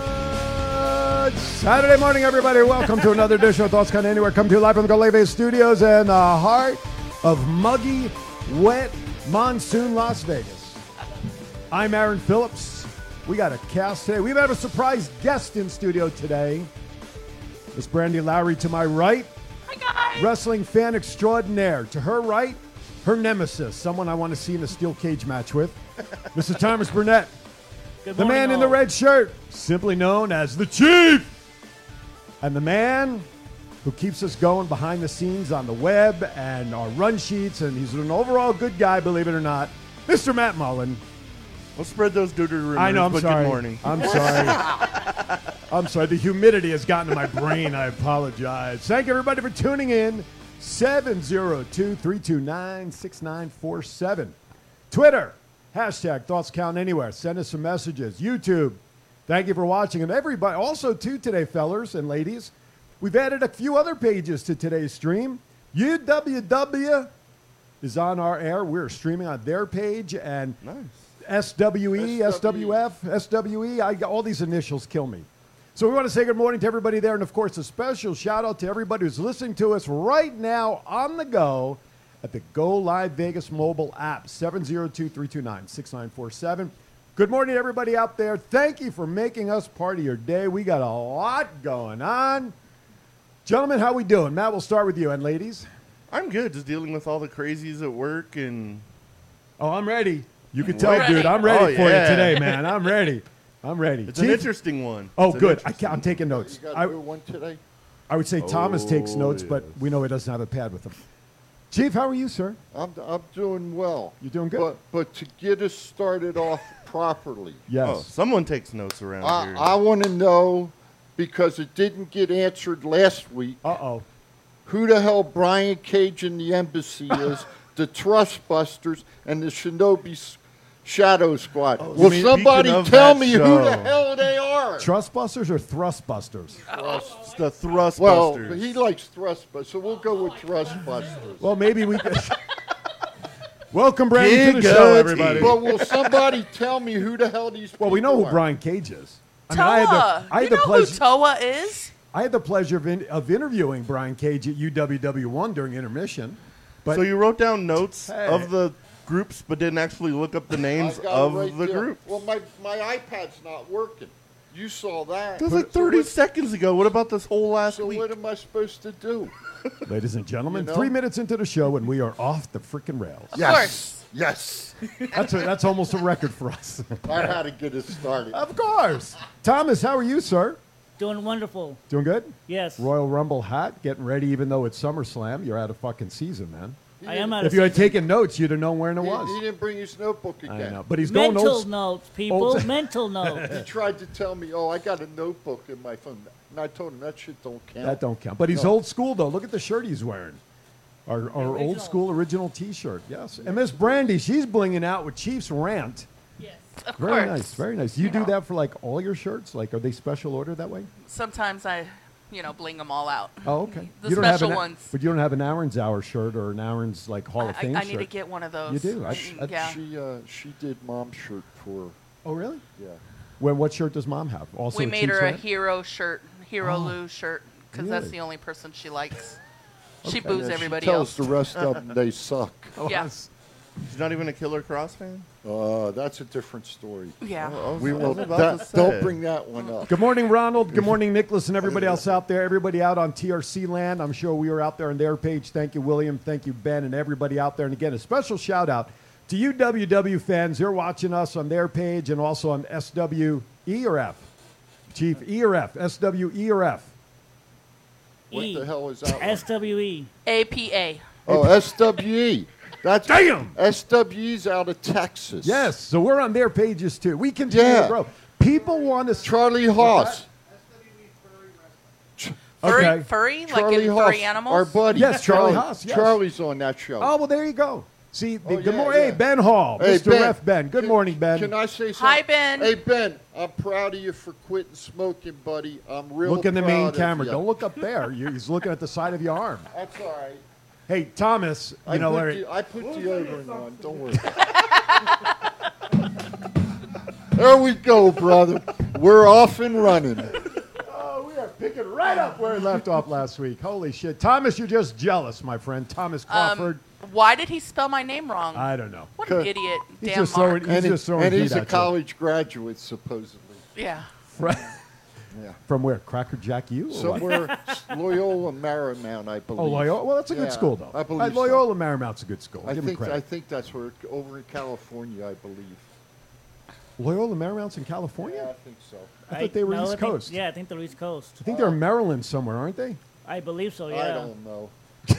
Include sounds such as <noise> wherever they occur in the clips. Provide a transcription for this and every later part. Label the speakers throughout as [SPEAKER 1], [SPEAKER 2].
[SPEAKER 1] Good Saturday morning, everybody. Welcome to another edition of Thoughts Gone Anywhere. Come to you live from the Golave Studios in the heart of muggy, wet monsoon Las Vegas. I'm Aaron Phillips. We got a cast today. We have a surprise guest in studio today. It's Brandy Lowry to my right, wrestling fan extraordinaire. To her right, her nemesis, someone I want to see in a steel cage match with, Mr. Thomas Burnett,
[SPEAKER 2] Good
[SPEAKER 1] the
[SPEAKER 2] morning,
[SPEAKER 1] man in the
[SPEAKER 2] all.
[SPEAKER 1] red shirt, simply known as the Chief, and the man who keeps us going behind the scenes on the web and our run sheets, and he's an overall good guy, believe it or not, Mr. Matt Mullen.
[SPEAKER 3] We'll spread those doo rumors.
[SPEAKER 1] I know. I'm
[SPEAKER 3] but
[SPEAKER 1] sorry.
[SPEAKER 3] Good morning.
[SPEAKER 1] I'm sorry. I'm sorry. The humidity has gotten to my brain. I apologize. Thank everybody for tuning in. 702-329-6947. Twitter, hashtag thoughts count anywhere. Send us some messages. YouTube, thank you for watching. And everybody, also too today, fellers and ladies, we've added a few other pages to today's stream. UWW is on our air. We're streaming on their page and E, SWE, SWF, SWE. E. I, all these initials kill me. So we want to say good morning to everybody there, and of course, a special shout out to everybody who's listening to us right now on the go at the Go Live Vegas mobile app 702-329-6947. Good morning, everybody out there. Thank you for making us part of your day. We got a lot going on, gentlemen. How we doing? Matt, we'll start with you, and ladies.
[SPEAKER 3] <laughs> I'm good. Just dealing with all the crazies at work and
[SPEAKER 1] Oh, I'm ready. You can tell,
[SPEAKER 2] We're ready.
[SPEAKER 1] dude. I'm ready
[SPEAKER 3] Oh,
[SPEAKER 1] for
[SPEAKER 3] yeah.
[SPEAKER 1] you today,
[SPEAKER 3] <laughs>
[SPEAKER 1] man. I'm ready. I'm ready.
[SPEAKER 3] it's an
[SPEAKER 1] Chief-
[SPEAKER 3] interesting one.
[SPEAKER 1] oh,
[SPEAKER 3] It's an
[SPEAKER 1] good. I
[SPEAKER 3] interesting
[SPEAKER 1] can, I'm taking notes.
[SPEAKER 4] You got
[SPEAKER 1] I,
[SPEAKER 4] to do one today?
[SPEAKER 1] I would say Thomas takes
[SPEAKER 3] Oh,
[SPEAKER 1] notes, but
[SPEAKER 3] yes.
[SPEAKER 1] we know he doesn't have a pad with him. Chief, how are you, sir?
[SPEAKER 4] I'm, I'm doing well.
[SPEAKER 1] You're doing good.
[SPEAKER 4] But, but to get us
[SPEAKER 1] <laughs>
[SPEAKER 4] started off properly,
[SPEAKER 1] Yes.
[SPEAKER 3] Oh, someone takes notes around
[SPEAKER 4] I,
[SPEAKER 3] here.
[SPEAKER 4] I want to know because it didn't get answered last week
[SPEAKER 1] Uh oh.
[SPEAKER 4] who the hell Brian Cage and
[SPEAKER 1] <laughs>
[SPEAKER 4] the Embassy is, the Trust Busters, and the Shinobi S- Shadow Squad.
[SPEAKER 1] Oh,
[SPEAKER 3] you
[SPEAKER 4] Will
[SPEAKER 3] mean-
[SPEAKER 4] somebody
[SPEAKER 3] speaking of
[SPEAKER 4] tell
[SPEAKER 3] that
[SPEAKER 4] me who the
[SPEAKER 3] show.
[SPEAKER 4] hell they are?
[SPEAKER 1] Trustbusters or thrustbusters?
[SPEAKER 3] It's the Thrustbusters.
[SPEAKER 4] well, he likes Thrustbusters, so we'll go with Thrustbusters.
[SPEAKER 1] Well, maybe
[SPEAKER 4] <laughs>
[SPEAKER 1] we <laughs> could. Welcome, Brady, to the
[SPEAKER 3] Giggity.
[SPEAKER 1] show, everybody.
[SPEAKER 4] But will somebody tell me who the hell these
[SPEAKER 1] Well, <laughs> we know who
[SPEAKER 4] <laughs> people are?
[SPEAKER 1] Brian Cage is. I mean, I had
[SPEAKER 2] Toa.
[SPEAKER 1] the, I had
[SPEAKER 2] you
[SPEAKER 1] the
[SPEAKER 2] know
[SPEAKER 1] pleasure.
[SPEAKER 2] who Toa is?
[SPEAKER 1] I had the pleasure of, in, of interviewing Brian Cage at UWW1 during intermission. But
[SPEAKER 3] so you wrote down notes
[SPEAKER 1] Hey.
[SPEAKER 3] of the groups, but didn't actually look up the names
[SPEAKER 4] I've got it
[SPEAKER 3] of
[SPEAKER 4] right
[SPEAKER 3] the
[SPEAKER 4] there.
[SPEAKER 3] group.
[SPEAKER 4] Well, my, my iPad's not working. You saw that.
[SPEAKER 3] That was like 30 seconds ago. What about this whole last
[SPEAKER 4] So
[SPEAKER 3] week?
[SPEAKER 4] what am I supposed to do?
[SPEAKER 1] Ladies and gentlemen,
[SPEAKER 4] You know?
[SPEAKER 1] three minutes into the show, and we are off the freaking rails.
[SPEAKER 2] course.
[SPEAKER 5] <laughs>
[SPEAKER 4] Yes.
[SPEAKER 1] That's, a, that's almost a record for us.
[SPEAKER 4] I had to get it started.
[SPEAKER 1] of course. Thomas, how are you, sir?
[SPEAKER 5] Doing wonderful.
[SPEAKER 1] Doing good?
[SPEAKER 5] Yes.
[SPEAKER 1] Royal Rumble hat, getting ready, even though it's SummerSlam. You're out of fucking season, man.
[SPEAKER 5] I am out
[SPEAKER 1] If
[SPEAKER 5] of
[SPEAKER 1] you had taken notes, you'd have known where it
[SPEAKER 4] He,
[SPEAKER 1] was.
[SPEAKER 4] he didn't bring his notebook
[SPEAKER 1] I
[SPEAKER 4] again.
[SPEAKER 1] know. But he's going
[SPEAKER 5] mental
[SPEAKER 1] old.
[SPEAKER 5] notes, people.
[SPEAKER 1] old- <laughs>
[SPEAKER 5] mental notes.
[SPEAKER 4] He tried to tell me, oh, I got a notebook in my phone. And I told him that shit don't count.
[SPEAKER 1] That don't count. But he's
[SPEAKER 4] No.
[SPEAKER 1] old school though. Look at the shirt he's wearing. Our, our old
[SPEAKER 5] Original.
[SPEAKER 1] school original T-shirt. Yes. And Miss Brandy, she's blinging out with Chiefs rant.
[SPEAKER 2] <laughs> Of
[SPEAKER 1] Very
[SPEAKER 2] course.
[SPEAKER 1] nice. Very nice. You do that for like all your shirts? Like, are they special order that way?
[SPEAKER 2] Sometimes I, you know, bling them all out.
[SPEAKER 1] Oh, okay.
[SPEAKER 2] Mm-hmm. The
[SPEAKER 1] you don't have
[SPEAKER 2] special
[SPEAKER 1] an,
[SPEAKER 2] ones.
[SPEAKER 1] But you don't have an Aaron's Hour shirt or an Aaron's like Hall of
[SPEAKER 2] I,
[SPEAKER 1] Fame
[SPEAKER 2] I
[SPEAKER 1] shirt.
[SPEAKER 2] need to get one of those.
[SPEAKER 1] You do. I-
[SPEAKER 2] Mm,
[SPEAKER 1] I-
[SPEAKER 2] yeah.
[SPEAKER 4] She, uh, she did mom's shirt for,
[SPEAKER 1] oh, really?
[SPEAKER 4] yeah.
[SPEAKER 1] When what shirt does Mom have? Also,
[SPEAKER 2] we
[SPEAKER 1] a
[SPEAKER 2] made
[SPEAKER 1] Chiefs
[SPEAKER 2] her a
[SPEAKER 1] rant?
[SPEAKER 2] hero shirt, hero
[SPEAKER 1] Oh.
[SPEAKER 2] Lou shirt, because that's
[SPEAKER 1] Really?
[SPEAKER 2] the only person she likes. She
[SPEAKER 4] And
[SPEAKER 2] boos
[SPEAKER 4] then
[SPEAKER 2] everybody
[SPEAKER 4] she
[SPEAKER 2] else.
[SPEAKER 4] tells the
[SPEAKER 2] <laughs>
[SPEAKER 4] rest of them they suck.
[SPEAKER 1] Oh,
[SPEAKER 2] Yeah.
[SPEAKER 1] that's-
[SPEAKER 3] She's not even a Killer Cross fan?
[SPEAKER 4] Uh, that's a different story. Uh,
[SPEAKER 2] Yeah.
[SPEAKER 3] Oh, I was-
[SPEAKER 4] We
[SPEAKER 3] I was
[SPEAKER 4] will.
[SPEAKER 3] about to
[SPEAKER 4] That,
[SPEAKER 3] say.
[SPEAKER 4] don't bring that one up.
[SPEAKER 1] Good morning, Ronald. Good morning, Nicholas, and everybody else out there. Everybody out on TRC land. I'm sure we were out there on their page. Thank you, William. Thank you, Ben, and everybody out there. And again, a special shout out to you, WW fans. You're watching us on their page and also on SWE or F. Chief E or F. SWE or F.
[SPEAKER 4] What
[SPEAKER 5] E.
[SPEAKER 4] the hell is that? one?
[SPEAKER 5] SWE.
[SPEAKER 2] APA.
[SPEAKER 4] Oh, SWE.
[SPEAKER 1] <laughs>
[SPEAKER 4] That's
[SPEAKER 1] Damn!
[SPEAKER 4] SWE's out of Texas.
[SPEAKER 1] Yes. So we're on their pages too. We continue to
[SPEAKER 4] Yeah.
[SPEAKER 1] grow. People want to.
[SPEAKER 4] Charlie Haas.
[SPEAKER 2] Furry,
[SPEAKER 1] Okay.
[SPEAKER 2] furry like
[SPEAKER 4] Charlie
[SPEAKER 2] in
[SPEAKER 4] Haas.
[SPEAKER 2] furry animals.
[SPEAKER 4] Our buddy.
[SPEAKER 1] Yes, Charlie Haas, yes.
[SPEAKER 4] Charlie's on that show.
[SPEAKER 1] oh well, there you go. See, the,
[SPEAKER 4] Oh,
[SPEAKER 1] good
[SPEAKER 4] yeah,
[SPEAKER 1] morning, hey
[SPEAKER 4] yeah.
[SPEAKER 1] Ben Hall,
[SPEAKER 4] Hey,
[SPEAKER 1] Mr. Ref Ben. Good
[SPEAKER 4] can-
[SPEAKER 1] morning, Ben.
[SPEAKER 4] Can I say something?
[SPEAKER 2] Hi, Ben.
[SPEAKER 4] Hey, Ben, I'm proud of you for quitting smoking, buddy. I'm real
[SPEAKER 1] Look in the
[SPEAKER 4] proud
[SPEAKER 1] main
[SPEAKER 4] of
[SPEAKER 1] camera.
[SPEAKER 4] you.
[SPEAKER 1] Don't look up there. You- He's looking at the side of your arm.
[SPEAKER 4] That's all right.
[SPEAKER 1] Hey, Thomas, you
[SPEAKER 4] I
[SPEAKER 1] know,
[SPEAKER 4] put
[SPEAKER 1] Larry,
[SPEAKER 4] the- I put deodorant on. Don't worry. There we go, brother. We're off and running.
[SPEAKER 1] Oh, we are picking right up where we left off last week. Holy shit. Thomas, you're just jealous, my friend. Thomas Crawford.
[SPEAKER 2] Why did he spell my name wrong?
[SPEAKER 1] I don't know.
[SPEAKER 2] what
[SPEAKER 4] could-
[SPEAKER 2] an idiot.
[SPEAKER 1] He's
[SPEAKER 2] Damn
[SPEAKER 1] just
[SPEAKER 2] Mark.
[SPEAKER 1] throwing, he's
[SPEAKER 4] And, he-
[SPEAKER 1] just throwing
[SPEAKER 4] and
[SPEAKER 1] heat
[SPEAKER 4] he's a
[SPEAKER 1] at you.
[SPEAKER 4] college graduate, supposedly.
[SPEAKER 2] Yeah.
[SPEAKER 1] From,
[SPEAKER 4] Yeah.
[SPEAKER 1] from where? Cracker Jack U? or what?
[SPEAKER 4] Somewhere,
[SPEAKER 1] <laughs>
[SPEAKER 4] Loyola Marymount, I believe.
[SPEAKER 1] Oh, Loyola. Well, that's a good
[SPEAKER 4] Yeah,
[SPEAKER 1] school, though.
[SPEAKER 4] I believe
[SPEAKER 1] Uh,
[SPEAKER 4] so.
[SPEAKER 1] Loyola Marymount's a good school.
[SPEAKER 4] I
[SPEAKER 1] Give him
[SPEAKER 4] think,
[SPEAKER 1] credit.
[SPEAKER 4] I think that's where, over in California, I believe.
[SPEAKER 1] Loyola Marymount's in California?
[SPEAKER 4] Yeah, I think so.
[SPEAKER 1] I thought they were
[SPEAKER 5] no,
[SPEAKER 1] East
[SPEAKER 5] I think-
[SPEAKER 1] Coast.
[SPEAKER 5] Yeah, I think they're East Coast.
[SPEAKER 1] I think they're
[SPEAKER 4] Oh.
[SPEAKER 1] in Maryland somewhere, aren't they?
[SPEAKER 5] I believe so. Yeah.
[SPEAKER 4] I don't know.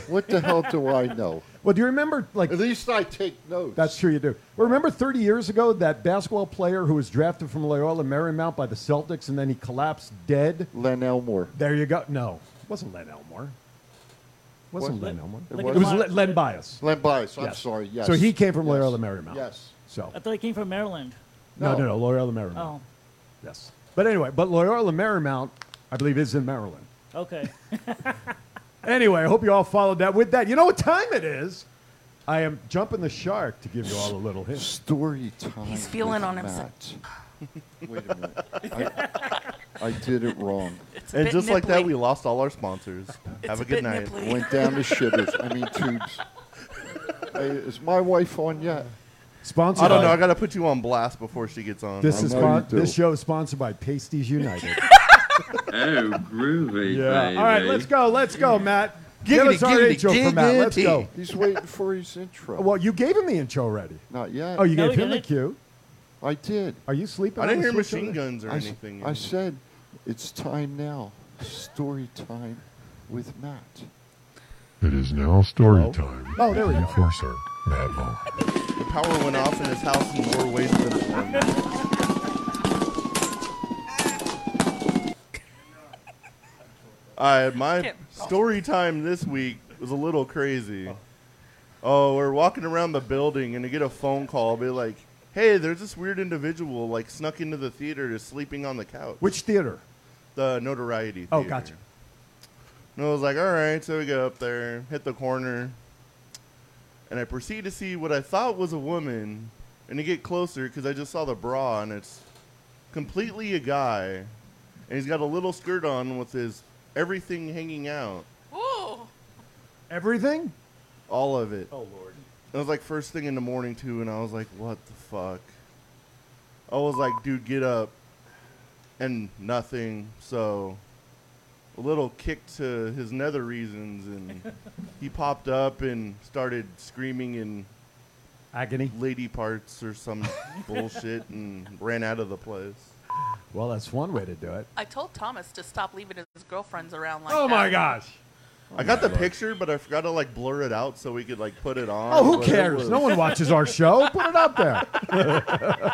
[SPEAKER 4] What the hell do I know?
[SPEAKER 1] Well, do you remember, like,
[SPEAKER 4] At least I take notes.
[SPEAKER 1] That's true, you do. Well, remember 30 years ago that basketball player who was drafted from Loyola Marymount by the Celtics and then he collapsed dead?
[SPEAKER 4] Len Elmore.
[SPEAKER 1] There you go. No, it wasn't Len Elmore. It wasn't
[SPEAKER 4] Wasn't
[SPEAKER 1] Len
[SPEAKER 4] it?
[SPEAKER 1] Elmore.
[SPEAKER 4] It
[SPEAKER 1] It,
[SPEAKER 4] wasn't?
[SPEAKER 1] was Le- Len Bias.
[SPEAKER 4] Len Bias. I'm
[SPEAKER 1] Yes.
[SPEAKER 4] sorry. Yes.
[SPEAKER 1] So he came from
[SPEAKER 4] Yes.
[SPEAKER 1] Loyola Marymount.
[SPEAKER 4] Yes.
[SPEAKER 1] So,
[SPEAKER 5] I thought they came from Maryland.
[SPEAKER 1] no,
[SPEAKER 4] No.
[SPEAKER 1] no, no, Loyola Marymount.
[SPEAKER 5] Oh,
[SPEAKER 1] Yes. But anyway, but Loyola Marymount, I believe, is in Maryland.
[SPEAKER 5] okay.
[SPEAKER 1] <laughs> Anyway, I hope you all followed that. With that, you know what time it is? I am jumping the shark to give you all a little hint.
[SPEAKER 4] Story time.
[SPEAKER 2] He's feeling
[SPEAKER 4] with
[SPEAKER 2] on himself.
[SPEAKER 4] Matt. Wait a minute. I, I did it wrong.
[SPEAKER 2] <laughs> It's a
[SPEAKER 3] And
[SPEAKER 2] bit
[SPEAKER 3] just like that,
[SPEAKER 2] nipply.
[SPEAKER 3] we lost all our sponsors. Have
[SPEAKER 2] <laughs> It's
[SPEAKER 3] a
[SPEAKER 2] bit
[SPEAKER 3] good night.
[SPEAKER 2] nipply.
[SPEAKER 4] Went
[SPEAKER 2] <laughs>
[SPEAKER 4] down to shivers. I mean tubes. <laughs> Hey, is my wife on yet?
[SPEAKER 1] Sponsored
[SPEAKER 3] I don't
[SPEAKER 1] by-
[SPEAKER 3] know. I got to put you on blast before she gets on.
[SPEAKER 1] this,
[SPEAKER 4] I
[SPEAKER 1] is
[SPEAKER 4] know
[SPEAKER 1] spon-
[SPEAKER 4] you do.
[SPEAKER 1] this show is sponsored by Pasties United.
[SPEAKER 6] Oh, groovy, baby.
[SPEAKER 1] All right, let's go. Let's go, Matt. Give
[SPEAKER 3] Giggity,
[SPEAKER 1] us our
[SPEAKER 3] giggity,
[SPEAKER 1] intro for Matt. Let's <laughs>
[SPEAKER 3] giggity.
[SPEAKER 1] go.
[SPEAKER 4] He's waiting for his
[SPEAKER 1] <laughs>
[SPEAKER 4] intro.
[SPEAKER 1] Well, you gave him the intro already.
[SPEAKER 4] Not yet.
[SPEAKER 1] Oh, you
[SPEAKER 5] No,
[SPEAKER 1] gave
[SPEAKER 5] he
[SPEAKER 1] him the
[SPEAKER 5] didn't.
[SPEAKER 1] cue.
[SPEAKER 4] I did.
[SPEAKER 1] Are you sleeping?
[SPEAKER 3] I
[SPEAKER 1] on
[SPEAKER 3] didn't
[SPEAKER 1] the
[SPEAKER 3] hear
[SPEAKER 1] switch
[SPEAKER 3] machine
[SPEAKER 1] over there?
[SPEAKER 3] guns or
[SPEAKER 4] I, s-
[SPEAKER 3] anything.
[SPEAKER 4] I said, it's time now. Story time with Matt.
[SPEAKER 7] It is now story time.
[SPEAKER 1] Oh, there we go.
[SPEAKER 7] Enforcer, Matt Mullen.
[SPEAKER 3] the power went off in his house in more ways than one. All right, my
[SPEAKER 2] Can't-
[SPEAKER 3] story time this week was a little crazy. Oh, we're walking around the building and to get a phone call, be like, "Hey, there's this weird individual like snuck into the theater, is sleeping on the couch."
[SPEAKER 1] Which theater?
[SPEAKER 3] the notoriety.
[SPEAKER 1] Oh,
[SPEAKER 3] Theater.
[SPEAKER 1] gotcha.
[SPEAKER 3] And I was like, all right, so we go up there, hit the corner, and I proceed to see what I thought was a woman, and to get closer because I just saw the bra, and it's completely a guy, and he's got a little skirt on with his everything hanging out,
[SPEAKER 2] Ooh.
[SPEAKER 1] Everything?
[SPEAKER 3] all of it.
[SPEAKER 1] Oh, Lord.
[SPEAKER 3] It was like first thing in the morning too, and I was like, "What the fuck?" I was like, "Dude, get up," and nothing. So, a little kick to his nether
[SPEAKER 1] <laughs>
[SPEAKER 3] reasons, and he popped up and started screaming in
[SPEAKER 1] Agony.
[SPEAKER 3] lady parts
[SPEAKER 1] <laughs>
[SPEAKER 3] or some bullshit, and ran out of the place.
[SPEAKER 1] Well, that's one way to do it.
[SPEAKER 2] I told Thomas to stop leaving his girlfriends around like
[SPEAKER 1] oh,
[SPEAKER 2] that.
[SPEAKER 1] my gosh.
[SPEAKER 3] I
[SPEAKER 1] Oh
[SPEAKER 3] got the picture, but I forgot to like blur it out so we could like put it on.
[SPEAKER 1] Oh, who
[SPEAKER 3] but it
[SPEAKER 1] cares?
[SPEAKER 3] was-
[SPEAKER 1] No one watches our show. Put it up there.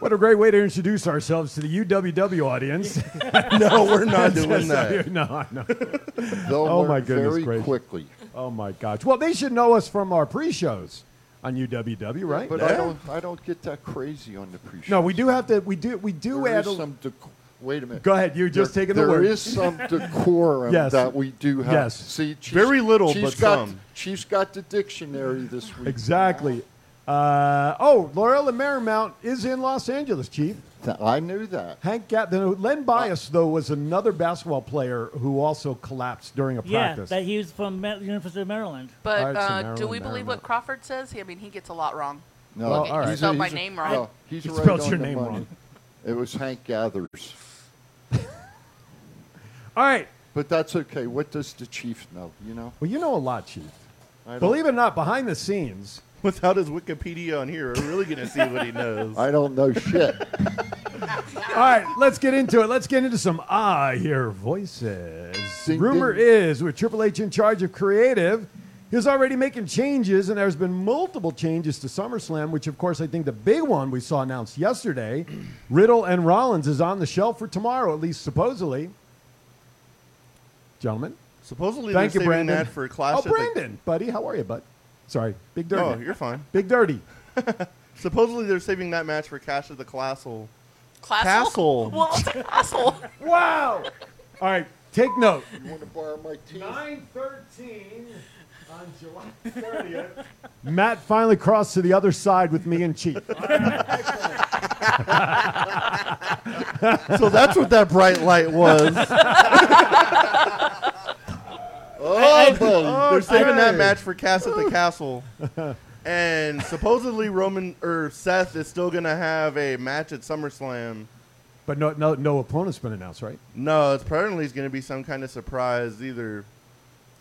[SPEAKER 1] what a great way to introduce ourselves to the UWW audience.
[SPEAKER 3] no, we're not doing that.
[SPEAKER 1] no, I know.
[SPEAKER 4] They'll
[SPEAKER 1] Oh,
[SPEAKER 4] learn
[SPEAKER 1] my goodness
[SPEAKER 4] very
[SPEAKER 1] gracious.
[SPEAKER 4] quickly.
[SPEAKER 1] Oh my gosh. Well, they should know us from our pre-shows on UWW, right?
[SPEAKER 4] But
[SPEAKER 3] Yeah.
[SPEAKER 4] I don't. I don't get that crazy on the pre-show.
[SPEAKER 1] no, we do have to. We do. We do
[SPEAKER 4] There
[SPEAKER 1] add.
[SPEAKER 4] is
[SPEAKER 1] A,
[SPEAKER 4] some. Dec- wait a minute.
[SPEAKER 1] go ahead. You're just
[SPEAKER 4] There-
[SPEAKER 1] taking the word.
[SPEAKER 4] There is some
[SPEAKER 1] <laughs>
[SPEAKER 4] decorum
[SPEAKER 1] Yes.
[SPEAKER 4] that we do have.
[SPEAKER 1] Yes.
[SPEAKER 4] See, she's-
[SPEAKER 3] Very little,
[SPEAKER 4] she's
[SPEAKER 3] but
[SPEAKER 4] got,
[SPEAKER 3] some.
[SPEAKER 4] She's got the dictionary this week.
[SPEAKER 1] exactly. Uh, oh, Loyola Marymount is in Los Angeles, Chief.
[SPEAKER 4] Th- I knew that.
[SPEAKER 1] Hank Gatlin. Len
[SPEAKER 4] Uh,
[SPEAKER 1] Bias, though, was another basketball player who also collapsed during a
[SPEAKER 5] yeah,
[SPEAKER 1] practice.
[SPEAKER 5] that he was from Ma- University of Maryland.
[SPEAKER 1] All
[SPEAKER 2] But
[SPEAKER 1] right, so
[SPEAKER 2] uh, do
[SPEAKER 1] Maryland,
[SPEAKER 2] we believe
[SPEAKER 1] Maryland.
[SPEAKER 2] what Crawford says? He, I mean, he gets a lot wrong.
[SPEAKER 4] No, Oh.
[SPEAKER 1] Well, all right.
[SPEAKER 4] he's
[SPEAKER 2] spelled
[SPEAKER 4] he's
[SPEAKER 2] my name wrong.
[SPEAKER 4] no, he's
[SPEAKER 1] He
[SPEAKER 4] right
[SPEAKER 1] spelled
[SPEAKER 4] on
[SPEAKER 1] your
[SPEAKER 4] the
[SPEAKER 1] name
[SPEAKER 4] money.
[SPEAKER 1] wrong.
[SPEAKER 4] It was Hank Gathers,
[SPEAKER 1] <laughs> All right.
[SPEAKER 4] but that's okay. What does the chief know? You know,
[SPEAKER 1] Well, you know a lot, Chief.
[SPEAKER 4] I don't- <laughs>
[SPEAKER 1] Believe it or not, behind the scenes,
[SPEAKER 3] Without his Wikipedia on here, we're really gonna see
[SPEAKER 4] <laughs>
[SPEAKER 3] what he knows.
[SPEAKER 4] I don't know shit.
[SPEAKER 1] <laughs> All right, let's get into it. Let's get into some I Hear Voices.
[SPEAKER 4] Ding,
[SPEAKER 1] Rumor
[SPEAKER 4] ding.
[SPEAKER 1] is, with Triple H in charge of creative, he was already making changes, and there's been multiple changes to SummerSlam, which, of course, I think the big one we saw announced
[SPEAKER 4] <clears throat>
[SPEAKER 1] yesterday Riddle and Rollins is on the shelf for tomorrow, at least supposedly. Gentlemen,
[SPEAKER 3] Supposedly
[SPEAKER 1] thank
[SPEAKER 3] they're
[SPEAKER 1] you,
[SPEAKER 3] saving
[SPEAKER 1] Brandon.
[SPEAKER 3] that for Clash
[SPEAKER 1] oh,
[SPEAKER 3] at the-
[SPEAKER 1] Brandon, buddy, how are you, bud? Sorry, Big Dirty.
[SPEAKER 3] Oh, you're fine.
[SPEAKER 1] Big Dirty.
[SPEAKER 3] <laughs> Supposedly they're saving that match for Cash at the Colossal.
[SPEAKER 8] <laughs>
[SPEAKER 3] Castle.
[SPEAKER 2] Classel. Well, it's a castle.
[SPEAKER 1] Wow! All right, take note.
[SPEAKER 4] You want to borrow my teeth?
[SPEAKER 1] 913 On July
[SPEAKER 2] <laughs>
[SPEAKER 1] 30th, Matt finally crossed to the other side with me and
[SPEAKER 4] <laughs>
[SPEAKER 1] Chief. <laughs>
[SPEAKER 3] So that's what that bright light was.
[SPEAKER 4] Oh, buddy.
[SPEAKER 3] They're saving that
[SPEAKER 1] Okay.
[SPEAKER 3] match for Cass at the Castle. And supposedly Roman or Seth is still gonna have a match at SummerSlam.
[SPEAKER 1] But no, no, no opponent's been announced, right?
[SPEAKER 3] No, it's apparently it's gonna be some kind of surprise, either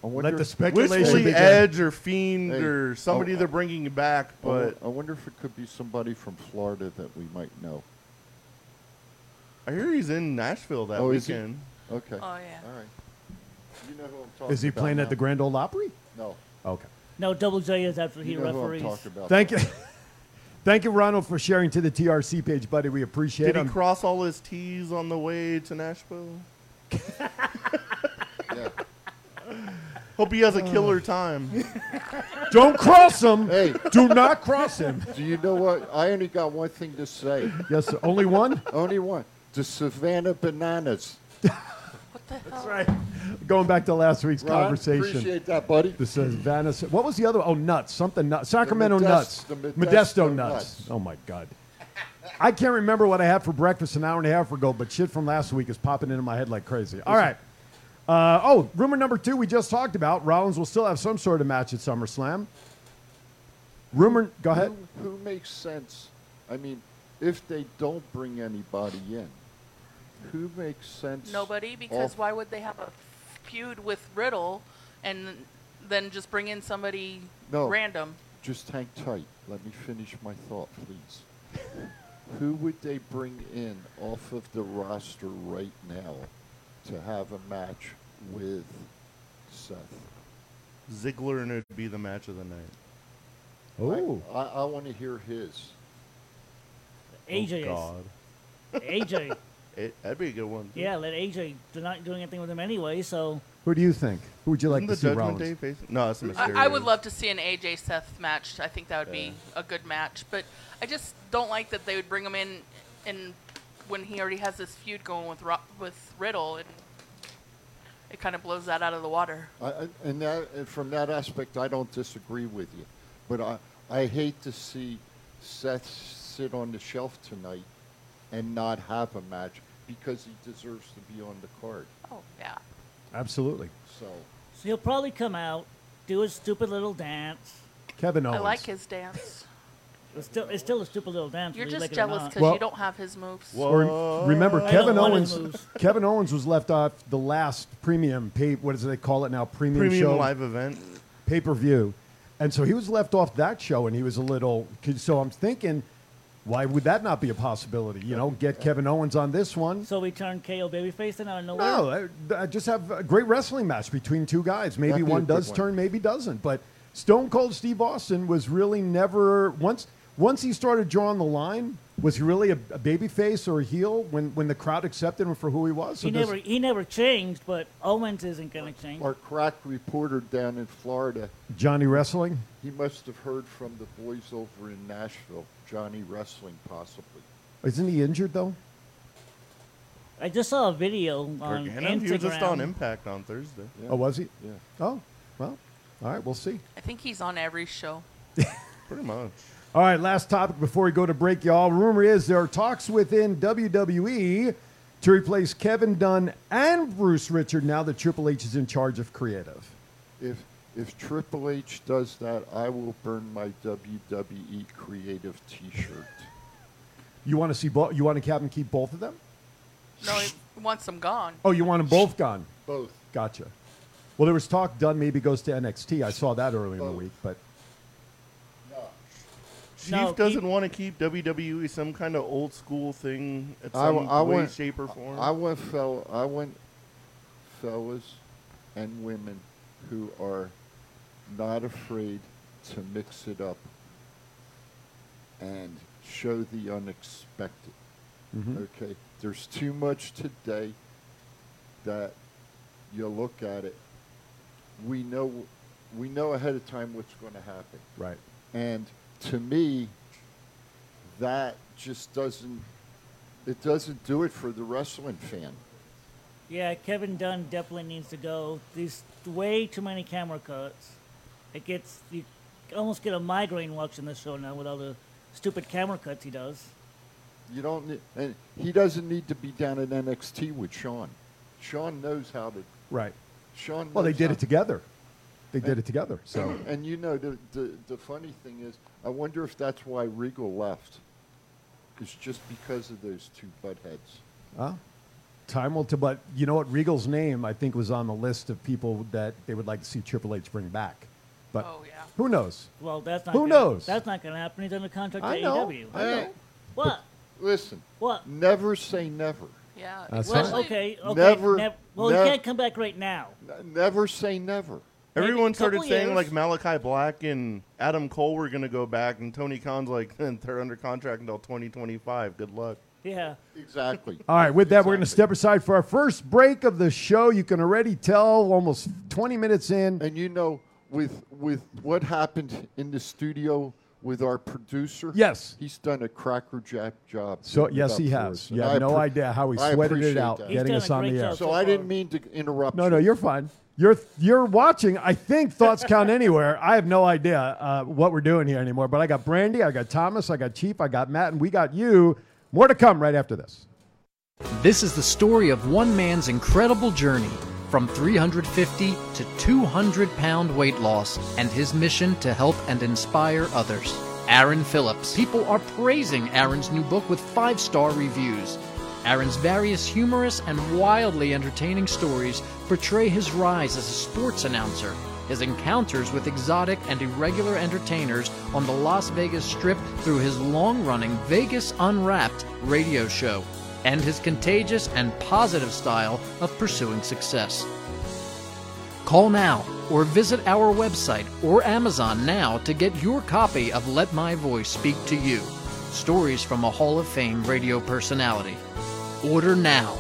[SPEAKER 4] I wonder,
[SPEAKER 1] Let the speculation
[SPEAKER 3] wishfully
[SPEAKER 1] begin.
[SPEAKER 3] Edge or Fiend
[SPEAKER 4] Hey,
[SPEAKER 3] or somebody
[SPEAKER 4] oh,
[SPEAKER 3] they're bringing back.
[SPEAKER 4] I wo-
[SPEAKER 3] But
[SPEAKER 4] I wonder if it could be somebody from Florida that we might know.
[SPEAKER 3] I hear he's in Nashville that
[SPEAKER 4] Oh, is he?
[SPEAKER 3] weekend.
[SPEAKER 4] Okay.
[SPEAKER 2] Oh, yeah.
[SPEAKER 4] All right. You know who I'm talking
[SPEAKER 1] Is he
[SPEAKER 4] about
[SPEAKER 1] playing
[SPEAKER 4] now.
[SPEAKER 1] at the Grand Ole Opry?
[SPEAKER 4] No.
[SPEAKER 1] Okay.
[SPEAKER 5] No, Double J is after he
[SPEAKER 4] you know
[SPEAKER 5] referees.
[SPEAKER 4] Who I'm talking about.
[SPEAKER 1] Thank you. <laughs> Thank you, Ronald, for sharing to the TRC page, buddy. We appreciate
[SPEAKER 3] Did
[SPEAKER 1] it.
[SPEAKER 3] he cross all his T's on the way to Nashville?
[SPEAKER 4] Yeah.
[SPEAKER 3] Hope he has a
[SPEAKER 1] Uh. <laughs>
[SPEAKER 3] killer time.
[SPEAKER 1] <laughs> Don't cross him.
[SPEAKER 4] Hey.
[SPEAKER 1] Do not cross him.
[SPEAKER 4] <laughs> Do you know what? I only got one thing to say.
[SPEAKER 1] Yes, sir. only one?
[SPEAKER 4] Only one. The Savannah Bananas.
[SPEAKER 2] What the hell?
[SPEAKER 1] That's right. Going back to last week's
[SPEAKER 4] Ron,
[SPEAKER 1] conversation.
[SPEAKER 4] Appreciate that, buddy.
[SPEAKER 1] This is Vanna. What was the other? Oh, nuts. Something nuts. Sacramento
[SPEAKER 4] Modest-
[SPEAKER 1] nuts.
[SPEAKER 4] the Modesto
[SPEAKER 1] Modesto nuts.
[SPEAKER 4] Nuts.
[SPEAKER 1] Oh my God. I can't remember what I had for breakfast an hour and a half ago, but shit from last week is popping into my head like crazy. All right. Uh, oh, rumor number two we just talked about. Rollins will still have some sort of match at SummerSlam. Rumor. Go ahead.
[SPEAKER 4] Who, who makes sense? I mean, if they don't bring anybody in, who makes sense?
[SPEAKER 2] Nobody, because
[SPEAKER 4] off-
[SPEAKER 2] why would they have a feud with Riddle and then just bring in somebody
[SPEAKER 4] No.
[SPEAKER 2] random?
[SPEAKER 4] Just hang tight. Let me finish my thought, please. Who would they bring in off of the roster right now to have a match with Seth?
[SPEAKER 3] Ziggler and it'd be the match of the night.
[SPEAKER 1] Oh.
[SPEAKER 4] I, I, I want to hear his.
[SPEAKER 5] AJ
[SPEAKER 3] God.
[SPEAKER 5] is. AJ.
[SPEAKER 3] It, that'd be a good one.
[SPEAKER 5] <laughs> yeah, let AJ. They're not doing anything with him anyway, so.
[SPEAKER 1] Who do you think? Who would you like
[SPEAKER 3] Isn't
[SPEAKER 1] to
[SPEAKER 3] the
[SPEAKER 1] see Rollins?
[SPEAKER 3] Judgment Day facing? No, it's Mysterio.
[SPEAKER 2] I, I would love to see an AJ Seth match. I think that would be a good match, but I just don't like that they would bring him in and when he already has this feud going with Ro- with Riddle, and it kind of blows that out of the water.
[SPEAKER 4] I, I- and that, and from that aspect, I don't disagree with you. But I, I hate to see Seth sit on the shelf tonight and not have a match because he deserves to be on the card.
[SPEAKER 2] Oh yeah,
[SPEAKER 1] Absolutely.
[SPEAKER 4] So,
[SPEAKER 5] So he'll probably come out, do his stupid little dance.
[SPEAKER 1] Kevin Owens.
[SPEAKER 2] I like his dance.
[SPEAKER 5] It's still, it's still a stupid little dance.
[SPEAKER 2] You're
[SPEAKER 5] whether you like
[SPEAKER 2] just
[SPEAKER 5] it or
[SPEAKER 2] jealous
[SPEAKER 5] not.
[SPEAKER 2] because
[SPEAKER 1] Well-
[SPEAKER 2] you don't have his moves.
[SPEAKER 1] Or remember,
[SPEAKER 5] I
[SPEAKER 1] Kevin
[SPEAKER 5] don't want his
[SPEAKER 1] Owens.
[SPEAKER 5] moves.
[SPEAKER 1] <laughs> Kevin Owens was left off the last premium pay. What does they call it now? Premium,
[SPEAKER 3] premium
[SPEAKER 1] show
[SPEAKER 3] live event.
[SPEAKER 1] pay per view, and so he was left off that show, and he was a little. So I'm thinking, why would that not be a possibility? You know, get Kevin Owens on this one.
[SPEAKER 5] So we turn KO babyface then out of nowhere.
[SPEAKER 1] No, I, I just have a great wrestling match between two guys. Maybe
[SPEAKER 4] That'd be a
[SPEAKER 1] one
[SPEAKER 4] good
[SPEAKER 1] does
[SPEAKER 4] one.
[SPEAKER 1] turn, maybe doesn't. But Stone Cold Steve Austin was really never once. Once he started drawing the line, was he really a, a baby face or a heel when, when the crowd accepted him for who he was? So
[SPEAKER 5] he
[SPEAKER 1] does-
[SPEAKER 5] never he never changed, but Owens isn't gonna change.
[SPEAKER 4] our crack reporter down in Florida,
[SPEAKER 1] Johnny Wrestling.
[SPEAKER 4] he must have heard from the boys over in Nashville, Johnny Wrestling, possibly.
[SPEAKER 1] Isn't he injured though?
[SPEAKER 5] I just saw a video on
[SPEAKER 3] Gargano, he
[SPEAKER 5] Instagram.
[SPEAKER 3] was just on Impact on Thursday.
[SPEAKER 4] Yeah.
[SPEAKER 1] Oh, was he?
[SPEAKER 4] Yeah.
[SPEAKER 1] Oh, well, all right, we'll see.
[SPEAKER 2] I think he's on every show.
[SPEAKER 3] Pretty much.
[SPEAKER 1] All right, last topic before we go to break, y'all. Rumor is there are talks within WWE to replace Kevin Dunn and Bruce Richard now that Triple H is in charge of creative.
[SPEAKER 4] If if Triple H does that, I will burn my WWE creative T-shirt.
[SPEAKER 1] You want to see both? You want to have him keep both of them?
[SPEAKER 2] No, he wants them gone.
[SPEAKER 1] Oh, you want them both gone?
[SPEAKER 4] Both.
[SPEAKER 1] Gotcha. Well, there was talk Dunn maybe goes to NXT. I saw that earlier in the week, but
[SPEAKER 3] Chief
[SPEAKER 5] No, keep-
[SPEAKER 3] doesn't want to keep WWE some kind of old school thing at
[SPEAKER 4] I
[SPEAKER 3] some
[SPEAKER 4] w- I
[SPEAKER 3] way,
[SPEAKER 4] went-
[SPEAKER 3] shape, or form.
[SPEAKER 4] I want fel- I want fellas and women who are not afraid to mix it up and show the unexpected.
[SPEAKER 1] Mm-hmm.
[SPEAKER 4] Okay, there's too much today that you look at it. We know we know ahead of time what's going to happen.
[SPEAKER 1] right.
[SPEAKER 4] And to me, that just doesn't it doesn't do it for the wrestling fan.
[SPEAKER 5] Yeah, Kevin Dunn definitely needs to go. There's way too many camera cuts. It gets you almost get a migraine watching this show now with all the stupid camera cuts he does.
[SPEAKER 4] You don't need, and he doesn't need to be down at NXT with Sean. Sean knows how to.
[SPEAKER 1] Right.
[SPEAKER 4] Sean.
[SPEAKER 1] Well, they
[SPEAKER 4] knows
[SPEAKER 1] did
[SPEAKER 4] how-
[SPEAKER 1] it together. They did it together. So
[SPEAKER 4] <clears throat> And, and you know the, the the funny thing is, I wonder if that's why Regal left. It's just because of those two butt heads.
[SPEAKER 1] Uh, time will tell. But you know what? Regal's name, I think, was on the list of people that they would like to see Triple H bring back. But
[SPEAKER 2] Oh, yeah.
[SPEAKER 1] who knows?
[SPEAKER 5] Well, that's not.
[SPEAKER 1] Who
[SPEAKER 5] gonna,
[SPEAKER 1] knows?
[SPEAKER 5] That's not going to happen. He's under contract to
[SPEAKER 1] I know.
[SPEAKER 5] AEW.
[SPEAKER 1] I know.
[SPEAKER 4] Hey,
[SPEAKER 5] What?
[SPEAKER 4] listen,
[SPEAKER 5] What?
[SPEAKER 4] never say never.
[SPEAKER 2] Yeah.
[SPEAKER 1] That's
[SPEAKER 5] Well,
[SPEAKER 1] Sorry.
[SPEAKER 5] okay, okay.
[SPEAKER 4] Never-
[SPEAKER 5] nev- well,
[SPEAKER 4] nev-
[SPEAKER 5] he can't come back right now.
[SPEAKER 4] N- Never say never.
[SPEAKER 5] Maybe
[SPEAKER 3] Everyone
[SPEAKER 5] a
[SPEAKER 3] started
[SPEAKER 5] couple
[SPEAKER 3] saying
[SPEAKER 5] years.
[SPEAKER 3] like Malachi Black and Adam Cole were gonna go back, and Tony Khan's like <laughs> they're under contract until 2025. Good luck.
[SPEAKER 5] Yeah.
[SPEAKER 4] Exactly.
[SPEAKER 1] All right, with that, we're going to step aside for our first break of the show. You can already tell almost 20 minutes in.
[SPEAKER 4] and you know, with with what happened in the studio with our producer,
[SPEAKER 1] Yes.
[SPEAKER 4] he's done a cracker jack job.
[SPEAKER 1] So,
[SPEAKER 4] getting it
[SPEAKER 1] yes,
[SPEAKER 4] up
[SPEAKER 1] he
[SPEAKER 4] for
[SPEAKER 1] has.
[SPEAKER 4] us, and
[SPEAKER 1] You
[SPEAKER 4] I
[SPEAKER 1] have no
[SPEAKER 4] appre-
[SPEAKER 1] idea how he
[SPEAKER 4] I
[SPEAKER 1] sweated it
[SPEAKER 4] appreciate
[SPEAKER 1] out
[SPEAKER 4] that.
[SPEAKER 1] getting
[SPEAKER 5] done
[SPEAKER 1] us
[SPEAKER 5] a
[SPEAKER 1] on the
[SPEAKER 5] great
[SPEAKER 1] air.
[SPEAKER 5] job.
[SPEAKER 4] So I didn't mean to interrupt.
[SPEAKER 1] No,
[SPEAKER 4] you.
[SPEAKER 1] no, you're fine. You're you're watching. I think
[SPEAKER 4] <laughs>
[SPEAKER 1] thoughts count anywhere. I have no idea uh, what we're doing here anymore. But I got Brandy, I got Thomas, I got Chief, I got Matt, and we got you. More to come right after this.
[SPEAKER 9] This is the story of one man's incredible journey from 350 to 200 pound weight loss and his mission to help and inspire others. Aaron Phillips. People are praising Aaron's new book with five star reviews. Aaron's various humorous and wildly entertaining stories portray his rise as a sports announcer, his encounters with exotic and irregular entertainers on the Las Vegas Strip through his long running Vegas Unwrapped radio show, and his contagious and positive style of pursuing success. Call now or visit our website or Amazon now to get your copy of Let My Voice Speak to You Stories from a Hall of Fame radio personality. Order now.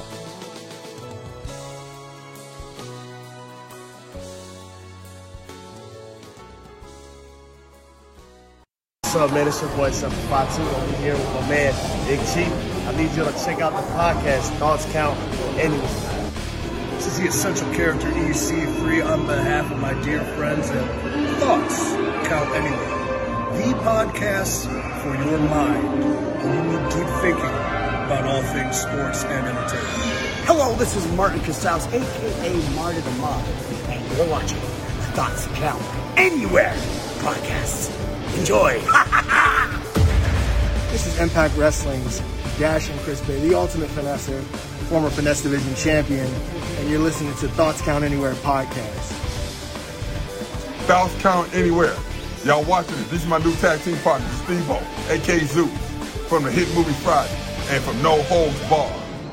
[SPEAKER 8] What's up, man? It's your boy 752 over here with my man Big Chief. I need you to check out the podcast Thoughts Count Anyway. This is the Essential Character EC free on behalf of my dear friends at Thoughts Count Anyway, the podcast for your mind when you need deep thinking about all things sports and entertainment.
[SPEAKER 10] Hello, this is Martin Casals, aka Marty the Mob, and you're watching the Thoughts Count Anywhere podcast. Enjoy.
[SPEAKER 8] <laughs> This is Impact Wrestling's Dash and Chris Bay, the ultimate finesser, former finesse division champion, and you're listening to Thoughts Count Anywhere podcast.
[SPEAKER 7] South Count anywhere. Y'all watching it. This is my new tag team partner, Steve-O, a.k.a. Zeus, from the hit movie Friday and from No Holds Bar.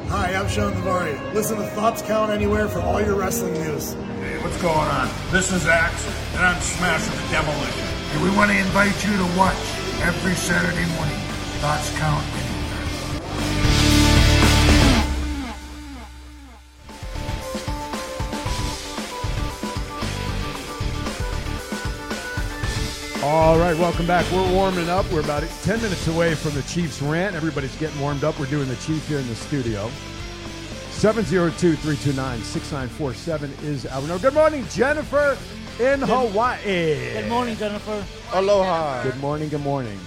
[SPEAKER 8] Hi, I'm Sean Devaria. Listen to Thoughts Count Anywhere for all your wrestling news.
[SPEAKER 11] Hey, what's going on? This is Axe, and I'm smashing the demolition. And we want to invite you to watch every Saturday morning. Thoughts count anywhere.
[SPEAKER 1] All right, welcome back. We're warming up. We're about 10 minutes away from the Chiefs rant. Everybody's getting warmed up. We're doing the Chief here in the studio. 702 329 6947 is our number. Good morning, Jennifer in Hawaii.
[SPEAKER 5] Good morning, Jennifer.
[SPEAKER 4] Aloha.
[SPEAKER 1] Good morning, good morning.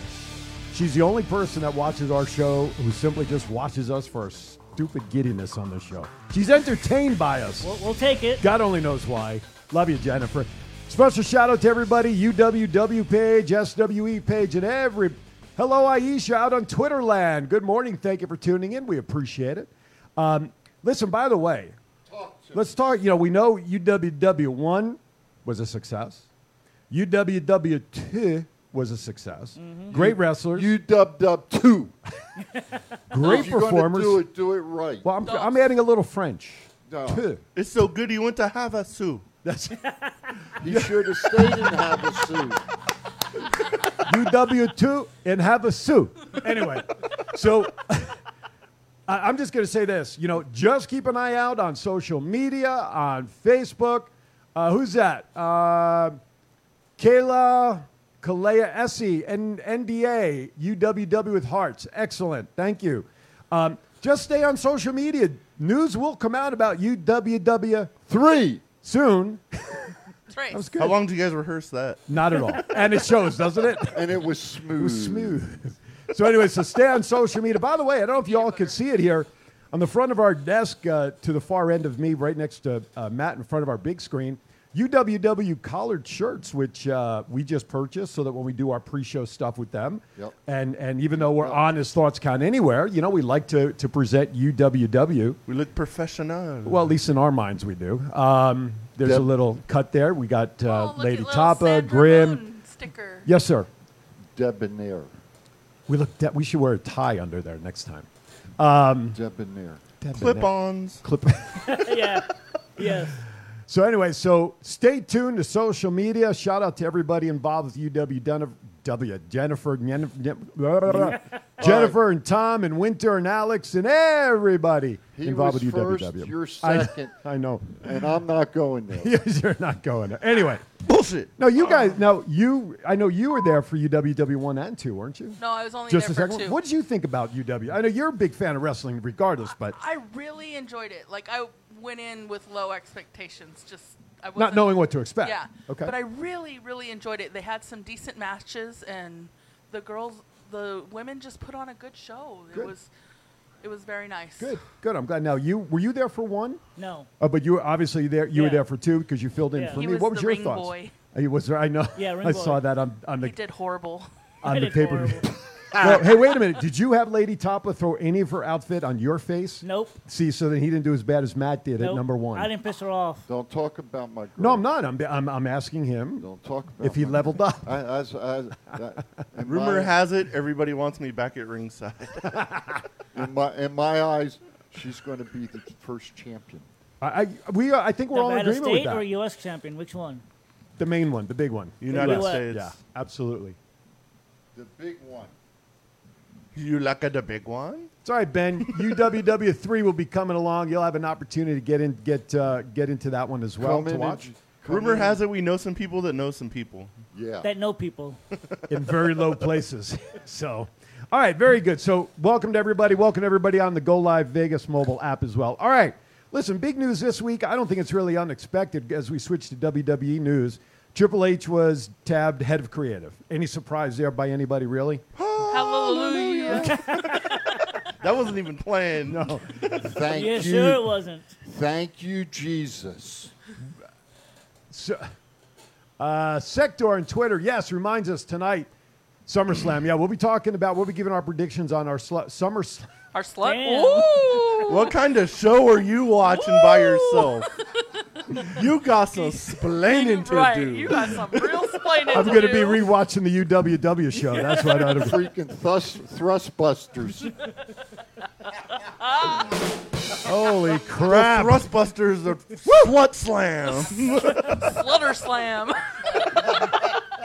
[SPEAKER 1] She's the only person that watches our show who simply just watches us for our stupid giddiness on the show. She's entertained by us.
[SPEAKER 5] We'll, we'll take it.
[SPEAKER 1] God only knows why. Love you, Jennifer. Special shout out to everybody UWW page, SWE page, and every. Hello, Aisha out on Twitter land. Good morning. Thank you for tuning in. We appreciate it. Um, listen, by the way, let's talk. You know, we know UWW1 was a success, UWW2 was a success. Great wrestlers,
[SPEAKER 4] You dub dub two.
[SPEAKER 1] great
[SPEAKER 4] if you're gonna
[SPEAKER 1] performers.
[SPEAKER 4] Do it. Do it right.
[SPEAKER 1] Well, I'm, I'm adding a little French.
[SPEAKER 4] No.
[SPEAKER 1] <laughs> Two.
[SPEAKER 3] It's so good he went to Havasu. <laughs>
[SPEAKER 1] That's
[SPEAKER 4] he should have stayed in Havasu.
[SPEAKER 1] UW2 and have a suit. Anyway, so <laughs> I- I'm just going to say this. You know, just keep an eye out on social media, on Facebook. Uh, who's that? Uh, Kayla Kalea Essie, N- NDA, UWW with hearts. Excellent. Thank you. Um, just stay on social media. News will come out about UWW
[SPEAKER 4] Three.
[SPEAKER 1] soon.
[SPEAKER 2] right.
[SPEAKER 1] That was good.
[SPEAKER 3] How long did you guys rehearse that?
[SPEAKER 1] Not
[SPEAKER 3] <laughs>
[SPEAKER 1] at all. And it shows, doesn't it?
[SPEAKER 4] And it was smooth.
[SPEAKER 1] It was smooth. So, anyway, so stay on social media. By the way, I don't know if you all could see it here. On the front of our desk, uh, to the far end of me, right next to uh, Matt, in front of our big screen, UWW collared shirts, which uh, we just purchased, so that when we do our pre-show stuff with them,
[SPEAKER 4] Yep.
[SPEAKER 1] and and even though we're on as thoughts count anywhere, you know, we like to to present UWW.
[SPEAKER 3] We look professional.
[SPEAKER 1] Well, at least in our minds, we do. Um, there's
[SPEAKER 3] Yep.
[SPEAKER 1] a little cut there. We got uh,
[SPEAKER 2] Oh, look
[SPEAKER 1] Lady
[SPEAKER 2] at little
[SPEAKER 1] Tapa,
[SPEAKER 2] Sandra
[SPEAKER 1] Grim.
[SPEAKER 2] Moon sticker.
[SPEAKER 1] Yes, sir.
[SPEAKER 4] Debonair.
[SPEAKER 1] We look. De- we should wear a tie under there next time. Um,
[SPEAKER 4] Debonair.
[SPEAKER 3] Clip-ons.
[SPEAKER 1] Clip. <laughs>
[SPEAKER 2] <laughs>
[SPEAKER 5] yeah. Yes.
[SPEAKER 1] So anyway, so stay tuned to social media. Shout out to everybody involved with UW Dun- W Jennifer, Yen- Yen- blah, blah, blah. <laughs> Jennifer and Tom and Winter and Alex and everybody
[SPEAKER 4] He
[SPEAKER 1] involved
[SPEAKER 4] was
[SPEAKER 1] with
[SPEAKER 4] first,
[SPEAKER 1] UWW.
[SPEAKER 4] you're
[SPEAKER 1] I-
[SPEAKER 4] second.
[SPEAKER 1] I, know,
[SPEAKER 4] and I'm not going there.
[SPEAKER 1] <laughs> Yes, you're not going. There. Anyway,
[SPEAKER 3] bullshit.
[SPEAKER 1] No, you guys. No, you. I know you were there for UWW one and two, weren't you?
[SPEAKER 2] No, I was only
[SPEAKER 1] Just
[SPEAKER 2] there
[SPEAKER 1] a
[SPEAKER 2] for
[SPEAKER 1] second.
[SPEAKER 2] two.
[SPEAKER 1] What did you think about UW? I know you're a big fan of wrestling, regardless, but
[SPEAKER 2] I really enjoyed it. Like I went in with low expectations, just I wasn't,
[SPEAKER 1] Not knowing what to expect.
[SPEAKER 2] Yeah.
[SPEAKER 1] Okay.
[SPEAKER 2] But I really, really enjoyed it. They had some decent matches, and the girls, the women, just put on a good show.
[SPEAKER 1] Good.
[SPEAKER 2] It was, it was very nice.
[SPEAKER 1] good. Good. I'm glad. Now you were you there for one?
[SPEAKER 5] No.
[SPEAKER 1] Uh, but you were obviously there. You were
[SPEAKER 5] Yeah.
[SPEAKER 1] there for two because you filled in
[SPEAKER 5] Yeah.
[SPEAKER 1] for
[SPEAKER 5] He
[SPEAKER 1] me.
[SPEAKER 5] was
[SPEAKER 1] what was
[SPEAKER 5] the
[SPEAKER 1] your
[SPEAKER 5] ring
[SPEAKER 1] thoughts?
[SPEAKER 5] boy.
[SPEAKER 1] Uh, He was there. I know.
[SPEAKER 5] Yeah, ring
[SPEAKER 1] I
[SPEAKER 5] boy.
[SPEAKER 1] saw that on on the
[SPEAKER 2] He did horrible.
[SPEAKER 1] on
[SPEAKER 5] I
[SPEAKER 1] the
[SPEAKER 5] did
[SPEAKER 1] paper.
[SPEAKER 5] horrible.
[SPEAKER 1] <laughs> well, hey, wait a minute. Did you have Lady Tapa throw any of her outfit on your face?
[SPEAKER 5] Nope.
[SPEAKER 1] See, so then he didn't do as bad as Matt did at
[SPEAKER 5] Nope.
[SPEAKER 1] number one.
[SPEAKER 5] I didn't piss her off.
[SPEAKER 4] Don't talk about my girl.
[SPEAKER 1] no, I'm not. I'm I'm, I'm asking him
[SPEAKER 4] Don't talk about
[SPEAKER 1] if he
[SPEAKER 4] my-
[SPEAKER 1] leveled up.
[SPEAKER 4] I, I, I, that, in
[SPEAKER 3] Rumor
[SPEAKER 4] my,
[SPEAKER 3] has it everybody wants me back at ringside.
[SPEAKER 4] <laughs> in my, in my eyes, she's going to be the first champion.
[SPEAKER 1] I, I we are, I think we're all in
[SPEAKER 5] Nevada
[SPEAKER 1] agreement
[SPEAKER 5] State
[SPEAKER 1] with that.
[SPEAKER 5] or U.S. champion? Which one?
[SPEAKER 1] the main one, the big one.
[SPEAKER 3] United
[SPEAKER 5] What?
[SPEAKER 3] States.
[SPEAKER 1] Yeah, absolutely.
[SPEAKER 4] The big one.
[SPEAKER 3] You like the big one?
[SPEAKER 1] It's all right,
[SPEAKER 3] <laughs>
[SPEAKER 1] Ben. UWW three will be coming along. You'll have an opportunity to get in, get uh, get into that one as well
[SPEAKER 4] Come in
[SPEAKER 1] to
[SPEAKER 4] and
[SPEAKER 1] watch
[SPEAKER 4] j- come
[SPEAKER 3] Rumor
[SPEAKER 4] in
[SPEAKER 3] has it we know some people that know some people.
[SPEAKER 4] and- Yeah.
[SPEAKER 5] That know people.
[SPEAKER 1] <laughs> in very low places. <laughs> So, all right, very good. So, welcome to everybody. Welcome to everybody on the Go Live Vegas mobile app as well. All right, listen. Big news this week. I don't think it's really unexpected as we switch to WWE news. Triple H was tabbed head of creative. Any surprise there by anybody, really?
[SPEAKER 2] Hallelujah.
[SPEAKER 3] That wasn't even planned.
[SPEAKER 1] No.
[SPEAKER 4] Thank
[SPEAKER 5] yeah,
[SPEAKER 4] you.
[SPEAKER 5] sure it wasn't.
[SPEAKER 4] Thank you, Jesus.
[SPEAKER 1] So, uh, Sector on Twitter, yes, reminds us tonight, SummerSlam. Yeah, we'll be talking about, we'll be giving our predictions on our sl- SummerSlam.
[SPEAKER 2] Our slut.
[SPEAKER 5] Damn.
[SPEAKER 2] Ooh.
[SPEAKER 3] What kind of show are you watching by yourself? you got some splaining to
[SPEAKER 2] right.
[SPEAKER 3] do.
[SPEAKER 2] You got some real explaining
[SPEAKER 1] I'm
[SPEAKER 2] to
[SPEAKER 1] going to be
[SPEAKER 2] do.
[SPEAKER 1] rewatching the UWW show. That's what
[SPEAKER 4] <laughs>
[SPEAKER 1] I'd have.
[SPEAKER 4] Freaking thrust, thrust busters.
[SPEAKER 2] Ah.
[SPEAKER 1] Holy
[SPEAKER 3] The
[SPEAKER 1] crap.
[SPEAKER 3] Thrustbusters are slut slam.
[SPEAKER 2] <laughs>
[SPEAKER 1] <laughs>
[SPEAKER 2] Slutter slam.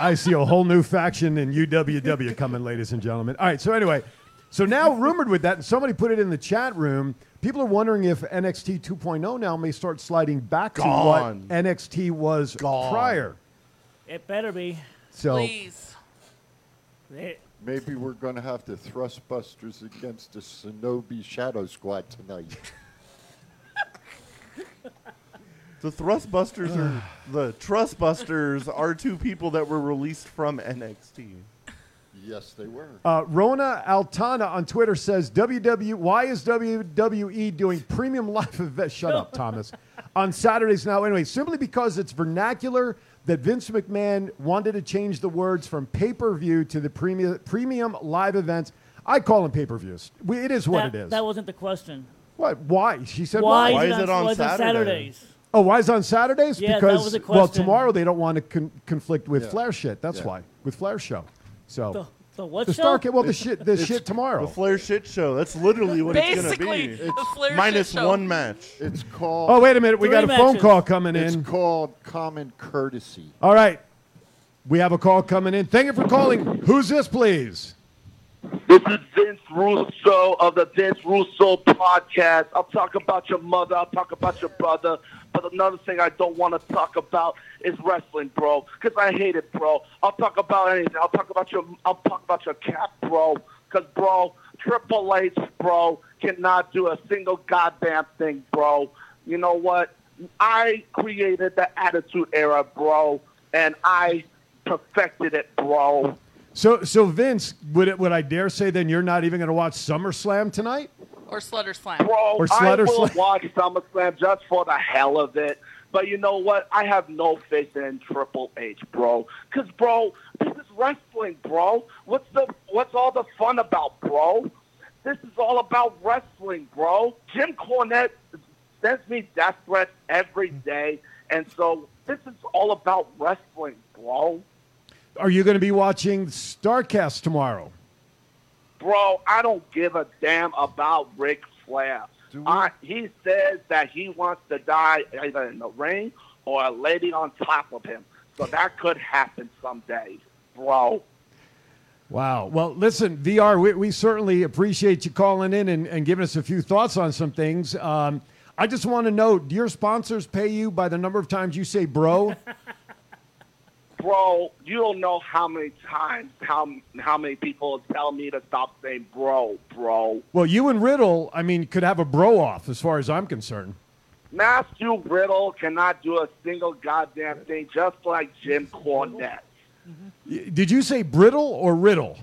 [SPEAKER 1] I see a whole new faction in UWW coming, ladies and gentlemen. All right, so anyway, so now rumored with that, and somebody put it in the chat room. People are wondering if NXT 2.0 now may start sliding back
[SPEAKER 3] Gone.
[SPEAKER 1] to what NXT was prior.
[SPEAKER 5] It better be.
[SPEAKER 1] So
[SPEAKER 2] Please.
[SPEAKER 5] They-
[SPEAKER 4] Maybe we're going to have the thrust busters against the Shinobi Shadow Squad tonight.
[SPEAKER 3] The Thrustbusters are the Trustbusters are two people that were released from NXT.
[SPEAKER 4] yes, they were.
[SPEAKER 1] Uh, Rona Altana on Twitter says, "WW, why is WWE doing premium live <laughs> events? Shut up, Thomas. On Saturdays now, anyway, simply because it's vernacular that Vince McMahon wanted to change the words from pay per view to the premium premium live events. I call them pay per views. It is what
[SPEAKER 5] that,
[SPEAKER 1] it is.
[SPEAKER 5] That wasn't the question.
[SPEAKER 1] what? Why? She said
[SPEAKER 5] Why,
[SPEAKER 1] why?
[SPEAKER 3] Why
[SPEAKER 5] is it on,
[SPEAKER 3] Saturday?
[SPEAKER 5] Saturdays?
[SPEAKER 1] Oh, why is it on Saturdays?
[SPEAKER 5] Yeah, that
[SPEAKER 1] because
[SPEAKER 5] was a
[SPEAKER 1] well,
[SPEAKER 5] question.
[SPEAKER 1] tomorrow they don't want to con- conflict with
[SPEAKER 4] Yeah.
[SPEAKER 1] Flair shit. That's
[SPEAKER 4] Yeah.
[SPEAKER 1] why with Flair show. So."
[SPEAKER 5] The, the what
[SPEAKER 1] the
[SPEAKER 5] show?
[SPEAKER 1] Starcade, well, the shit, the shit
[SPEAKER 3] The
[SPEAKER 1] tomorrow.
[SPEAKER 3] Flair shit show. That's literally what
[SPEAKER 2] Basically,
[SPEAKER 3] it's gonna be.
[SPEAKER 2] the Flair
[SPEAKER 3] Minus
[SPEAKER 2] shit show.
[SPEAKER 3] one match.
[SPEAKER 4] It's called.
[SPEAKER 1] Oh, wait a minute. We
[SPEAKER 5] Three
[SPEAKER 1] got a phone
[SPEAKER 5] matches.
[SPEAKER 1] call coming
[SPEAKER 4] It's
[SPEAKER 1] in.
[SPEAKER 4] called common courtesy.
[SPEAKER 1] All right. We have a call coming in. Thank you for calling. Who's this, please?
[SPEAKER 12] This is Vince Russo of the Vince Russo podcast. I'll talk about your mother. I'll talk about your brother. But another thing I don't want to talk about is wrestling, bro. Because I hate it, bro. I'll talk about anything. I'll talk about your. I'll talk about your cap, bro. Because bro, Triple H, bro, cannot do a single goddamn thing, bro. You know what? I created the Attitude Era, bro, and I perfected it, bro.
[SPEAKER 1] So, so Vince, would it, would I dare say then you're not even going to watch SummerSlam tonight?
[SPEAKER 2] Or Slutter Slam.
[SPEAKER 12] Bro,
[SPEAKER 1] Or Slutter
[SPEAKER 12] I will
[SPEAKER 1] Slam.
[SPEAKER 12] watch SummerSlam just for the hell of it. But you know what? I have no faith in Triple H, bro. Cause, bro, this is wrestling, bro. What's the what's all the fun about, bro? This is all about wrestling, bro. Jim Cornette sends me death threats every day, and so this is all about wrestling, bro.
[SPEAKER 1] Are you going to be watching Starcast tomorrow?
[SPEAKER 12] Bro, I don't give a damn about Ric Flair. I, he says that he wants to die either in the ring or a lady on top of him. So that could happen someday, bro.
[SPEAKER 1] Wow. Well, listen, VR, we, we certainly appreciate you calling in and, and giving us a few thoughts on some things. Um, I just want to know do your sponsors pay you by the number of times you say bro?
[SPEAKER 12] Bro, you don't know how many times how how many people tell me to stop saying bro, bro.
[SPEAKER 1] well, you and Riddle, I mean, could have a bro off as far as I'm concerned.
[SPEAKER 12] Matthew Riddle cannot do a single goddamn thing, just like Jim Cornette.
[SPEAKER 1] Y- Did you say brittle or riddle?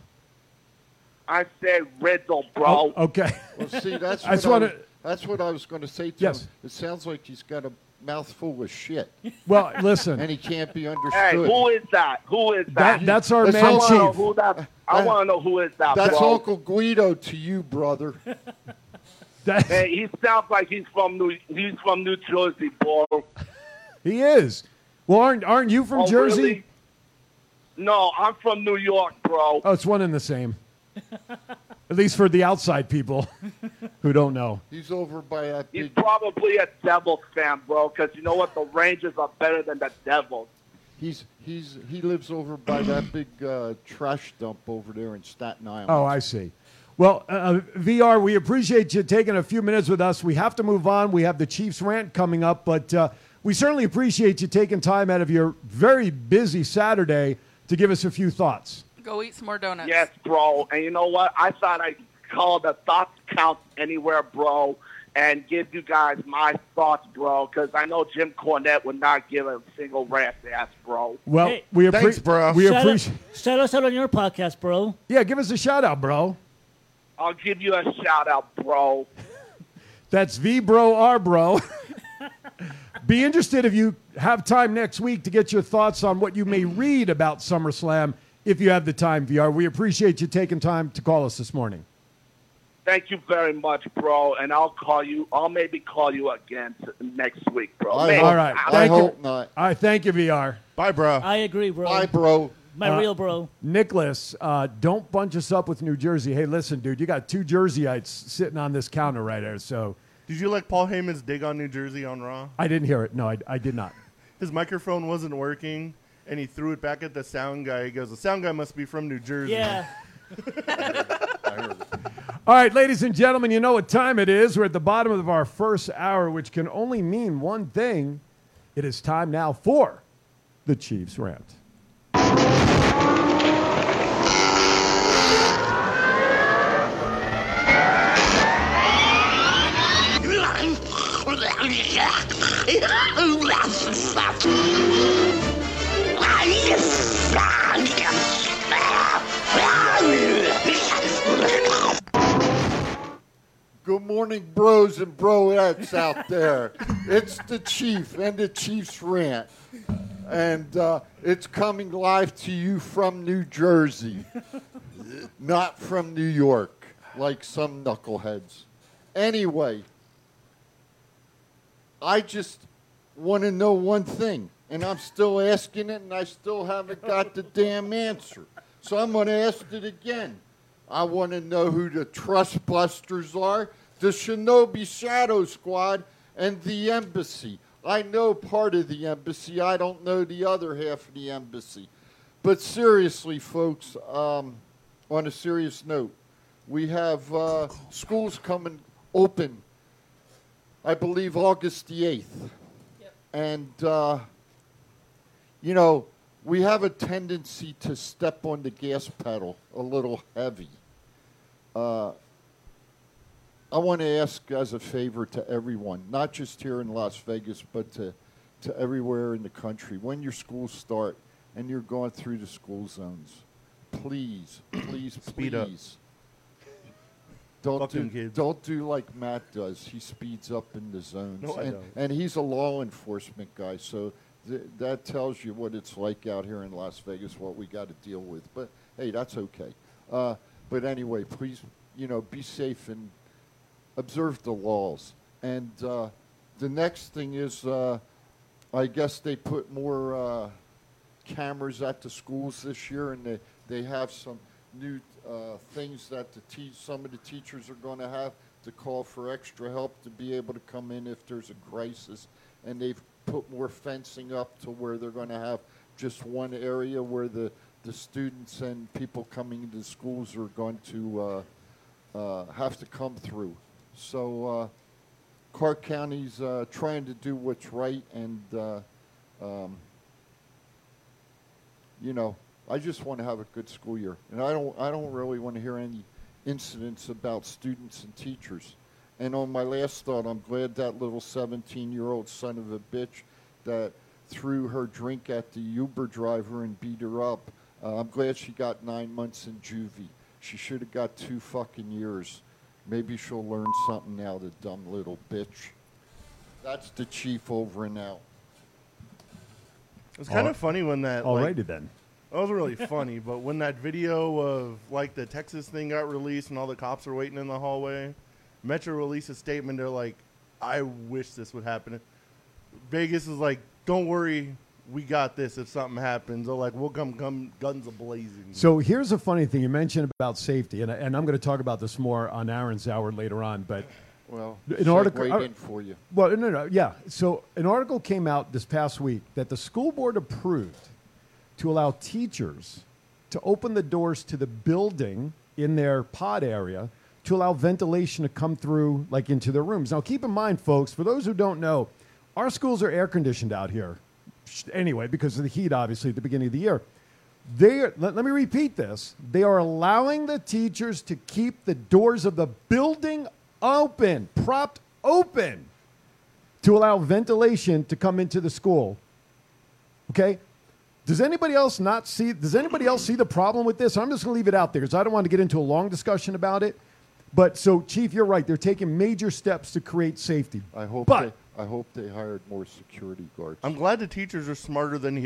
[SPEAKER 12] I say Riddle, bro.
[SPEAKER 1] Oh, okay.
[SPEAKER 4] Well,
[SPEAKER 1] <laughs>
[SPEAKER 4] see, that's
[SPEAKER 1] I
[SPEAKER 4] what
[SPEAKER 1] just
[SPEAKER 4] I,
[SPEAKER 1] wanna-
[SPEAKER 4] was- that's what I was going to say to
[SPEAKER 1] Yes.
[SPEAKER 4] him. It sounds like he's got a mouthful of shit.
[SPEAKER 1] Well, listen.
[SPEAKER 4] <laughs> and he can't be understood.
[SPEAKER 12] Hey, who is that? Who is that?
[SPEAKER 4] That- that's our
[SPEAKER 12] Listen,
[SPEAKER 4] man
[SPEAKER 12] I wanna know
[SPEAKER 4] chief.
[SPEAKER 12] who that, I
[SPEAKER 4] That-
[SPEAKER 12] want to know who is that,
[SPEAKER 4] That's
[SPEAKER 12] bro.
[SPEAKER 4] Uncle Guido to you, brother.
[SPEAKER 12] Hey, he sounds like he's from New. He's from New Jersey, bro.
[SPEAKER 1] He is. Well, aren't, aren't you from
[SPEAKER 12] Oh,
[SPEAKER 1] Jersey?
[SPEAKER 12] really? No, I'm from New York, bro.
[SPEAKER 1] Oh, it's one and
[SPEAKER 12] <laughs>
[SPEAKER 1] the same. At least for the outside people who don't know.
[SPEAKER 4] He's over by uh, that.
[SPEAKER 12] He's probably a Devils fan, bro. Because you know what? The Rangers are better than the Devils.
[SPEAKER 4] He's he's he lives over by that big uh, trash dump over there in Staten Island.
[SPEAKER 1] Oh, I see. Well, uh, VR, we appreciate you taking a few minutes with us. We have to move on. We have the Chiefs rant coming up, but uh, we certainly appreciate you taking time out of your very busy Saturday to give us a few thoughts.
[SPEAKER 2] Go eat some more donuts.
[SPEAKER 12] Yes, bro. And you know what? I thought I'd call the thoughts count anywhere, bro, and give you guys my thoughts, bro. Because I know Jim Cornette would not give a single rat's ass, bro.
[SPEAKER 1] Well, we appreciate. We
[SPEAKER 5] Shout out-
[SPEAKER 1] appreciate.
[SPEAKER 5] Shout us out on your podcast, bro.
[SPEAKER 1] Yeah, give us a shout out, bro.
[SPEAKER 12] I'll give you a shout out, bro.
[SPEAKER 1] That's V Bro R Bro. <laughs> Be interested if you have time next week to get your thoughts on what you may read about SummerSlam if you have the time, VR. We appreciate you taking time to call us this morning.
[SPEAKER 12] Thank you very much, bro. And I'll call you. I'll maybe call you again t- next week, bro. Maybe.
[SPEAKER 1] All right.
[SPEAKER 12] I'll-
[SPEAKER 1] Thank you. All right. Thank you, VR. Bye, bro.
[SPEAKER 5] I agree, bro. Bye,
[SPEAKER 4] bro.
[SPEAKER 5] My
[SPEAKER 1] Uh,
[SPEAKER 5] real bro.
[SPEAKER 1] Nicholas, uh, don't bunch us up with New Jersey. Hey, listen, dude, you got two Jerseyites sitting on this counter right there. So
[SPEAKER 3] Did you like Paul Heyman's dig on New Jersey on Raw?
[SPEAKER 1] I didn't hear it. No, I, I did not.
[SPEAKER 3] His microphone wasn't working, and he threw it back at the sound guy. He goes, "The sound guy must be from New Jersey."
[SPEAKER 5] Yeah.
[SPEAKER 1] All right, ladies and gentlemen, you know what time it is. We're at the bottom of our first hour, which can only mean one thing. It is time now for the Chiefs rant.
[SPEAKER 4] Good morning, bros and broettes out there. It's the Chief and the Chief's rant, and uh, it's coming live to you from New Jersey, not from New York, like some knuckleheads. Anyway, I just want to know one thing, and I'm still asking it, and I still haven't got the damn answer. So I'm going to ask it again. I want to know who the Trust Busters are, the Shinobi Shadow Squad, and the Embassy. I know part of the Embassy. I don't know the other half of the Embassy. But seriously, folks, um, on a serious note, we have uh, schools coming open I believe August the 8th. And, uh, you know, we have a tendency to step on the gas pedal a little heavy. Uh, I want to ask as a favor to everyone, not just here in Las Vegas, but to, to everywhere in the country, when your schools start and you're going through the school zones, please, please,
[SPEAKER 3] Speed up.
[SPEAKER 4] please. Don't
[SPEAKER 3] Fuck
[SPEAKER 4] do,
[SPEAKER 3] them kids.
[SPEAKER 4] don't do like Matt does. He speeds up in the zones,
[SPEAKER 3] No, I
[SPEAKER 4] and,
[SPEAKER 3] don't.
[SPEAKER 4] and he's a law enforcement guy, so th- that tells you what it's like out here in Las Vegas, what we got to deal with. But hey, that's okay. Uh, but anyway, please, you know, be safe and observe the laws. And uh, the next thing is, uh, I guess they put more uh, cameras at the schools this year, and they, they have some new uh, things that the te- some of the teachers are going to have to call for extra help to be able to come in if there's a crisis. And they've put more fencing up to where they're going to have just one area where the, the students and people coming into schools are going to uh, uh, have to come through. So uh, Clark County's uh, trying to do what's right, and uh, um, you know, I just want to have a good school year, and I don't, I don't really want to hear any incidents about students and teachers. And on my last thought, I'm glad that little 17-year-old son of a bitch that threw her drink at the Uber driver and beat her up. Uh, I'm glad she got nine months in juvie. She should have got two fucking years. Maybe she'll learn something now, the dumb little bitch. That's the chief over and out.
[SPEAKER 3] It's kind of funny when that.
[SPEAKER 1] Alrighty
[SPEAKER 3] like-
[SPEAKER 1] then.
[SPEAKER 3] That was really funny, but when that video of like the Texas thing got released and all the cops are waiting in the hallway, Metro released a statement. They're like, "I wish this would happen." Vegas is like, "Don't worry, we got this. If something happens, they're like, we'll come, come guns a blazing."
[SPEAKER 1] So here's a funny thing you mentioned about safety, and, and I'm going to talk about this more on Aaron's hour later on. But
[SPEAKER 4] Well,
[SPEAKER 1] an article,
[SPEAKER 4] segue in for you.
[SPEAKER 1] Well, no, no, yeah. So an article came out this past week that the school board approved to allow teachers to open the doors to the building in their pod area to allow ventilation to come through, like into their rooms. Now, keep in mind, folks, for those who don't know, our schools are air conditioned out here sh- anyway because of the heat, obviously, at the beginning of the year. They are, let, let me repeat this. They are allowing the teachers to keep the doors of the building open, propped open, to allow ventilation to come into the school. Okay? Does anybody else not see? Does anybody else see the problem with this? I'm just going to leave it out there because I don't want to get into a long discussion about it. But so, Chief, you're right. They're taking major steps to create safety.
[SPEAKER 4] I hope.
[SPEAKER 1] But
[SPEAKER 4] they, I hope they hired more security guards.
[SPEAKER 3] I'm glad the teachers are smarter than the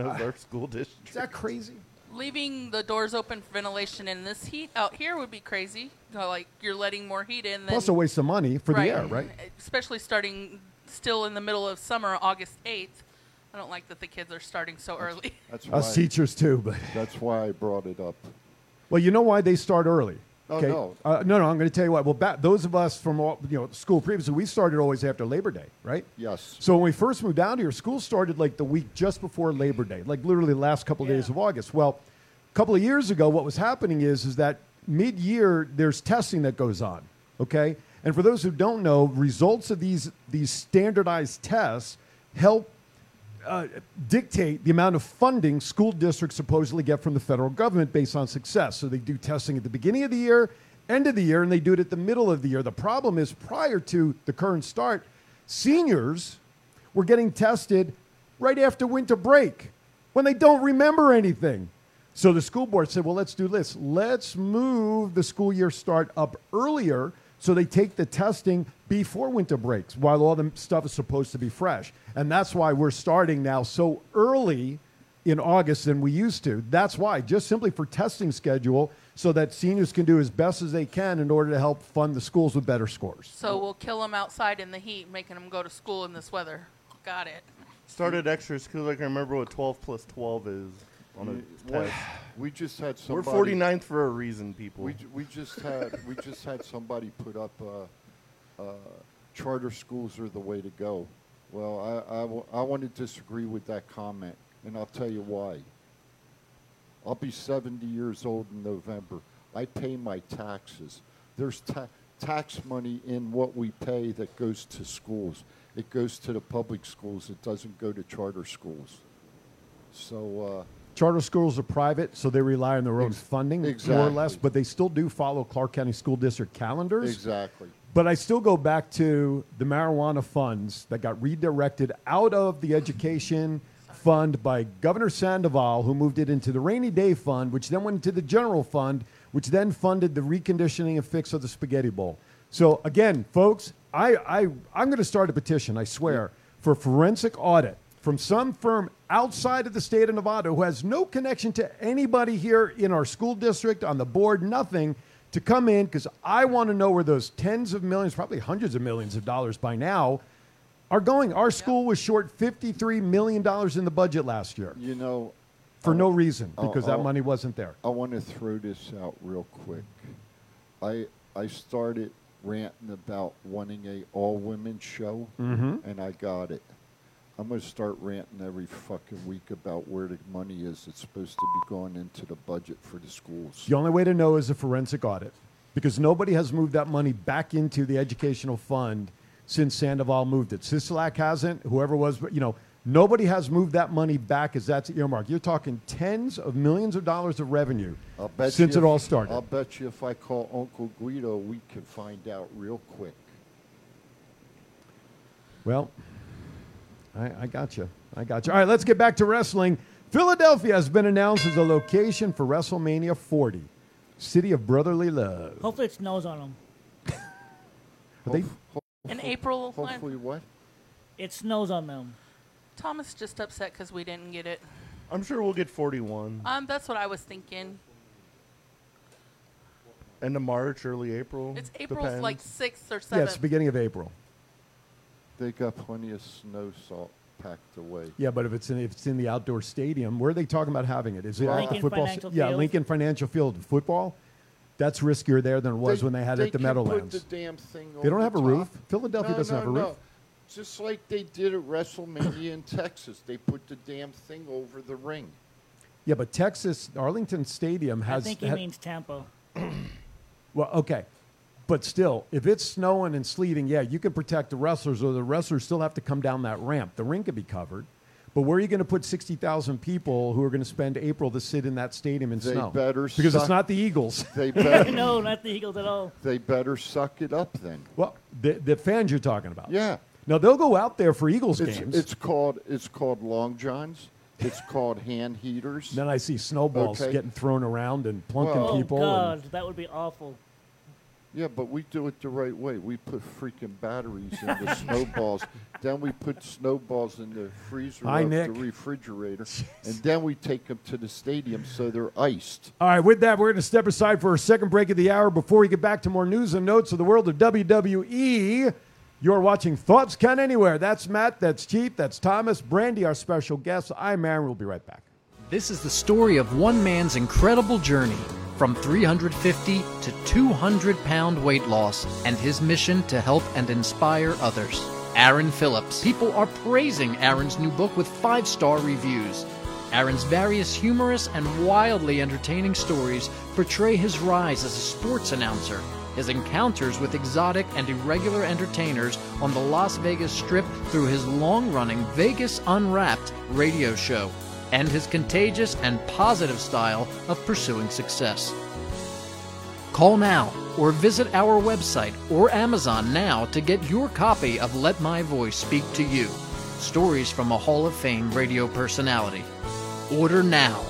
[SPEAKER 1] <laughs>
[SPEAKER 3] of our school district.
[SPEAKER 1] Is that crazy?
[SPEAKER 2] Leaving the doors open for ventilation in this heat out here would be crazy. You know, Like you're letting more heat in. Than,
[SPEAKER 1] plus a waste of money for the air, right?
[SPEAKER 2] Especially starting still in the middle of summer, August 8th. I don't like that the kids are starting so early.
[SPEAKER 4] That's
[SPEAKER 1] Us teachers too, but
[SPEAKER 4] that's why I brought it up.
[SPEAKER 1] Well, you know why they start early.
[SPEAKER 4] Oh, no.
[SPEAKER 1] Uh, no, no. I'm going to tell you why. Well, back, those of us from all, you know school previously, we started always after Labor Day, right?
[SPEAKER 4] Yes.
[SPEAKER 1] So when we first moved down here, school started like the week just before Labor Day, like literally the last couple of days of August. Well, a couple of years ago, what was happening is is that mid year there's testing that goes on. Okay, and for those who don't know, results of these these standardized tests help uh, dictate the amount of funding school districts supposedly get from the federal government based on success. So they do testing at the beginning of the year, end of the year, and they do it at the middle of the year. The problem is prior to the current start, seniors were getting tested right after winter break when they don't remember anything. So the school board said, well, let's do this. Let's move the school year start up earlier so they take the testing before winter breaks while all the stuff is supposed to be fresh. And that's why we're starting now so early in August than we used to. That's why, just simply for testing schedule, so that seniors can do as best as they can in order to help fund the schools with better scores.
[SPEAKER 2] <laughs> So we'll kill them outside in the heat, making them go to school in this weather. Got it.
[SPEAKER 3] Started extra because I can remember what 12 plus 12 is on a
[SPEAKER 4] What-
[SPEAKER 3] test.
[SPEAKER 4] We just had
[SPEAKER 3] We're
[SPEAKER 4] somebody.
[SPEAKER 3] 49th for a reason, people.
[SPEAKER 4] We, ju- we just had we just had somebody put up uh, uh, charter schools are the way to go. Well, I, I, w- I want to disagree with that comment, and I'll tell you why. I'll be 70 years old in November. I pay my taxes. There's ta- tax money in what we pay that goes to schools. It goes to the public schools. It doesn't go to charter schools. So uh,
[SPEAKER 1] Charter schools are private, so they rely on their own funding more or less,
[SPEAKER 4] exactly.
[SPEAKER 1] but they still do follow Clark County School District calendars.
[SPEAKER 4] Exactly.
[SPEAKER 1] But I still go back to the marijuana funds that got redirected out of the education fund by Governor Sandoval, who moved it into the rainy day fund, which then went into the general fund, which then funded the reconditioning and fix of the spaghetti bowl. So again, folks, I, I I'm going to start a petition. I swear for forensic audit from some firm outside of the state of Nevada who has no connection to anybody here in our school district, on the board, nothing, to come in because I want to know where those tens of millions, probably hundreds of millions of dollars by now, are going. Our school was short $53 million in the budget last year
[SPEAKER 4] You know, oh,
[SPEAKER 1] for no reason
[SPEAKER 4] I'll-
[SPEAKER 1] because that
[SPEAKER 4] I'll-
[SPEAKER 1] money wasn't there.
[SPEAKER 4] I want to throw this out real quick. I I started ranting about wanting a all women show,
[SPEAKER 1] Mhm.
[SPEAKER 4] and I got it. I'm going to start ranting every fucking week about where the money is. It's supposed to be going into the budget for the schools.
[SPEAKER 1] The only way to know is a forensic audit because nobody has moved that money back into the educational fund since Sandoval moved it. Sisolak hasn't, whoever was, but you know, nobody has moved that money back as that's earmark. You're talking tens of millions of dollars of revenue
[SPEAKER 4] I'll bet
[SPEAKER 1] since
[SPEAKER 4] you
[SPEAKER 1] it all
[SPEAKER 4] if-
[SPEAKER 1] started.
[SPEAKER 4] I'll bet you if I call Uncle Guido, we can find out real quick.
[SPEAKER 1] Well, I, I got you. I got you. All right, let's get back to wrestling. Philadelphia has been announced as a location for WrestleMania 40, City of Brotherly Love.
[SPEAKER 5] Hopefully it snows on them.
[SPEAKER 1] Are they,
[SPEAKER 2] In April,
[SPEAKER 4] Hopefully, what?
[SPEAKER 5] It snows on
[SPEAKER 3] <laughs>
[SPEAKER 5] them.
[SPEAKER 2] Thomas just upset because we didn't get it.
[SPEAKER 3] I'm sure we'll get 41
[SPEAKER 2] Um, that's what I was thinking.
[SPEAKER 3] end of March, early April.
[SPEAKER 2] It's April's like
[SPEAKER 3] Depends.
[SPEAKER 2] sixth or
[SPEAKER 1] yeah,
[SPEAKER 2] seventh.
[SPEAKER 1] it's the beginning of April.
[SPEAKER 4] They got plenty of snow salt packed away.
[SPEAKER 1] Yeah, but if it's in, if it's in the outdoor stadium, where are they talking about having it? Is it at the
[SPEAKER 4] Lincoln
[SPEAKER 1] football?
[SPEAKER 4] Financial
[SPEAKER 1] yeah,
[SPEAKER 4] Field.
[SPEAKER 1] Lincoln Financial Field football. That's riskier there than it was when they had it at the
[SPEAKER 4] can
[SPEAKER 1] Meadowlands.
[SPEAKER 4] Put the damn thing
[SPEAKER 1] They don't
[SPEAKER 4] over
[SPEAKER 1] have a
[SPEAKER 4] the
[SPEAKER 1] roof.
[SPEAKER 4] top.
[SPEAKER 1] Philadelphia
[SPEAKER 4] No,
[SPEAKER 1] doesn't
[SPEAKER 4] no,
[SPEAKER 1] have a
[SPEAKER 4] no.
[SPEAKER 1] roof.
[SPEAKER 4] Just like they did at WrestleMania in Texas, they put the damn thing over the ring.
[SPEAKER 1] Yeah, but Texas Arlington Stadium
[SPEAKER 5] I
[SPEAKER 1] has.
[SPEAKER 5] think he
[SPEAKER 1] ha-
[SPEAKER 5] means Tampa.
[SPEAKER 1] well, okay, but still, if it's snowing and sleeting, yeah, you can protect the wrestlers, or the wrestlers still have to come down that ramp. The ring could be covered, but where are you going to put sixty thousand people who are going to spend April to sit in that stadium in
[SPEAKER 4] They
[SPEAKER 1] snow?
[SPEAKER 4] better
[SPEAKER 1] because it's
[SPEAKER 4] suck-
[SPEAKER 1] not the Eagles.
[SPEAKER 4] They
[SPEAKER 1] <laughs>
[SPEAKER 4] better
[SPEAKER 5] <laughs> no, not the Eagles at all.
[SPEAKER 4] they better suck it up then.
[SPEAKER 1] Well, the, the fans you're talking about.
[SPEAKER 4] Yeah.
[SPEAKER 1] Now they'll go out there for Eagles
[SPEAKER 4] It's,
[SPEAKER 1] games.
[SPEAKER 4] it's called it's called long johns. It's called hand heaters.
[SPEAKER 1] then I see snowballs
[SPEAKER 4] Okay.
[SPEAKER 1] getting thrown around and plunking
[SPEAKER 4] Well-
[SPEAKER 5] Oh,
[SPEAKER 1] people.
[SPEAKER 5] God,
[SPEAKER 1] and-
[SPEAKER 5] that would be awful.
[SPEAKER 4] Yeah, but we do it the right way. We put freaking batteries in
[SPEAKER 1] <laughs>
[SPEAKER 4] the snowballs. Then we put snowballs in the freezer
[SPEAKER 1] Hi,
[SPEAKER 4] of
[SPEAKER 1] Nick. <laughs>
[SPEAKER 4] the refrigerator, and then we take them to the stadium so they're iced.
[SPEAKER 1] All right, with that, we're going to step aside for our second break of the hour before we get back to more news and notes of the world of WWE. You're watching Thoughts Count Anywhere. That's Matt, that's Chief, that's Thomas, Brandy, our special guest. I'm Aaron. We'll be right back.
[SPEAKER 9] This is the story of one man's incredible journey from 350 to 200 pound weight loss and his mission to help and inspire others. Aaron Phillips. People are praising Aaron's new book with five star reviews. Aaron's various humorous and wildly entertaining stories portray his rise as a sports announcer, his encounters with exotic and irregular entertainers on the Las Vegas Strip through his long running Vegas Unwrapped radio show and his contagious and positive style of pursuing success. Call now or visit our website or Amazon now to get your copy of Let My Voice Speak to You Stories from a Hall of Fame radio personality. Order now.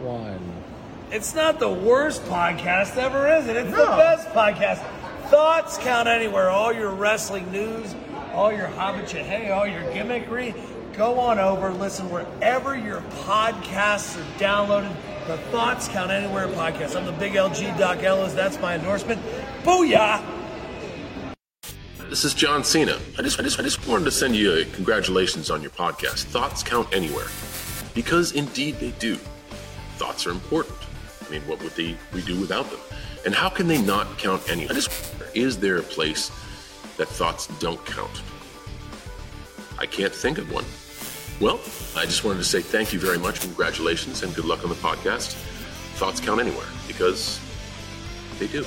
[SPEAKER 13] One.
[SPEAKER 8] It's not the worst podcast ever, is it? It's the
[SPEAKER 13] No.
[SPEAKER 8] best podcast. Thoughts count anywhere. All your wrestling news, all your hobbitcha hey, all your gimmickry. Go on over, listen wherever your podcasts are downloaded. The Thoughts Count Anywhere podcast. I'm the big LG Doc Ellis. That's my endorsement. Booyah!
[SPEAKER 14] This is John Cena. I just, I just, I just wanted to send you a congratulations on your podcast. Thoughts count anywhere, because indeed they do. Thoughts are important. I mean, what would they we do without them? And how can they not count anywhere? I just, is there a place that thoughts don't count? I can't think of one. Well, I just wanted to say thank you very much, congratulations, and good luck on the podcast. Thoughts count anywhere because they do.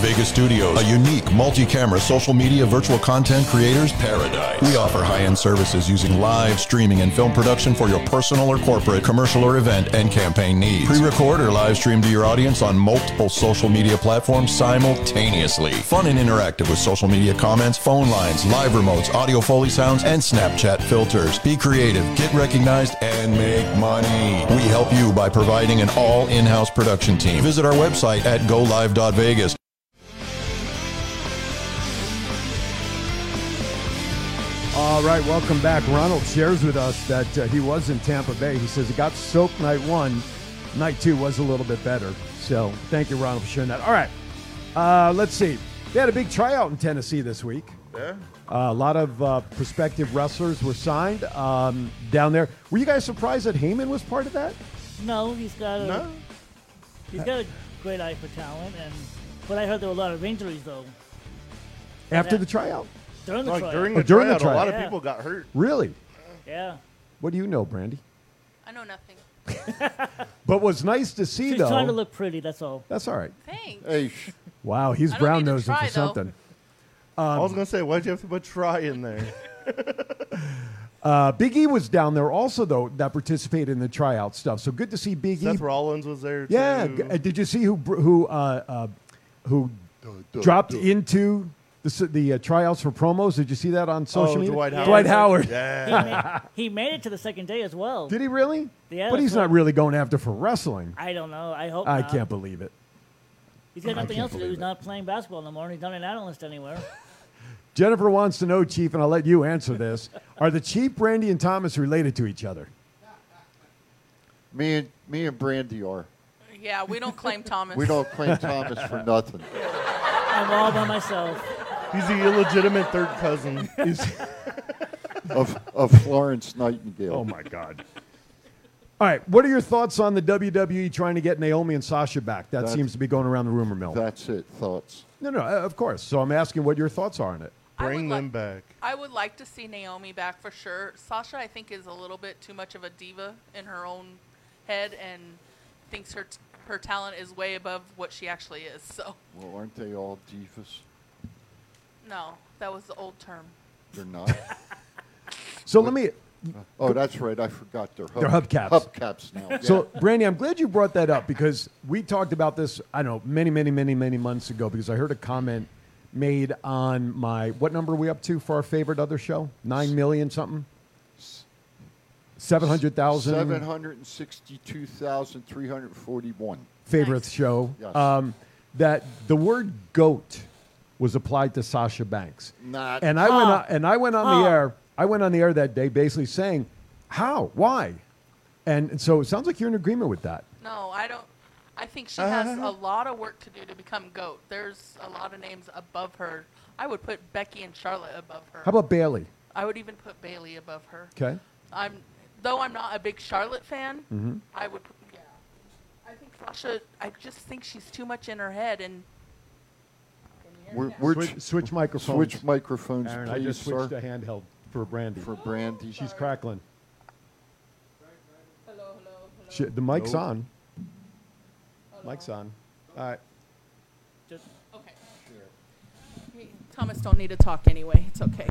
[SPEAKER 13] Vegas Studios, a unique multi-camera social media virtual content creators paradise. We offer high-end services using live streaming and film production for your personal or corporate, commercial or event and campaign needs. Pre-record or live stream to your audience on multiple social media platforms simultaneously. Fun and interactive with social media comments, phone lines, live remotes, audio foley sounds, and Snapchat filters. Be creative, get recognized, and make money. We help you by providing an all in house production team. Visit our website at golive.vegas.
[SPEAKER 1] All right, welcome back. Ronald shares with us that uh, he was in Tampa Bay. He says it got soaked night one. Night two was a little bit better. So thank you, Ronald, for sharing that. All right, uh, let's see. They had a big tryout in Tennessee this week.
[SPEAKER 3] Yeah.
[SPEAKER 1] Uh, a lot of uh, prospective wrestlers were signed um, down there. Were you guys surprised that Heyman was part of that?
[SPEAKER 5] No, he's got a
[SPEAKER 1] No.
[SPEAKER 5] he's got a great eye for talent, and but I heard there were a lot of injuries though.
[SPEAKER 1] After
[SPEAKER 5] Yeah.
[SPEAKER 1] the tryout?
[SPEAKER 5] During the
[SPEAKER 3] Like,
[SPEAKER 5] tryout.
[SPEAKER 3] during
[SPEAKER 1] Oh,
[SPEAKER 3] the
[SPEAKER 1] during the
[SPEAKER 3] tryout, a lot of
[SPEAKER 5] tryout.
[SPEAKER 3] people got hurt.
[SPEAKER 1] Really?
[SPEAKER 5] Yeah.
[SPEAKER 1] What do you know, Brandy?
[SPEAKER 2] I know
[SPEAKER 5] <laughs>
[SPEAKER 2] nothing.
[SPEAKER 1] But what's nice to see,
[SPEAKER 5] She's
[SPEAKER 1] though.
[SPEAKER 5] trying to look pretty. That's all.
[SPEAKER 1] That's all right.
[SPEAKER 2] Thanks.
[SPEAKER 1] Wow, he's
[SPEAKER 2] I don't
[SPEAKER 1] brown
[SPEAKER 2] need to
[SPEAKER 1] nosing
[SPEAKER 2] try,
[SPEAKER 1] for
[SPEAKER 2] though.
[SPEAKER 1] something.
[SPEAKER 3] I
[SPEAKER 1] um,
[SPEAKER 3] was gonna say, why'd you have to put try
[SPEAKER 1] <laughs>
[SPEAKER 3] in there?
[SPEAKER 1] Uh, Big E was down there also, though, that participated in the tryout stuff. So good to see Big E.
[SPEAKER 3] Seth Rollins was there.
[SPEAKER 1] Yeah.
[SPEAKER 3] too.
[SPEAKER 1] g- uh, Did you see who br- who uh, uh, who dropped into the s- the uh, tryouts for promos? Did you see that on social
[SPEAKER 3] Oh,
[SPEAKER 1] media?
[SPEAKER 3] Dwight Howard.
[SPEAKER 1] Dwight Howard.
[SPEAKER 5] He made, he made it to the second day as well.
[SPEAKER 1] Did he really?
[SPEAKER 5] Yeah.
[SPEAKER 1] <laughs> but
[SPEAKER 5] that's
[SPEAKER 1] he's
[SPEAKER 5] what-
[SPEAKER 1] not really going after for wrestling.
[SPEAKER 5] I don't know. I hope.
[SPEAKER 1] I
[SPEAKER 5] not.
[SPEAKER 1] can't believe it.
[SPEAKER 5] He's got
[SPEAKER 1] I
[SPEAKER 5] nothing
[SPEAKER 1] can't
[SPEAKER 5] else to do.
[SPEAKER 1] believe
[SPEAKER 5] He's not playing basketball no more. and He's not an analyst anywhere.
[SPEAKER 1] Jennifer wants to know, Chief, and I'll let you answer this. Are the Chief, Randy, and Thomas related to each other?
[SPEAKER 4] Me and me and Brandy are.
[SPEAKER 2] Yeah, we don't
[SPEAKER 1] <laughs>
[SPEAKER 2] claim Thomas.
[SPEAKER 4] We don't <laughs> claim Thomas for nothing.
[SPEAKER 5] I'm all by myself.
[SPEAKER 3] He's the illegitimate third
[SPEAKER 1] <laughs>
[SPEAKER 3] cousin.
[SPEAKER 4] Of of Florence Nightingale.
[SPEAKER 1] Oh my God. All right. What are your thoughts on the WWE trying to get Naomi and Sasha back? That
[SPEAKER 4] That's-
[SPEAKER 1] seems to be going around the rumor mill.
[SPEAKER 4] That's it. Thoughts?
[SPEAKER 1] No, no, uh, of course. So I'm asking what your thoughts are on it.
[SPEAKER 3] Bring them back.
[SPEAKER 2] I would like to see Naomi back for sure. Sasha, I think, is a little bit too much of a diva in her own head and thinks her t- her talent is way above what she actually is. So,
[SPEAKER 4] Well, aren't they all divas?
[SPEAKER 2] no, that was the old term.
[SPEAKER 1] <laughs>
[SPEAKER 4] They're not.
[SPEAKER 1] So let me.
[SPEAKER 4] Oh, that's right. I forgot they're hub-
[SPEAKER 1] They're hubcaps.
[SPEAKER 4] Hubcaps now.
[SPEAKER 1] So,
[SPEAKER 4] yeah.
[SPEAKER 1] Brandy, I'm glad you brought that up because we talked about this, I don't know, many, many, many, many months ago because I heard a comment made on my, what number are we up to for our favorite other show? Nine million something? 700,000?
[SPEAKER 4] 762,341.
[SPEAKER 1] favorite show.
[SPEAKER 4] Yes.
[SPEAKER 1] Um, that the word goat was applied to Sasha Banks.
[SPEAKER 4] Not- Ah!
[SPEAKER 1] and I went
[SPEAKER 4] Huh.
[SPEAKER 1] on, and I went on the
[SPEAKER 4] Huh.
[SPEAKER 1] air. I went on the air that day basically saying, How? Why? And, and so it sounds like you're in agreement with that.
[SPEAKER 2] No, I don't. I think she has
[SPEAKER 1] Uh-huh.
[SPEAKER 2] a lot of work to do to become goat. There's a lot of names above her. I would put Becky and Charlotte above her.
[SPEAKER 1] How about Bailey?
[SPEAKER 2] I would even put Bailey above her.
[SPEAKER 1] Okay.
[SPEAKER 2] I'm though I'm not a big Charlotte fan.
[SPEAKER 4] Mm-hmm.
[SPEAKER 1] Mhm.
[SPEAKER 2] I would. Yeah. I think Sasha. I just think she's too much in her head, and
[SPEAKER 4] We're, we're
[SPEAKER 1] switch,
[SPEAKER 4] ch-
[SPEAKER 1] switch microphones.
[SPEAKER 4] Switch microphones,
[SPEAKER 1] Aaron,
[SPEAKER 4] please,
[SPEAKER 1] I just switched to
[SPEAKER 4] sir.
[SPEAKER 1] handheld for Brandy. For
[SPEAKER 4] Brandy.
[SPEAKER 1] She's crackling. She, the mic's
[SPEAKER 4] Nope.
[SPEAKER 1] on. Mic's on. All right.
[SPEAKER 5] Just
[SPEAKER 2] okay. Thomas don't need to talk anyway. It's okay.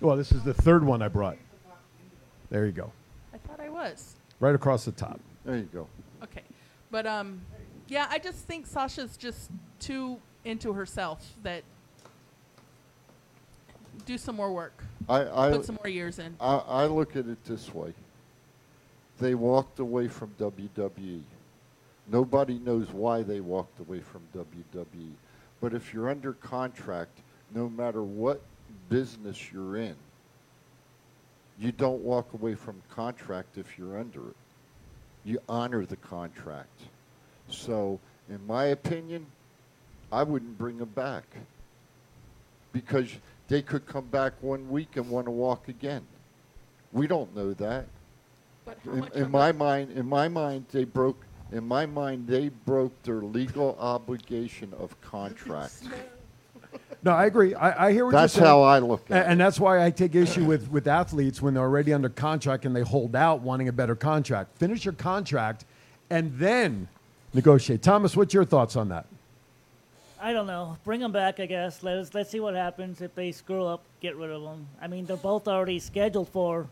[SPEAKER 1] Well, this is the third one I brought. There you go.
[SPEAKER 2] I thought I was.
[SPEAKER 1] Right across the top.
[SPEAKER 4] There you go.
[SPEAKER 2] Okay. But um yeah, I just think Sasha's just too into herself that do some more work.
[SPEAKER 4] I, I,
[SPEAKER 2] Put some more years in.
[SPEAKER 4] I, I look at it this way. They walked away from WWE. Nobody knows why they walked away from WWE. But if you're under contract, no matter what business you're in, you don't walk away from contract if you're under it. You honor the contract. So, in my opinion, I wouldn't bring them back because they could come back one week and want to walk again. We don't know that.
[SPEAKER 2] But how
[SPEAKER 4] In,
[SPEAKER 2] much
[SPEAKER 4] in
[SPEAKER 2] of
[SPEAKER 4] my mind, in my mind, they broke. In my mind, they broke their legal obligation of contract.
[SPEAKER 1] No, I agree. I, I hear what
[SPEAKER 4] That's
[SPEAKER 1] you're saying.
[SPEAKER 4] how I look at
[SPEAKER 1] and, And that's why I take issue with, with athletes when they're already under contract and they hold out wanting a better contract. Finish your contract and then negotiate. Thomas, what's your thoughts on that?
[SPEAKER 5] I don't know. Bring them back, I guess. Let's let's see what happens. If they screw up, get rid of them. I mean, they're both already scheduled for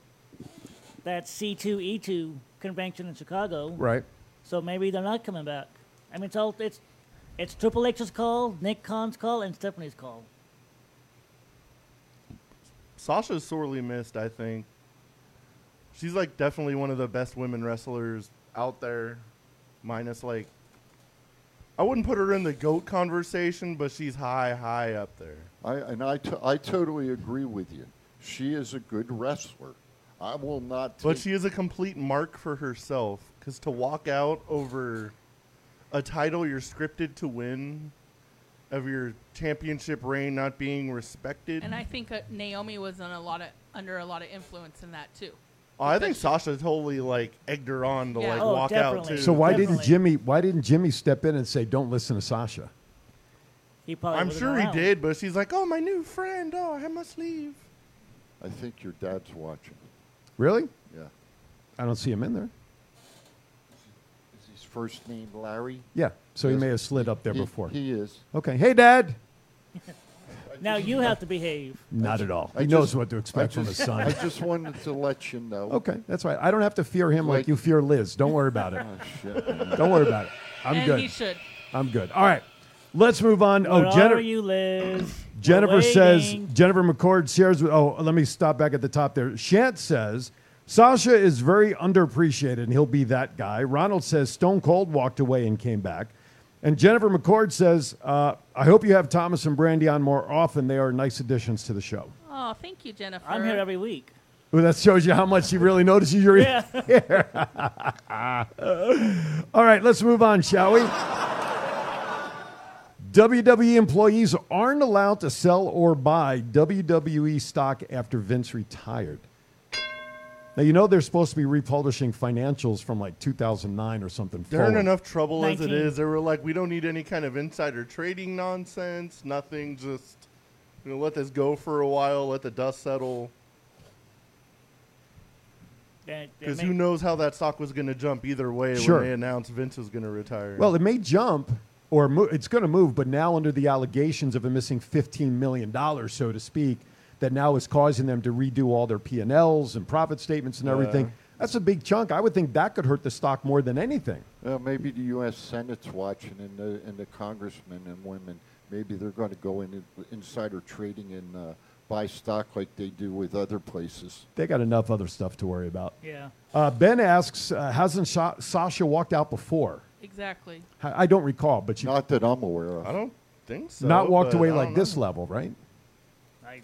[SPEAKER 5] that C2E2 convention in Chicago.
[SPEAKER 1] Right.
[SPEAKER 5] So maybe they're not coming back. I mean, it's all it's it's Triple H's call, Nick Khan's call, and Stephanie's call.
[SPEAKER 3] Sasha's sorely missed, I think. She's like definitely one of the best women wrestlers out there, minus like I wouldn't put her in the goat conversation, but she's high, high up there.
[SPEAKER 4] I, and I, to, I totally agree with you. She is a good wrestler. I will not.
[SPEAKER 3] But
[SPEAKER 4] take-
[SPEAKER 3] she is a complete mark for herself because to walk out over a title you're scripted to win of your championship reign not being respected.
[SPEAKER 15] And I think uh, Naomi was on a lot of under a lot of influence in that too.
[SPEAKER 3] Oh, I think Sasha totally like egged her on to
[SPEAKER 15] Yeah.
[SPEAKER 3] like
[SPEAKER 15] Oh,
[SPEAKER 3] walk out
[SPEAKER 15] definitely.
[SPEAKER 3] too.
[SPEAKER 1] So why didn't Jimmy? Why didn't Jimmy step in and say, "Don't listen to Sasha"?
[SPEAKER 5] He probably.
[SPEAKER 3] I'm
[SPEAKER 4] wasn't
[SPEAKER 3] sure
[SPEAKER 4] around.
[SPEAKER 3] he did, but she's like, "Oh, my new friend. Oh, I must leave."
[SPEAKER 4] I think your dad's watching.
[SPEAKER 1] Really?
[SPEAKER 4] Yeah.
[SPEAKER 1] I don't see him in there.
[SPEAKER 4] Is his first name Larry?
[SPEAKER 1] Yeah. So he
[SPEAKER 4] Yes.
[SPEAKER 1] may have slid up there
[SPEAKER 4] He-
[SPEAKER 1] before.
[SPEAKER 4] He is.
[SPEAKER 1] Okay. Hey, Dad.
[SPEAKER 5] Now you have to behave.
[SPEAKER 1] Not at all.
[SPEAKER 4] I
[SPEAKER 1] he
[SPEAKER 4] just-
[SPEAKER 1] knows what to expect
[SPEAKER 4] I
[SPEAKER 1] from
[SPEAKER 4] just-
[SPEAKER 1] his son.
[SPEAKER 4] <laughs> I just wanted to let
[SPEAKER 1] <laughs>
[SPEAKER 4] you know.
[SPEAKER 1] Okay, that's right. I don't have to fear him like,
[SPEAKER 4] Like-
[SPEAKER 1] you fear Liz. Don't worry about it.
[SPEAKER 4] <laughs> Oh, shit, man.
[SPEAKER 1] Don't worry about it. I'm
[SPEAKER 4] And
[SPEAKER 1] good.
[SPEAKER 4] he should.
[SPEAKER 1] I'm good. All right, let's move on.
[SPEAKER 5] Where
[SPEAKER 1] oh,
[SPEAKER 5] are
[SPEAKER 1] Jennifer.
[SPEAKER 5] you, Liz?
[SPEAKER 1] <clears throat> Jennifer
[SPEAKER 5] We're
[SPEAKER 1] says.
[SPEAKER 5] waiting.
[SPEAKER 1] Jennifer McCord shares. With, oh, let me stop back at the top there. Shant says. Sasha is very underappreciated, and he'll be that guy. Ronald says Stone Cold walked away and came back. And Jennifer McCord says, uh, I hope you have Thomas and Brandy on more often. They are nice additions to the show.
[SPEAKER 2] Oh, thank you, Jennifer.
[SPEAKER 5] I'm here every week.
[SPEAKER 1] Well, that shows you how much she really notices you're
[SPEAKER 5] Yeah.
[SPEAKER 1] <laughs> here.
[SPEAKER 5] <laughs>
[SPEAKER 1] <laughs> All right, let's move on, shall we? WWE employees aren't allowed to sell or buy WWE stock after Vince retired. Now, you know they're supposed to be republishing financials from like 2009 or something.
[SPEAKER 3] They're in
[SPEAKER 1] forward.
[SPEAKER 3] enough trouble as it
[SPEAKER 1] 19.
[SPEAKER 3] is. They were like, we don't need any kind of insider trading nonsense. Nothing. Just you know, let this go for a while. Let the dust settle.
[SPEAKER 5] That- that
[SPEAKER 3] Because
[SPEAKER 5] may-
[SPEAKER 3] who knows how that stock was going to jump either way
[SPEAKER 1] Sure.
[SPEAKER 3] when they announced Vince was going to retire.
[SPEAKER 1] Well, it may jump or mo- it's going to move, but now under the allegations of a missing $15 million, so to speak, that now is causing them to redo all their P&Ls and profit statements and
[SPEAKER 4] Yeah.
[SPEAKER 1] everything. That's a big chunk. I would think that could hurt the stock more than anything.
[SPEAKER 4] Well, maybe the U.S. Senate's watching, and the, and the congressmen and women. Maybe they're going to go in insider trading and uh, buy stock like they do with other places.
[SPEAKER 1] They got enough other stuff to worry about.
[SPEAKER 5] Yeah.
[SPEAKER 1] Uh, ben asks, uh, hasn't Sha- Sasha walked out before?
[SPEAKER 2] Exactly.
[SPEAKER 1] I I don't recall, but she
[SPEAKER 4] Not that I'm aware of.
[SPEAKER 3] I don't think so.
[SPEAKER 1] not walked
[SPEAKER 3] but
[SPEAKER 1] away
[SPEAKER 3] I
[SPEAKER 1] like
[SPEAKER 3] don't know.
[SPEAKER 1] this level, right?
[SPEAKER 3] I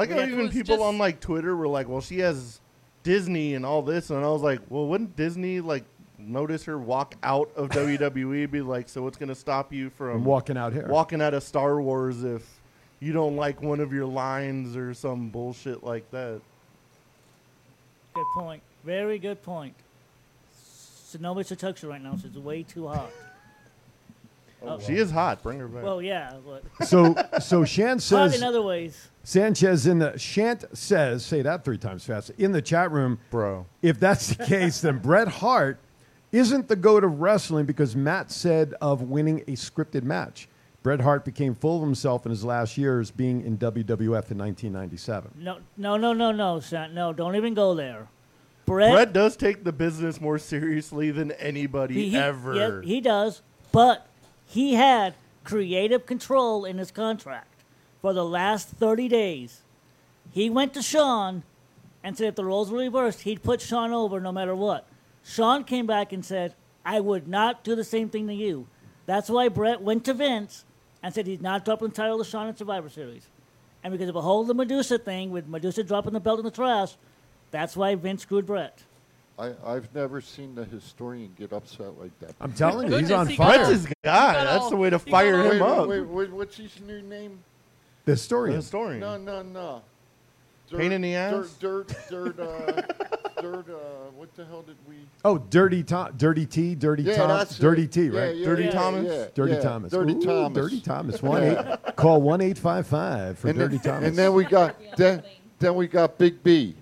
[SPEAKER 3] like how
[SPEAKER 2] Yeah, it
[SPEAKER 3] even
[SPEAKER 2] was
[SPEAKER 3] people
[SPEAKER 2] just-
[SPEAKER 3] on like Twitter were like, "Well, she has Disney and all this," and I was like, "Well, wouldn't Disney like notice her walk out
[SPEAKER 5] <laughs>
[SPEAKER 3] of WWE? Be like, so what's going to stop you from
[SPEAKER 1] From walking out here.
[SPEAKER 3] Walking out of Star Wars if you don't like one of your lines or some bullshit like that."
[SPEAKER 5] Good point. Very good point. Sonoma's a tuxer right now, so it's way too
[SPEAKER 1] <laughs>
[SPEAKER 5] hot. Oh,
[SPEAKER 3] She is hot. Bring her back.
[SPEAKER 5] Well, yeah. But
[SPEAKER 1] <laughs> So, so Shan
[SPEAKER 5] hot
[SPEAKER 1] says
[SPEAKER 5] in other ways.
[SPEAKER 1] Sanchez in the Shant says, say that three times fast in the chat room,
[SPEAKER 3] bro.
[SPEAKER 1] If that's the case, then Bret Hart isn't the goat of wrestling because Matt said of winning a scripted match. Bret Hart became full of himself in his last years being in WWF in 1997.
[SPEAKER 5] No, no, no, no, no, Sean. No, don't even go there. Brett,
[SPEAKER 3] Brett does take the business more seriously than anybody
[SPEAKER 5] he, he-
[SPEAKER 3] ever.
[SPEAKER 5] yeah, he does, but he had creative control in his contract for the last 30 days. He went to Sean and said if the roles were reversed, he'd put Sean over no matter what. Sean came back and said, I would not do the same thing to you. That's why Brett went to Vince and said he's not dropping the title to Sean in Survivor Series. And because of a whole the Medusa thing with Medusa dropping the belt in the trash, that's why Vince screwed Brett.
[SPEAKER 4] I, I've never seen the historian get upset like that.
[SPEAKER 1] I'm telling you, he's Goodness, on he
[SPEAKER 3] fire. got- That's his he guy. got That's all- the way to he got fire all- him
[SPEAKER 4] Wait,
[SPEAKER 3] up.
[SPEAKER 4] Wait, wait, what's his new name?
[SPEAKER 1] The historian.
[SPEAKER 4] No, no, no.
[SPEAKER 1] Pain in the ass?
[SPEAKER 4] Dirt, dirt, dirt, uh, <laughs> dirt. Uh, what the hell did we?
[SPEAKER 1] Oh, Dirty Tom, Dirty T, Dirty
[SPEAKER 4] Yeah,
[SPEAKER 1] Tom,
[SPEAKER 4] that's it.
[SPEAKER 1] Dirty T,
[SPEAKER 4] Yeah,
[SPEAKER 1] right?
[SPEAKER 4] yeah, Dirty yeah, Thomas? yeah,
[SPEAKER 1] Dirty
[SPEAKER 4] yeah.
[SPEAKER 1] Thomas,
[SPEAKER 4] Dirty
[SPEAKER 1] Ooh,
[SPEAKER 4] Thomas.
[SPEAKER 1] Dirty
[SPEAKER 4] <laughs>
[SPEAKER 1] Thomas. One
[SPEAKER 4] Yeah.
[SPEAKER 1] eight, call one eight five five for
[SPEAKER 4] and
[SPEAKER 1] Dirty
[SPEAKER 4] then,
[SPEAKER 1] Thomas.
[SPEAKER 4] And then we got then, then we got Big B.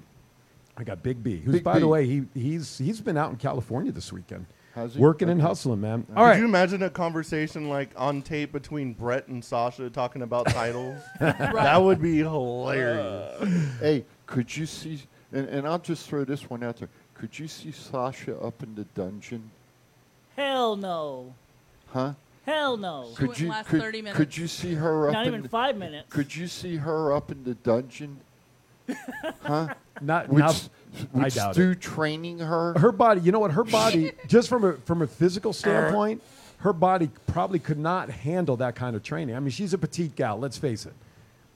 [SPEAKER 1] I got Big B, who's
[SPEAKER 4] Big
[SPEAKER 1] by
[SPEAKER 4] B.
[SPEAKER 1] the way, he he's he's been out in California this weekend.
[SPEAKER 4] Has he?
[SPEAKER 1] Working and hustling, man.
[SPEAKER 4] Could
[SPEAKER 1] All right.
[SPEAKER 3] Could you imagine a conversation like on tape between Brett and Sasha talking
[SPEAKER 5] <laughs>
[SPEAKER 3] about titles? That would be hilarious.
[SPEAKER 4] hey, could you see? And, and I'll just throw this one out there. Could you see Sasha up in the dungeon?
[SPEAKER 5] Hell no.
[SPEAKER 4] Huh?
[SPEAKER 5] Hell no.
[SPEAKER 4] Could you could, could you see her up?
[SPEAKER 5] Not
[SPEAKER 4] in
[SPEAKER 5] even
[SPEAKER 4] the-
[SPEAKER 5] five minutes.
[SPEAKER 4] Could you see her up in the dungeon? huh?
[SPEAKER 1] Not-
[SPEAKER 4] Would
[SPEAKER 1] not-
[SPEAKER 4] s-
[SPEAKER 1] I
[SPEAKER 4] would
[SPEAKER 1] doubt
[SPEAKER 4] Stu training her?
[SPEAKER 1] Her body, you know what? Her body, just from a from a physical
[SPEAKER 4] <laughs>
[SPEAKER 1] standpoint, her body probably could not handle that kind of training. I mean, she's a petite gal. Let's face it.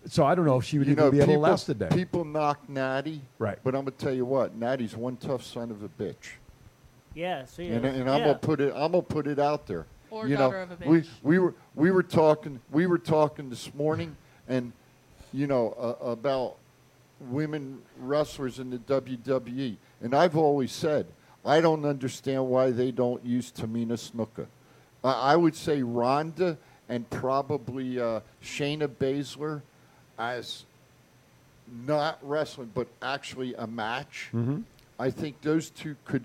[SPEAKER 1] So I don't know if she would
[SPEAKER 4] you
[SPEAKER 1] even
[SPEAKER 4] know,
[SPEAKER 1] be
[SPEAKER 4] people,
[SPEAKER 1] able to last a day.
[SPEAKER 4] People knock Natty,
[SPEAKER 1] Right.
[SPEAKER 4] But I'm gonna tell you what, Natty's one tough son of a bitch.
[SPEAKER 5] Yeah, see.
[SPEAKER 4] And, and I'm
[SPEAKER 5] yeah.
[SPEAKER 4] gonna put it. I'm gonna put it out there.
[SPEAKER 5] Or
[SPEAKER 4] you
[SPEAKER 5] daughter
[SPEAKER 4] know,
[SPEAKER 5] of a
[SPEAKER 4] we
[SPEAKER 5] bitch.
[SPEAKER 4] we were we were talking we were talking this morning, and you know uh, about women wrestlers in the WWE. And I've always said I don't understand why they don't use Tamina Snuka. I I would say Ronda and probably uh, Shayna Baszler as not wrestling, but actually a match.
[SPEAKER 1] Mhm.
[SPEAKER 4] I think those two could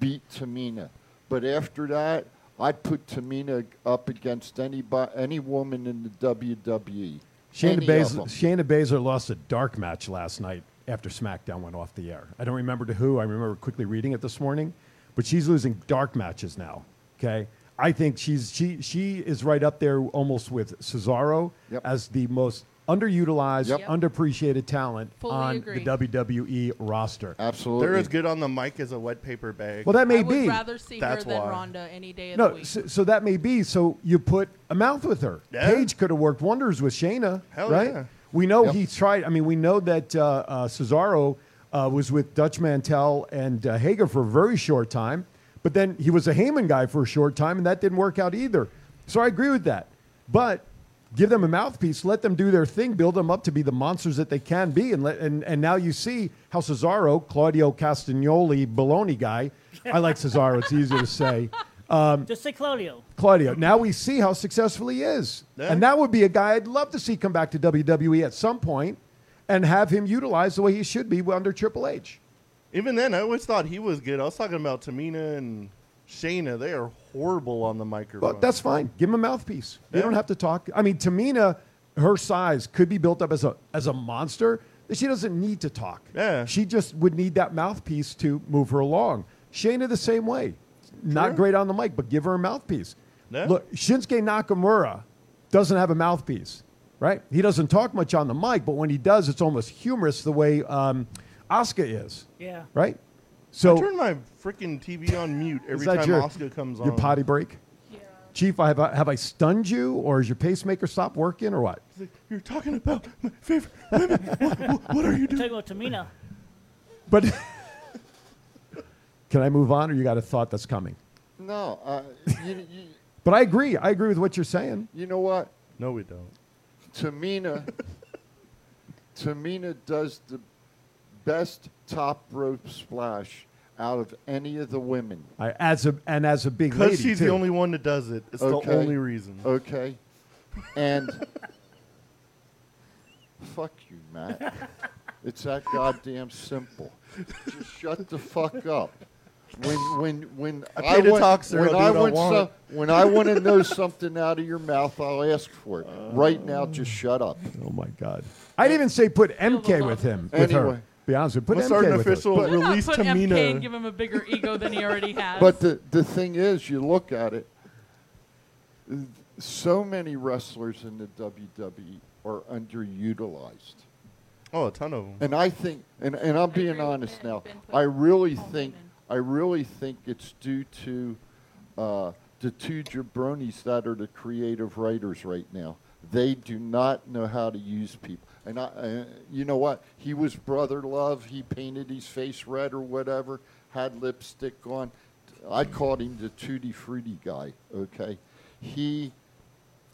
[SPEAKER 4] beat Tamina. But after that, I'd put Tamina up against any any woman in the WWE.
[SPEAKER 1] Shayna
[SPEAKER 4] Any of
[SPEAKER 1] Baszler,
[SPEAKER 4] them.
[SPEAKER 1] Shayna Baszler lost a dark match last night after SmackDown went off the air. I don't remember to who. I remember quickly reading it this morning, but she's losing dark matches now. Okay, I think she's she she is right up there almost with Cesaro as the most underutilized,
[SPEAKER 3] Yep. Yep.
[SPEAKER 1] underappreciated talent
[SPEAKER 3] Fully
[SPEAKER 1] on
[SPEAKER 3] agree.
[SPEAKER 1] the WWE roster.
[SPEAKER 4] Absolutely,
[SPEAKER 3] They're as good on the mic as a wet paper bag.
[SPEAKER 1] Well, that may
[SPEAKER 15] I would
[SPEAKER 1] be.
[SPEAKER 15] rather see
[SPEAKER 1] That's
[SPEAKER 15] her than
[SPEAKER 1] why.
[SPEAKER 15] Ronda any day of the
[SPEAKER 1] No,
[SPEAKER 15] week.
[SPEAKER 1] so, so that may be. So you put a mouth with her.
[SPEAKER 3] Yeah.
[SPEAKER 1] Paige could have worked wonders with Shayna,
[SPEAKER 3] Hell
[SPEAKER 1] right?
[SPEAKER 3] yeah.
[SPEAKER 1] We know
[SPEAKER 3] Yep.
[SPEAKER 1] he tried. I mean, we know that uh, uh, Cesaro uh, was with Dutch Mantel and uh, Hager for a very short time, but then he was a Heyman guy for a short time, and that didn't work out either. So I agree with that. But give them a mouthpiece, let them do their thing, build them up to be the monsters that they can be, and let, and, and now you see how Cesaro, Claudio Castagnoli, baloney guy. I like Cesaro. it's easier to say. Um,
[SPEAKER 5] Just say Claudio.
[SPEAKER 1] Claudio. Now we see how successful he is.
[SPEAKER 5] Yeah.
[SPEAKER 1] And that would be a guy I'd love to see come back to WWE at some point and have him utilized the way he should be under Triple H.
[SPEAKER 3] Even then, I always thought he was good. I was talking about Tamina and Shayna. They are horrible on the microphone.
[SPEAKER 1] But that's fine. Give him a mouthpiece. They
[SPEAKER 3] Yeah.
[SPEAKER 1] don't have to talk. I mean, Tamina, her size could be built up as a as a monster. She doesn't need to talk. Yeah. She just would need that mouthpiece to move her along. Shayna the same way. Not great on the mic, but give her a mouthpiece.
[SPEAKER 3] Yeah.
[SPEAKER 1] Look, Shinsuke Nakamura doesn't have a mouthpiece, right? He doesn't talk much on the mic, but when he does, it's almost humorous the way um, Asuka is.
[SPEAKER 3] Yeah.
[SPEAKER 1] Right? So
[SPEAKER 3] I turn my freaking TV on mute every
[SPEAKER 1] is that
[SPEAKER 3] time
[SPEAKER 1] your,
[SPEAKER 3] Oscar comes on.
[SPEAKER 1] Your potty break? Chief, I have, I, have I stunned you, or is your pacemaker stopped working, or what?
[SPEAKER 3] He's like, You're talking about my favorite women. What, what- what are you
[SPEAKER 5] Talking
[SPEAKER 3] doing?
[SPEAKER 5] about Tamina.
[SPEAKER 1] But <laughs> can I move on, or you got a thought that's coming?
[SPEAKER 4] No, uh, you, you,
[SPEAKER 1] But I agree. I agree with what you're saying.
[SPEAKER 4] you know what?
[SPEAKER 3] No, we don't.
[SPEAKER 4] Tamina, Tamina does the best top rope splash out of any of the women.
[SPEAKER 1] I, as a and as a big lady,
[SPEAKER 3] Because she's
[SPEAKER 1] too.
[SPEAKER 3] the only one that does it. It's
[SPEAKER 4] Okay.
[SPEAKER 3] the only reason.
[SPEAKER 4] Okay. And <laughs> fuck you, Matt. It's that goddamn simple. Just shut the fuck up. When when when
[SPEAKER 3] I pay to
[SPEAKER 4] want-
[SPEAKER 3] talk, sir. I'll
[SPEAKER 4] when
[SPEAKER 3] do
[SPEAKER 4] I
[SPEAKER 3] what I
[SPEAKER 4] want
[SPEAKER 3] want.
[SPEAKER 4] some- when I want to know something out of your mouth, I'll ask for it. right now, just shut up.
[SPEAKER 1] Oh my god! I'd even say put MK with him. With
[SPEAKER 4] Anyway.
[SPEAKER 1] her. Be honest with you. Put
[SPEAKER 3] Let's
[SPEAKER 1] MK
[SPEAKER 3] start an
[SPEAKER 1] with her.
[SPEAKER 3] official
[SPEAKER 1] But-
[SPEAKER 3] Why not
[SPEAKER 15] Put MK and give him a bigger ego than he
[SPEAKER 1] <laughs>
[SPEAKER 15] already has.
[SPEAKER 4] But the, the thing is, you look at it, so many wrestlers in the WWE are underutilized.
[SPEAKER 3] Oh, a ton of them.
[SPEAKER 4] And I think, and, and I'm being honest now, I really think, I really think it's due to uh, the two jabronis that are the creative writers right now. They do not know how to use people. And I, uh, you know what? He was brother love. He painted his face red or whatever. Had lipstick on. I called him the tutti frutti guy. Okay, he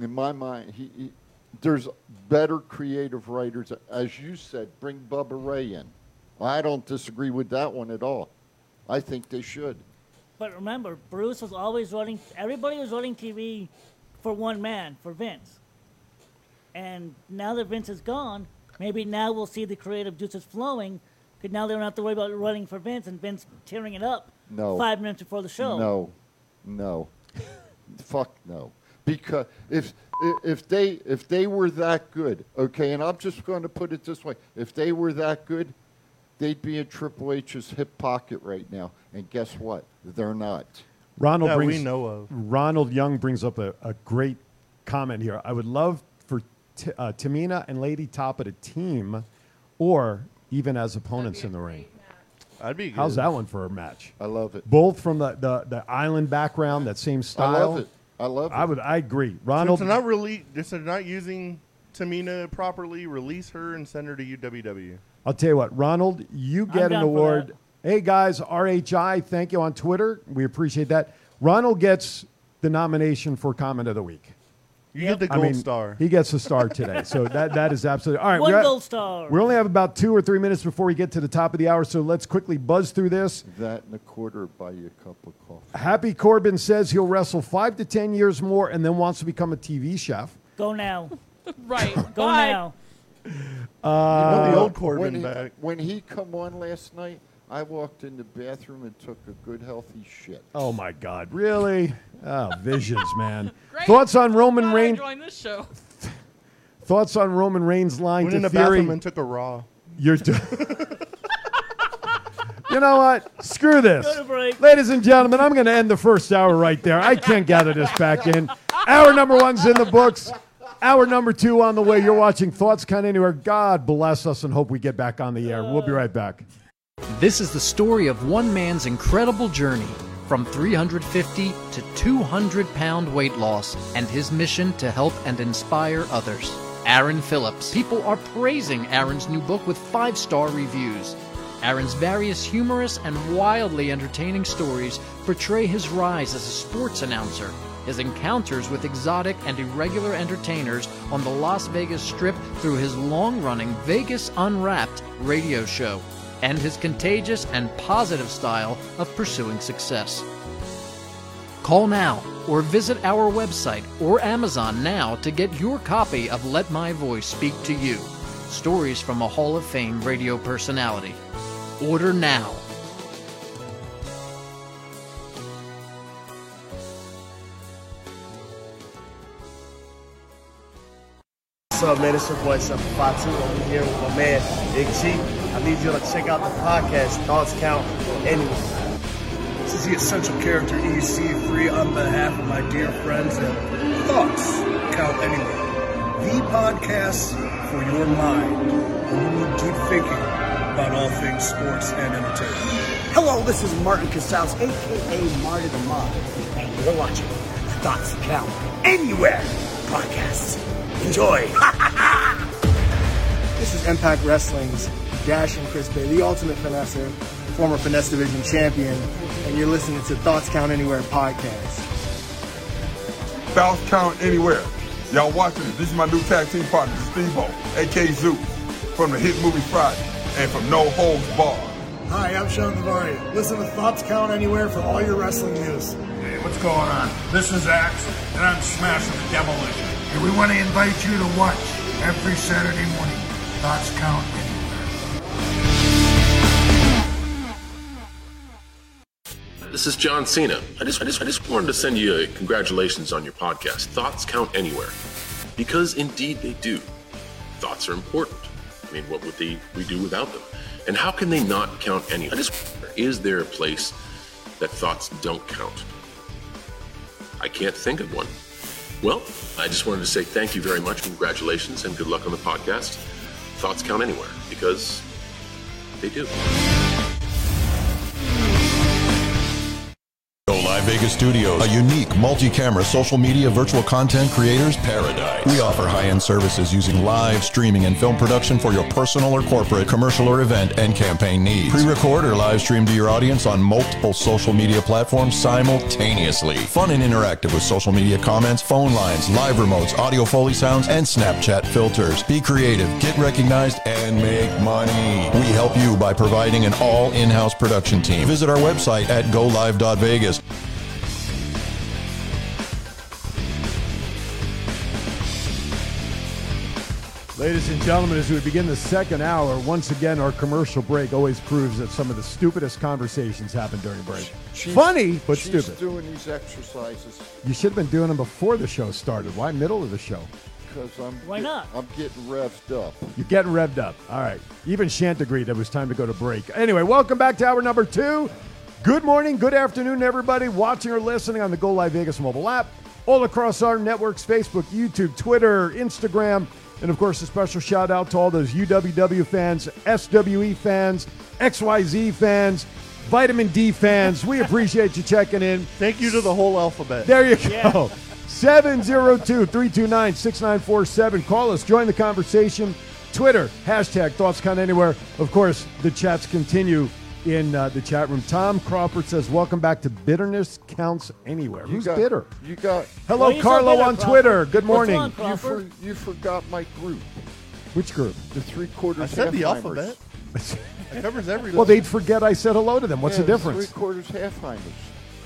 [SPEAKER 4] in my mind, he, he there's better creative writers, as you said. Bring Bubba Ray in. I don't disagree with that one at all. I think they should.
[SPEAKER 5] But remember, Bruce was always running. Everybody was running TV for one man, for Vince. And now that Vince is gone, maybe now we'll see the creative juices flowing. Because now they don't have to worry about running for Vince and Vince tearing it up
[SPEAKER 4] No.
[SPEAKER 5] five minutes before the show.
[SPEAKER 4] No, No. <laughs> Fuck no. Because if i- if they if they were that good, okay, and I'm just going to put it this way: if they were that good, they'd be in Triple H's hip pocket right now. And guess what? They're not.
[SPEAKER 1] Ronald
[SPEAKER 4] That we
[SPEAKER 1] brings,
[SPEAKER 4] know of.
[SPEAKER 1] Ronald Young brings up a, a great comment here. I would love for T- uh, Tamina and Lady Top at a team, or even as opponents in the ring.
[SPEAKER 3] I'd be.
[SPEAKER 1] How's
[SPEAKER 3] good.
[SPEAKER 1] that one for a match?
[SPEAKER 4] I love it.
[SPEAKER 1] Both from the, the, the island background, that same style.
[SPEAKER 4] it. I love
[SPEAKER 1] I
[SPEAKER 4] it.
[SPEAKER 1] would. I agree.
[SPEAKER 3] Since
[SPEAKER 1] Ronald.
[SPEAKER 3] they're not really, since they're not using Tamina properly. Release her and send her to UWW.
[SPEAKER 1] I'll tell you what, Ronald, you get an
[SPEAKER 3] down for
[SPEAKER 1] award. Hey guys, RHI, thank you on Twitter. We appreciate that. Ronald gets the nomination for comment of the week.
[SPEAKER 3] You get the
[SPEAKER 1] I
[SPEAKER 3] gold
[SPEAKER 1] mean,
[SPEAKER 3] star.
[SPEAKER 1] He gets a star today. So that, that is absolutely all right.
[SPEAKER 5] One
[SPEAKER 1] we're at-
[SPEAKER 5] gold star.
[SPEAKER 1] We only have about two or three minutes before we get to the top of the hour, so let's quickly buzz through this.
[SPEAKER 4] That and a quarter would buy you a cup of coffee.
[SPEAKER 1] Happy Corbin says he'll wrestle five to ten years more and then wants to become a TV chef.
[SPEAKER 5] Go now.
[SPEAKER 15] <laughs> right.
[SPEAKER 5] Go
[SPEAKER 15] bye.
[SPEAKER 5] now.
[SPEAKER 1] Uh,
[SPEAKER 4] when he, When he come on last night, I walked in the bathroom and took a good healthy shit.
[SPEAKER 1] Oh my God! Really? Oh, visions,
[SPEAKER 5] <laughs>
[SPEAKER 1] man. Thoughts on Roman Reigns?
[SPEAKER 15] Join this show.
[SPEAKER 1] Thoughts on Roman Reigns' line
[SPEAKER 3] Went
[SPEAKER 1] to
[SPEAKER 3] in the
[SPEAKER 1] Theory?
[SPEAKER 3] bathroom and took a raw.
[SPEAKER 1] You're d- <laughs> you know what? Screw this.
[SPEAKER 3] Go to break.
[SPEAKER 1] Ladies and gentlemen, I'm going to end the first hour right there. I can't gather this back in. Hour number one's in the books. Hour number two on the way. You're watching Thoughts Count Anywhere. God bless us and hope we get back on the air. We'll be right back.
[SPEAKER 9] This is the story of one man's incredible journey from 350 to 200 pound weight loss and his mission to help and inspire others. Aaron Phillips. People are praising Aaron's new book with five star reviews. Aaron's various humorous and wildly entertaining stories portray his rise as a sports announcer, his encounters with exotic and irregular entertainers on the Las Vegas Strip through his long running Vegas Unwrapped radio show and his contagious and positive style of pursuing success. Call now or visit our website or Amazon now to get your copy of Let My Voice Speak to You Stories from a Hall of Fame radio personality. Order now.
[SPEAKER 8] What's up, man? It's your boy, 752 over here with my man, Big G. I need you to check out the podcast, Thoughts Count Anywhere. This is the essential character EC3 on behalf of my dear friends and Thoughts Count Anywhere. The podcast for your mind, where you will keep thinking about all things sports and entertainment.
[SPEAKER 10] Hello, this is Martin Casals, aka Marty the Mob, and you're watching the Thoughts That Count Anywhere podcast. Enjoy. <laughs>
[SPEAKER 8] This is Impact Wrestling's Dash and Chris Bay, the ultimate finesser, former finesse division champion, and you're listening to Thoughts Count Anywhere podcast.
[SPEAKER 7] Bounce count anywhere. Y'all watching it. This is my new tag team partner, Stevo, AK Zeus, from the hit movie Friday, and from No Holds Bar.
[SPEAKER 11] Hi, I'm Sean Navarro. Listen to Thoughts Count Anywhere for all your wrestling news. Hey, what's going on? This is Axe, and I'm smashing the demolition. And we want to invite you to watch every Saturday morning. Thoughts Count
[SPEAKER 14] This is John Cena. I just, I just, I just wanted to send you a congratulations on your podcast. Thoughts count anywhere, because indeed they do. Thoughts are important. I mean, what would they we do without them? And how can they not count anywhere? I just wonder, is there a place that thoughts don't count? I can't think of one. Well, I just wanted to say thank you very much, congratulations, and good luck on the podcast. Thoughts count anywhere because they do.
[SPEAKER 13] Go Live Vegas Studios, a unique multi-camera social media virtual content creators paradise. We offer high-end services using live streaming and film production for your personal or corporate, commercial or event and campaign needs. Pre-record or live stream to your audience on multiple social media platforms simultaneously. Fun and interactive with social media comments, phone lines, live remotes, audio foley sounds, and Snapchat filters. Be creative, get recognized, and make money. We help you by providing an all in-house production team. Visit our website at golive.vegas.
[SPEAKER 1] Ladies and gentlemen, as we begin the second hour, once again, our commercial break always proves that some of the stupidest conversations happen during break.
[SPEAKER 4] <laughs> She's-
[SPEAKER 1] Funny, but
[SPEAKER 4] she's
[SPEAKER 1] stupid.
[SPEAKER 4] doing these exercises
[SPEAKER 1] You should have been doing them before the show started. Why middle of the show?
[SPEAKER 4] because I'm
[SPEAKER 5] Why
[SPEAKER 4] get-
[SPEAKER 5] not?
[SPEAKER 4] I'm getting revved up.
[SPEAKER 1] You're getting revved up. All right. Even Shant agreed it was time to go to break. Anyway, welcome back to hour number two. Good morning, good afternoon, everybody watching or listening on the Go Live Vegas mobile app, all across our networks Facebook, YouTube, Twitter, Instagram, and of course, a special shout out to all those UWW fans, SWE fans, XYZ fans, Vitamin D fans. We appreciate you checking in. Thank you to the whole alphabet. There you go. 702-329-6947. Call us. Join the conversation. Twitter, hashtag thoughts count anywhere. Of course, the chats continue in uh, the chat room. Tom Crawford says, welcome back to Bitterness Counts Anywhere.
[SPEAKER 4] You
[SPEAKER 1] Who's
[SPEAKER 4] got-
[SPEAKER 1] bitter?
[SPEAKER 4] You got
[SPEAKER 1] Hello, Well, you're so Carlo bitter, on Crawford. Twitter. Good morning.
[SPEAKER 4] You, for, you forgot my group,
[SPEAKER 1] Which group?
[SPEAKER 4] the three quarters.
[SPEAKER 3] I said the
[SPEAKER 4] Halfheimers.
[SPEAKER 3] alphabet.
[SPEAKER 4] <laughs>
[SPEAKER 3] It covers everything.
[SPEAKER 1] Well, they'd forget I said hello to them. What's
[SPEAKER 4] Yeah,
[SPEAKER 1] the difference?
[SPEAKER 4] Three quarters Halfheimers.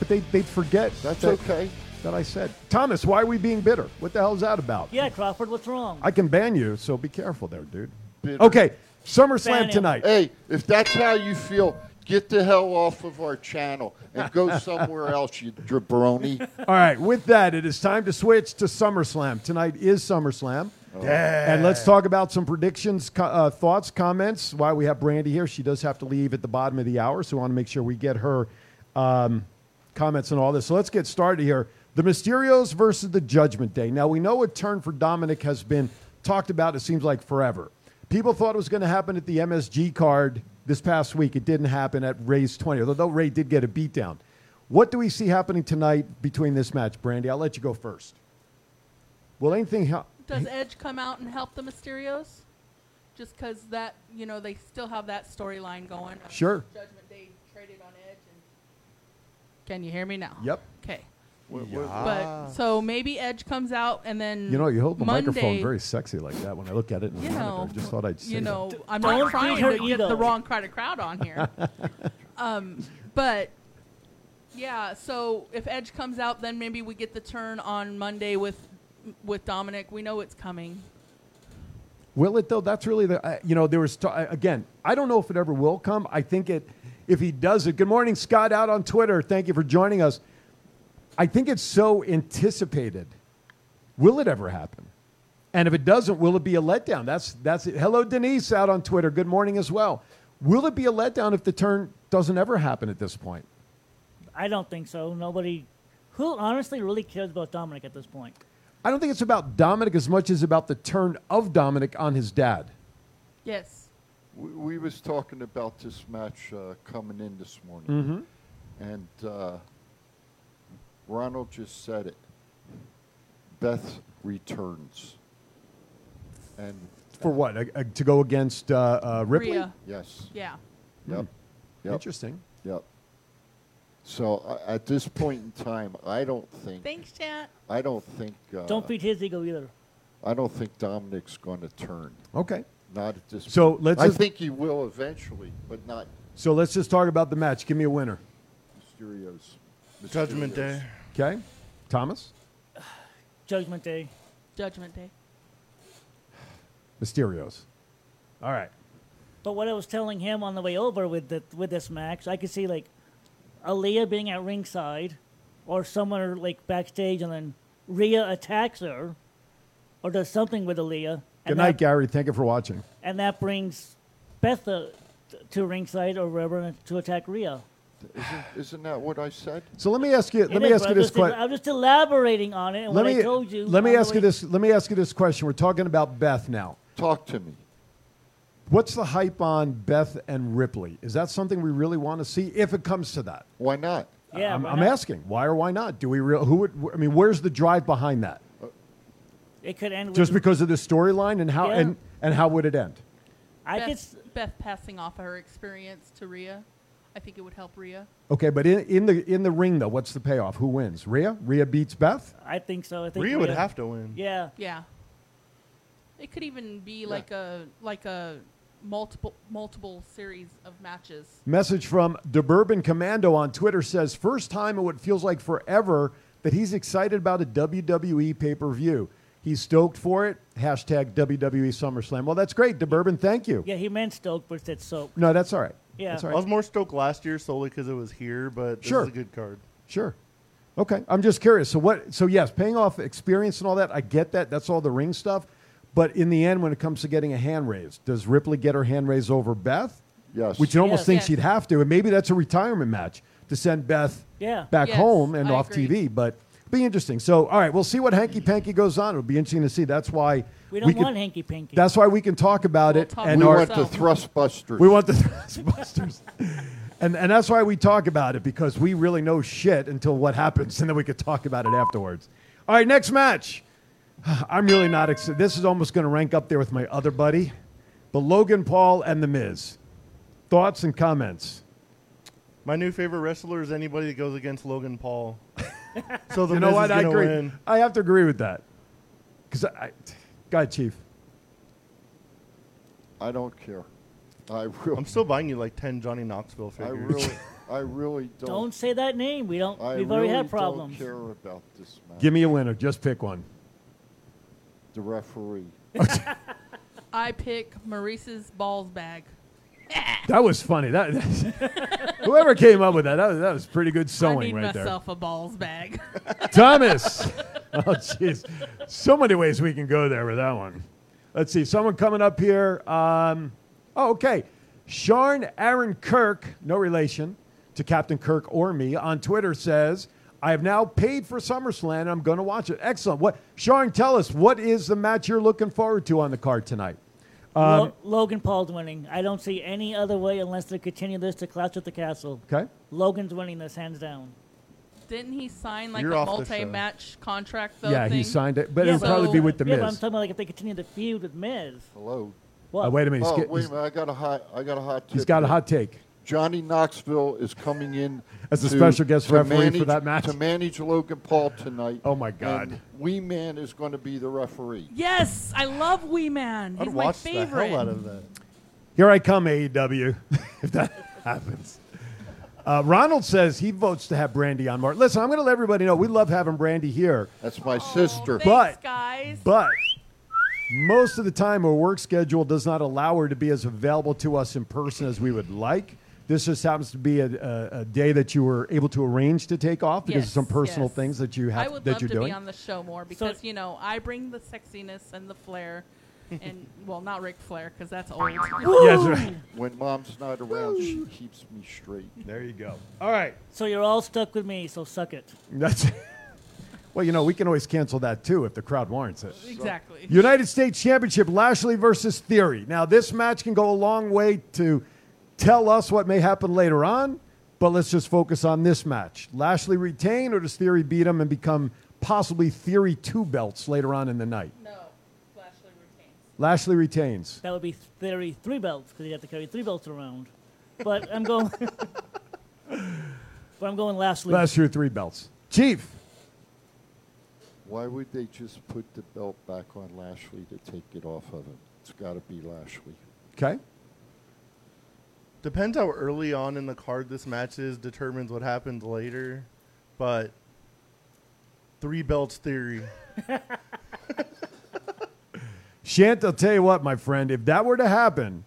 [SPEAKER 1] But they, they'd forget.
[SPEAKER 4] That's
[SPEAKER 1] that-
[SPEAKER 4] okay.
[SPEAKER 1] That I said. Thomas, why are we being bitter? What the hell's that about?
[SPEAKER 5] Yeah, Crawford, what's wrong?
[SPEAKER 1] I can ban you, so be careful there, dude.
[SPEAKER 4] Bitter.
[SPEAKER 1] Okay, SummerSlam tonight.
[SPEAKER 4] Hey, if that's how you feel, get the hell off of our channel
[SPEAKER 1] <laughs>
[SPEAKER 4] and go somewhere else, you jabroni.
[SPEAKER 1] All right, with that, it is time to switch to SummerSlam. Tonight is SummerSlam.
[SPEAKER 4] Yeah.
[SPEAKER 1] And let's talk about some predictions, co- uh, thoughts, comments. Why we have Brandy here. She does have to leave at the bottom of the hour, so we want to make sure we get her um, comments and all this. So let's get started here. The Mysterios versus the Judgment Day. Now, we know a turn for Dominic has been talked about, it seems like forever. People thought it was going to happen at the MSG card this past week. It didn't happen at Ray's 20, although Ray did get a beatdown. What do we see happening tonight between this match, Brandy? I'll let you go first. Will anything help?
[SPEAKER 15] Does Edge come out and help the Mysterios? Just because that, you know, they still have that storyline going. of
[SPEAKER 1] Sure.
[SPEAKER 15] Judgment Day traded on Edge. And Can you hear me now?
[SPEAKER 1] Yep.
[SPEAKER 15] Okay.
[SPEAKER 1] Wha-
[SPEAKER 15] But
[SPEAKER 1] wha- Ah.
[SPEAKER 15] so maybe Edge comes out and then
[SPEAKER 1] You know, you hold the
[SPEAKER 15] Monday,
[SPEAKER 1] microphone very sexy like that when I look at it. In the
[SPEAKER 15] You
[SPEAKER 1] monitor.
[SPEAKER 15] know,
[SPEAKER 1] I just thought I'd say
[SPEAKER 15] you
[SPEAKER 1] that.
[SPEAKER 15] know, I'm
[SPEAKER 5] Don't
[SPEAKER 15] not
[SPEAKER 5] feed
[SPEAKER 15] trying
[SPEAKER 5] her
[SPEAKER 15] to get
[SPEAKER 5] ego.
[SPEAKER 15] the wrong kind of crowd on
[SPEAKER 1] <laughs>
[SPEAKER 15] here. um, but yeah, so if Edge comes out, then maybe we get the turn on Monday with with Dominic. We know it's coming.
[SPEAKER 1] Will it though? That's really the uh, you know there was t- uh, again. I don't know if it ever will come. I think it if he does it. Good morning, Scott, out on Twitter. Thank you for joining us. I think it's so anticipated. Will it ever happen? And if it doesn't, will it be a letdown? That's that's it. Hello, Denise, out on Twitter. Good morning as well. Will it be a letdown if the turn doesn't ever happen at this point?
[SPEAKER 5] I don't think so. Nobody, who honestly really cares about Dominic at this point?
[SPEAKER 1] I don't think it's about Dominic as much as about the turn of Dominic on his dad.
[SPEAKER 15] Yes.
[SPEAKER 4] We, we was talking about this match uh, coming in this morning,
[SPEAKER 1] Mhm.
[SPEAKER 4] and uh, Ronald just said it. Beth returns, and
[SPEAKER 1] For what? Uh, uh, to go against uh, uh, Ripley? Hmm.
[SPEAKER 15] Rhea.
[SPEAKER 4] Yes.
[SPEAKER 15] Yeah.
[SPEAKER 4] Yep. Yep.
[SPEAKER 1] Interesting.
[SPEAKER 4] Yep. So uh, at this point in time, I don't think
[SPEAKER 15] Thanks, chat.
[SPEAKER 4] I don't think uh,
[SPEAKER 5] don't feed his ego either.
[SPEAKER 4] I don't think Dominic's going to turn.
[SPEAKER 1] Okay.
[SPEAKER 4] Not at this.
[SPEAKER 1] So
[SPEAKER 4] point.
[SPEAKER 1] let's
[SPEAKER 4] I
[SPEAKER 1] just-
[SPEAKER 4] think he will eventually, but not
[SPEAKER 1] So let's just talk about the match. Give me a winner.
[SPEAKER 4] Mysterio's.
[SPEAKER 3] Judgment Day.
[SPEAKER 1] Okay. Thomas?
[SPEAKER 5] Judgment Day.
[SPEAKER 15] Judgment Day.
[SPEAKER 1] Mysterios. All right.
[SPEAKER 5] But what I was telling him on the way over with the, with this match, I could see like Aaliyah being at ringside, or someone like backstage, and then Rhea attacks her, or does something with Aaliyah.
[SPEAKER 1] Good
[SPEAKER 5] And
[SPEAKER 1] night,
[SPEAKER 5] that,
[SPEAKER 1] Gary. Thank you for watching.
[SPEAKER 5] and that brings Beth uh, t- to ringside or wherever and to attack Rhea.
[SPEAKER 4] Isn't, isn't that what I said?
[SPEAKER 1] So let me ask you. Let
[SPEAKER 5] It
[SPEAKER 1] me
[SPEAKER 5] is,
[SPEAKER 1] ask
[SPEAKER 5] but
[SPEAKER 1] you
[SPEAKER 5] I'm
[SPEAKER 1] this
[SPEAKER 5] just el-
[SPEAKER 1] question.
[SPEAKER 5] I'm just elaborating on it. And
[SPEAKER 1] Let
[SPEAKER 5] what
[SPEAKER 1] me,
[SPEAKER 5] I told you.
[SPEAKER 1] let me
[SPEAKER 5] on the
[SPEAKER 1] ask you
[SPEAKER 5] way-
[SPEAKER 1] this. Let me ask you this question. We're talking about Beth now.
[SPEAKER 4] Talk to me.
[SPEAKER 1] What's the hype on Beth and Ripley? Is that something we really want to see? If it comes to that,
[SPEAKER 4] why not?
[SPEAKER 5] Yeah,
[SPEAKER 1] I'm,
[SPEAKER 5] why
[SPEAKER 1] I'm
[SPEAKER 5] not?
[SPEAKER 1] asking why or why not? Do we real? Who would? I mean, where's the drive behind that?
[SPEAKER 5] Uh, It could end
[SPEAKER 1] Just
[SPEAKER 5] with,
[SPEAKER 1] because of the storyline and how
[SPEAKER 5] Yeah.
[SPEAKER 1] and, and how would it end?
[SPEAKER 5] I
[SPEAKER 15] Beth,
[SPEAKER 5] could
[SPEAKER 15] Beth passing off her experience to Rhea. I think it would help Rhea.
[SPEAKER 1] Okay, but in, in the in the ring though, what's the payoff? Who wins? Rhea? Rhea beats Beth.
[SPEAKER 5] I think so. I think
[SPEAKER 1] Rhea would have to win.
[SPEAKER 5] Yeah.
[SPEAKER 15] Yeah. It could even be like a like a multiple multiple series of matches.
[SPEAKER 1] Message from the Bourbon Commando on Twitter says first time in what feels like forever that he's excited about a WWE pay per view. E He's stoked for it. Hashtag WWE SummerSlam. Well, that's great, DeBourbon. Thank you.
[SPEAKER 5] Yeah, he meant Stoke, but said soap.
[SPEAKER 1] No, that's all right.
[SPEAKER 5] Yeah.
[SPEAKER 1] That's all
[SPEAKER 3] I
[SPEAKER 1] right.
[SPEAKER 3] was more stoked last year solely because it was here, but this
[SPEAKER 1] Sure.
[SPEAKER 3] is a good card.
[SPEAKER 1] Sure. Okay. I'm just curious. So what so yes, paying off experience and all that, I get that. That's all the ring stuff. But in the end, when it comes to getting a hand raise, does Ripley get her hand raise over Beth?
[SPEAKER 4] Yes.
[SPEAKER 1] Which you almost
[SPEAKER 5] Yes.
[SPEAKER 1] think
[SPEAKER 5] Yes.
[SPEAKER 1] she'd have to, and maybe that's a retirement match to send Beth
[SPEAKER 5] Yeah.
[SPEAKER 1] back
[SPEAKER 5] Yes,
[SPEAKER 1] home and
[SPEAKER 5] I
[SPEAKER 1] off
[SPEAKER 5] agree.
[SPEAKER 1] TV. But be interesting. So all right, we'll see what hanky panky goes on. It'll be interesting to see. That's why
[SPEAKER 5] We don't
[SPEAKER 1] can-
[SPEAKER 5] want hanky panky.
[SPEAKER 1] That's why we can talk about it.
[SPEAKER 5] talk
[SPEAKER 1] and
[SPEAKER 5] We
[SPEAKER 1] our-
[SPEAKER 5] want the
[SPEAKER 4] thrustbusters.
[SPEAKER 1] We <laughs> want the <laughs> thrustbusters. and and that's why we talk about it because we really know shit until what happens, and then we could talk about it afterwards. All right, next match. <sighs> I'm really not excited. This is almost going to rank up there with my other buddy, but Logan Paul and The Miz. Thoughts and comments.
[SPEAKER 3] My new favorite wrestler is anybody that goes against Logan
[SPEAKER 1] <laughs>
[SPEAKER 3] Paul. so the
[SPEAKER 1] you know
[SPEAKER 3] Miz
[SPEAKER 1] what?
[SPEAKER 3] Is
[SPEAKER 1] I
[SPEAKER 3] gonna
[SPEAKER 1] agree.
[SPEAKER 3] Win.
[SPEAKER 1] I have to agree with that. Because I, I, go ahead, Chief.
[SPEAKER 4] I don't care. I will.
[SPEAKER 3] I'm still buying you like ten Johnny Knoxville
[SPEAKER 4] I
[SPEAKER 3] figures.
[SPEAKER 4] really,
[SPEAKER 3] <laughs>
[SPEAKER 4] I really don't.
[SPEAKER 5] Don't say that name. We don't.
[SPEAKER 4] I
[SPEAKER 5] we've already
[SPEAKER 4] really
[SPEAKER 5] had problems.
[SPEAKER 4] Don't care about this match.
[SPEAKER 1] Give me a winner. Just pick one.
[SPEAKER 4] the referee.
[SPEAKER 15] I pick Maurice's balls bag.
[SPEAKER 1] That was funny. That, <laughs> whoever came up with that, that was, that was pretty good
[SPEAKER 15] I
[SPEAKER 1] sewing
[SPEAKER 15] need
[SPEAKER 1] right there.
[SPEAKER 15] myself a balls bag. <laughs>
[SPEAKER 1] Thomas. <laughs> oh, jeez. So many ways we can go there with that one. Let's see. Someone coming up here. Um, oh, okay. Sharn Aaron Kirk, no relation to Captain Kirk or me, on Twitter says, I have now paid for SummerSlam. I'm going to watch it. Excellent. What, Sharn, tell us, what is the match you're looking forward to on the card tonight? Um,
[SPEAKER 5] Lo- Logan Paul's winning. I don't see any other way unless they continue this to Clash at the Castle.
[SPEAKER 1] Okay.
[SPEAKER 5] Logan's winning this hands down.
[SPEAKER 15] Didn't he sign like
[SPEAKER 1] You're
[SPEAKER 15] a
[SPEAKER 1] off the show.
[SPEAKER 15] multi-match contract though?
[SPEAKER 1] Yeah, he
[SPEAKER 15] thing?
[SPEAKER 1] signed it, but it'll probably be with The
[SPEAKER 5] yeah, But I'm
[SPEAKER 1] Miz.
[SPEAKER 5] talking about like if they continue the feud with Miz.
[SPEAKER 4] Hello.
[SPEAKER 5] What?
[SPEAKER 1] Uh, wait a minute.
[SPEAKER 4] Oh,
[SPEAKER 1] He's, get-
[SPEAKER 4] wait
[SPEAKER 1] he's-
[SPEAKER 4] a minute. I got a hot. I got a hot.
[SPEAKER 1] he's
[SPEAKER 4] tip
[SPEAKER 1] got a
[SPEAKER 4] here.
[SPEAKER 1] hot take.
[SPEAKER 4] Johnny Knoxville is coming in
[SPEAKER 1] As a
[SPEAKER 4] to-
[SPEAKER 1] special guest
[SPEAKER 4] to
[SPEAKER 1] referee for
[SPEAKER 4] manage-
[SPEAKER 1] that match?
[SPEAKER 4] to manage Logan Paul tonight.
[SPEAKER 1] Oh my God.
[SPEAKER 4] And Wee Man is going to be the referee.
[SPEAKER 15] Yes, I love Wee Man. He's my favorite.
[SPEAKER 4] that.
[SPEAKER 1] Here I come, AEW, <laughs> if that happens. Uh, Ronald says he votes to have Brandy on Martin. Listen, I'm going to let everybody know we love having Brandy here.
[SPEAKER 4] That's my sister.
[SPEAKER 1] but,
[SPEAKER 15] guys.
[SPEAKER 1] but most of the time, her work schedule does not allow her to be as available to us in person as we would like. This just happens to be a, a, a day that you were able to arrange to take off because of
[SPEAKER 15] Yes,
[SPEAKER 1] some personal
[SPEAKER 15] yes.
[SPEAKER 1] things that you have
[SPEAKER 15] I would
[SPEAKER 1] that
[SPEAKER 15] love
[SPEAKER 1] you're
[SPEAKER 15] to
[SPEAKER 1] doing.
[SPEAKER 15] be on the show more because you know I bring the sexiness and the
[SPEAKER 5] <laughs>
[SPEAKER 15] flair, and well, not Ric Flair because that's old.
[SPEAKER 1] Yes, right.
[SPEAKER 4] When mom's not around, she keeps me straight.
[SPEAKER 1] There you go. All right.
[SPEAKER 5] So you're all stuck with me. So suck it.
[SPEAKER 1] That's <laughs> well, you know, we can always cancel that too if the crowd warrants it.
[SPEAKER 5] Exactly.
[SPEAKER 1] United States Championship Lashley versus Theory. Now, this match can go a long way to tell us what may happen later on, but let's just focus on this match. Lashley retain, or does Theory beat him and become possibly Theory two belts later on in the night? No, Lashley retains. Lashley retains.
[SPEAKER 5] That would be theory three belts because you have to carry three belts around. But I'm going. <laughs> but I'm going lastly.
[SPEAKER 1] Last year, three belts. Chief.
[SPEAKER 4] Why would they just put the belt back on Lashley to take it off of him? It's got to be Lashley.
[SPEAKER 1] Okay.
[SPEAKER 3] Depends how early on in the card this match is determines what happens later, but three belts theory.
[SPEAKER 1] Shant, I'll tell you what, my friend, if that were to happen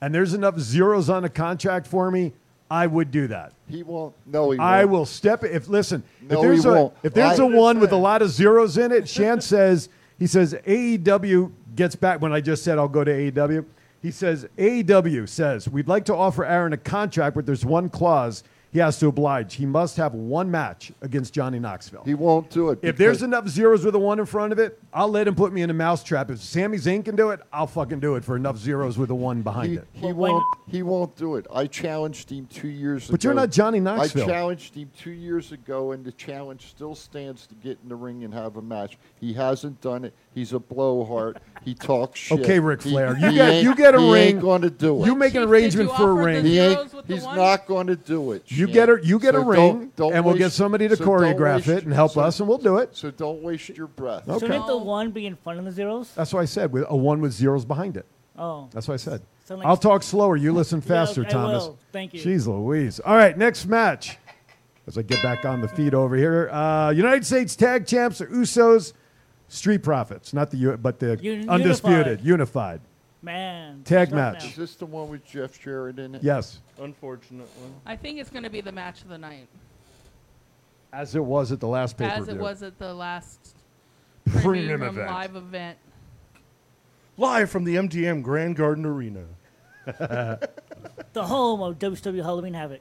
[SPEAKER 1] and there's enough zeros on a contract for me, I would do that.
[SPEAKER 4] He won't. No, he won't.
[SPEAKER 1] I will step if listen,
[SPEAKER 4] No,
[SPEAKER 1] if there's
[SPEAKER 4] he
[SPEAKER 1] a
[SPEAKER 4] won't.
[SPEAKER 1] if there's
[SPEAKER 4] I
[SPEAKER 1] a one with a lot of zeros in it, Shant <laughs> says he says AEW gets back when I just said I'll go to AEW. He says AEW says we'd like to offer Aaron a contract, but there's one clause he has to oblige. He must have one match against Johnny Knoxville.
[SPEAKER 4] He won't do it.
[SPEAKER 1] If there's
[SPEAKER 4] because-
[SPEAKER 1] enough zeros with a one in front of it, I'll let him put me in a mousetrap. If Sami Zayn can do it, I'll fucking do it for enough zeros with a one behind
[SPEAKER 4] he,
[SPEAKER 1] it.
[SPEAKER 4] he won't. He won't do it. I challenged him two years ago.
[SPEAKER 1] But you're not Johnny Knoxville.
[SPEAKER 4] I challenged him two years ago, and the challenge still stands to get in the ring and have a match. He hasn't done it. He's a blowhard. He talks shit.
[SPEAKER 1] Okay, Ric
[SPEAKER 4] He-
[SPEAKER 1] Flair, you
[SPEAKER 4] he
[SPEAKER 1] get-
[SPEAKER 4] ain't-
[SPEAKER 1] you get a
[SPEAKER 4] he
[SPEAKER 1] ring.
[SPEAKER 4] Ain't going to do it.
[SPEAKER 1] You make an Chief, did arrangement you for a offer the ring.
[SPEAKER 4] He ain't-
[SPEAKER 1] zeros with the
[SPEAKER 4] he's
[SPEAKER 1] one?
[SPEAKER 4] not going to do it.
[SPEAKER 1] You
[SPEAKER 4] Shan.
[SPEAKER 1] get a you get a
[SPEAKER 4] So
[SPEAKER 1] ring,
[SPEAKER 4] don't- don't
[SPEAKER 1] and we'll get
[SPEAKER 4] waste-
[SPEAKER 1] somebody to
[SPEAKER 4] so don't
[SPEAKER 1] choreograph
[SPEAKER 4] waste
[SPEAKER 1] it and help
[SPEAKER 4] so-
[SPEAKER 1] us, and we'll do it.
[SPEAKER 4] So don't waste your breath.
[SPEAKER 1] Okay.
[SPEAKER 5] Shouldn't the one be in front of the zeros?
[SPEAKER 1] That's why I said with a one with zeros behind it.
[SPEAKER 5] Oh.
[SPEAKER 1] That's what I said.
[SPEAKER 5] So like-
[SPEAKER 1] I'll talk slower. You listen faster,
[SPEAKER 5] I
[SPEAKER 1] Thomas.
[SPEAKER 5] will. Thank you.
[SPEAKER 1] Jeez Louise. All right, next match. As I get back on the feed over here, uh, United States Tag Champs, the Usos Street Profits, not the U- but the
[SPEAKER 5] Un-
[SPEAKER 1] undisputed,
[SPEAKER 5] Unified.
[SPEAKER 1] unified.
[SPEAKER 5] Man.
[SPEAKER 1] Tag
[SPEAKER 5] shut
[SPEAKER 1] match.
[SPEAKER 5] down.
[SPEAKER 4] Is this the one with Jeff Jarrett in it?
[SPEAKER 1] Yes.
[SPEAKER 3] Unfortunately.
[SPEAKER 2] I think it's going to be the match of the night,
[SPEAKER 1] As it was at the last pay per
[SPEAKER 2] as it was at the last
[SPEAKER 3] Premium
[SPEAKER 2] Premium
[SPEAKER 3] event.
[SPEAKER 2] live event.
[SPEAKER 3] Live from the MGM Grand Garden Arena.
[SPEAKER 1] <laughs>
[SPEAKER 5] The home of WCW Halloween Havoc.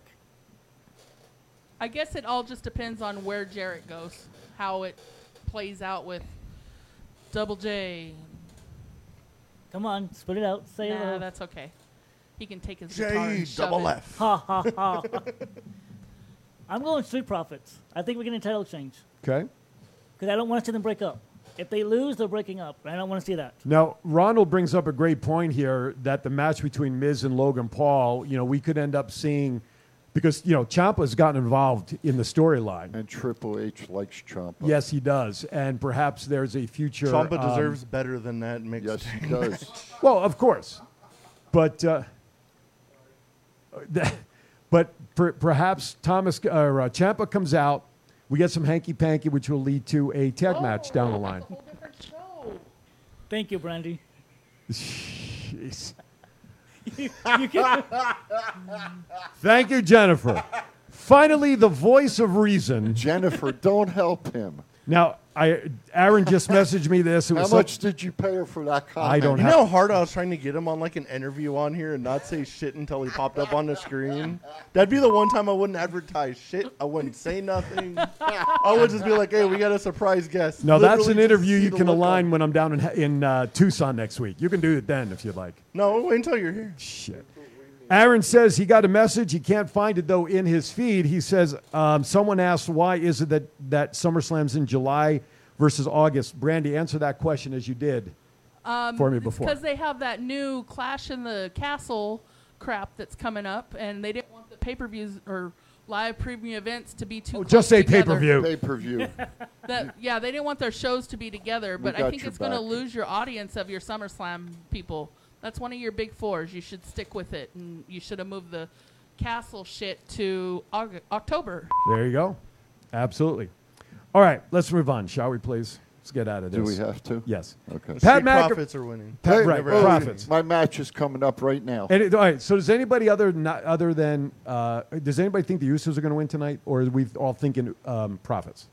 [SPEAKER 2] I guess it all just depends on where Jarrett goes, how it plays out with Double J.
[SPEAKER 5] Come on, split it out. Say
[SPEAKER 2] nah,
[SPEAKER 5] hello.
[SPEAKER 2] that's okay. He can take his
[SPEAKER 5] J
[SPEAKER 2] guitar and shove
[SPEAKER 5] double
[SPEAKER 2] it.
[SPEAKER 5] F. Ha, ha, ha. <laughs> I'm going Street Profits. I think we're getting a title change
[SPEAKER 1] Okay.
[SPEAKER 5] because I don't want to see them break up. If they lose, they're breaking up. and I don't want to see that.
[SPEAKER 1] Now, Ronald brings up a great point here that the match between Miz and Logan Paul, you know, we could end up seeing because, you know, Ciampa's gotten involved in the storyline.
[SPEAKER 4] And Triple H likes Ciampa.
[SPEAKER 1] Yes, he does. And perhaps there's a future.
[SPEAKER 3] Ciampa
[SPEAKER 1] um,
[SPEAKER 3] deserves better than that mixed
[SPEAKER 4] Yes, he does.
[SPEAKER 3] <laughs>
[SPEAKER 1] Well, of course. But uh, <laughs> that- but per, perhaps Thomas or uh, Champa comes out. We get some hanky panky, which will lead to a tag match down the line.
[SPEAKER 5] Thank you, Brandy.
[SPEAKER 1] Jeez.
[SPEAKER 5] you, you can,
[SPEAKER 1] Thank you, Jennifer. Finally, the voice of reason.
[SPEAKER 4] Jennifer, don't help him.
[SPEAKER 1] Now, I Aaron just messaged me this. It
[SPEAKER 4] How
[SPEAKER 1] was
[SPEAKER 4] much
[SPEAKER 1] such-
[SPEAKER 4] did you pay her for that comment?
[SPEAKER 1] I don't
[SPEAKER 3] you
[SPEAKER 1] have-
[SPEAKER 3] know how hard I was trying to get him on like an interview on here and not say shit until he popped up on the screen. That'd be the one time I wouldn't advertise shit. I wouldn't say nothing. I would just be like, "Hey, we got a surprise guest."
[SPEAKER 1] No, that's an
[SPEAKER 3] Literally just
[SPEAKER 1] interview
[SPEAKER 3] see
[SPEAKER 1] you
[SPEAKER 3] the
[SPEAKER 1] can
[SPEAKER 3] look on-
[SPEAKER 1] align when I'm down in, in uh, Tucson next week. You can do it then if you'd like.
[SPEAKER 3] No, wait until you're here.
[SPEAKER 1] Shit. Aaron says he got a message. He can't find it though in his feed. He says um, someone asked why is it that that SummerSlam's in July versus August. Brandy, answer that question as you did
[SPEAKER 2] Um,
[SPEAKER 1] for me before.
[SPEAKER 2] because they have that new Clash in the Castle crap that's coming up, and they didn't want the pay per views or live premium events to be too. close
[SPEAKER 1] Oh, just say
[SPEAKER 2] together.
[SPEAKER 1] pay-per-view.
[SPEAKER 4] Pay-per-view.
[SPEAKER 2] <laughs> That, yeah, they didn't want their shows to be together,
[SPEAKER 4] We
[SPEAKER 2] but I
[SPEAKER 4] got
[SPEAKER 2] think
[SPEAKER 4] your
[SPEAKER 2] it's going to
[SPEAKER 4] back.
[SPEAKER 2] lose your audience of your SummerSlam people. That's one of your big fours. You should stick with it, and you should have moved the castle shit to Aug October.
[SPEAKER 1] There you go. Absolutely. All right, let's move on, shall we, please? Let's get out of this.
[SPEAKER 4] Do we have to?
[SPEAKER 1] Yes.
[SPEAKER 4] Okay.
[SPEAKER 1] Pat
[SPEAKER 3] Street
[SPEAKER 1] Mc-
[SPEAKER 3] profits are winning.
[SPEAKER 1] Pat,
[SPEAKER 4] Hey,
[SPEAKER 1] right,
[SPEAKER 4] oh,
[SPEAKER 1] profits.
[SPEAKER 4] My match is coming up right now.
[SPEAKER 1] And it- all right. So does anybody other not, other than uh, does anybody think the Usos are going to win tonight, or are we all thinking um, profits?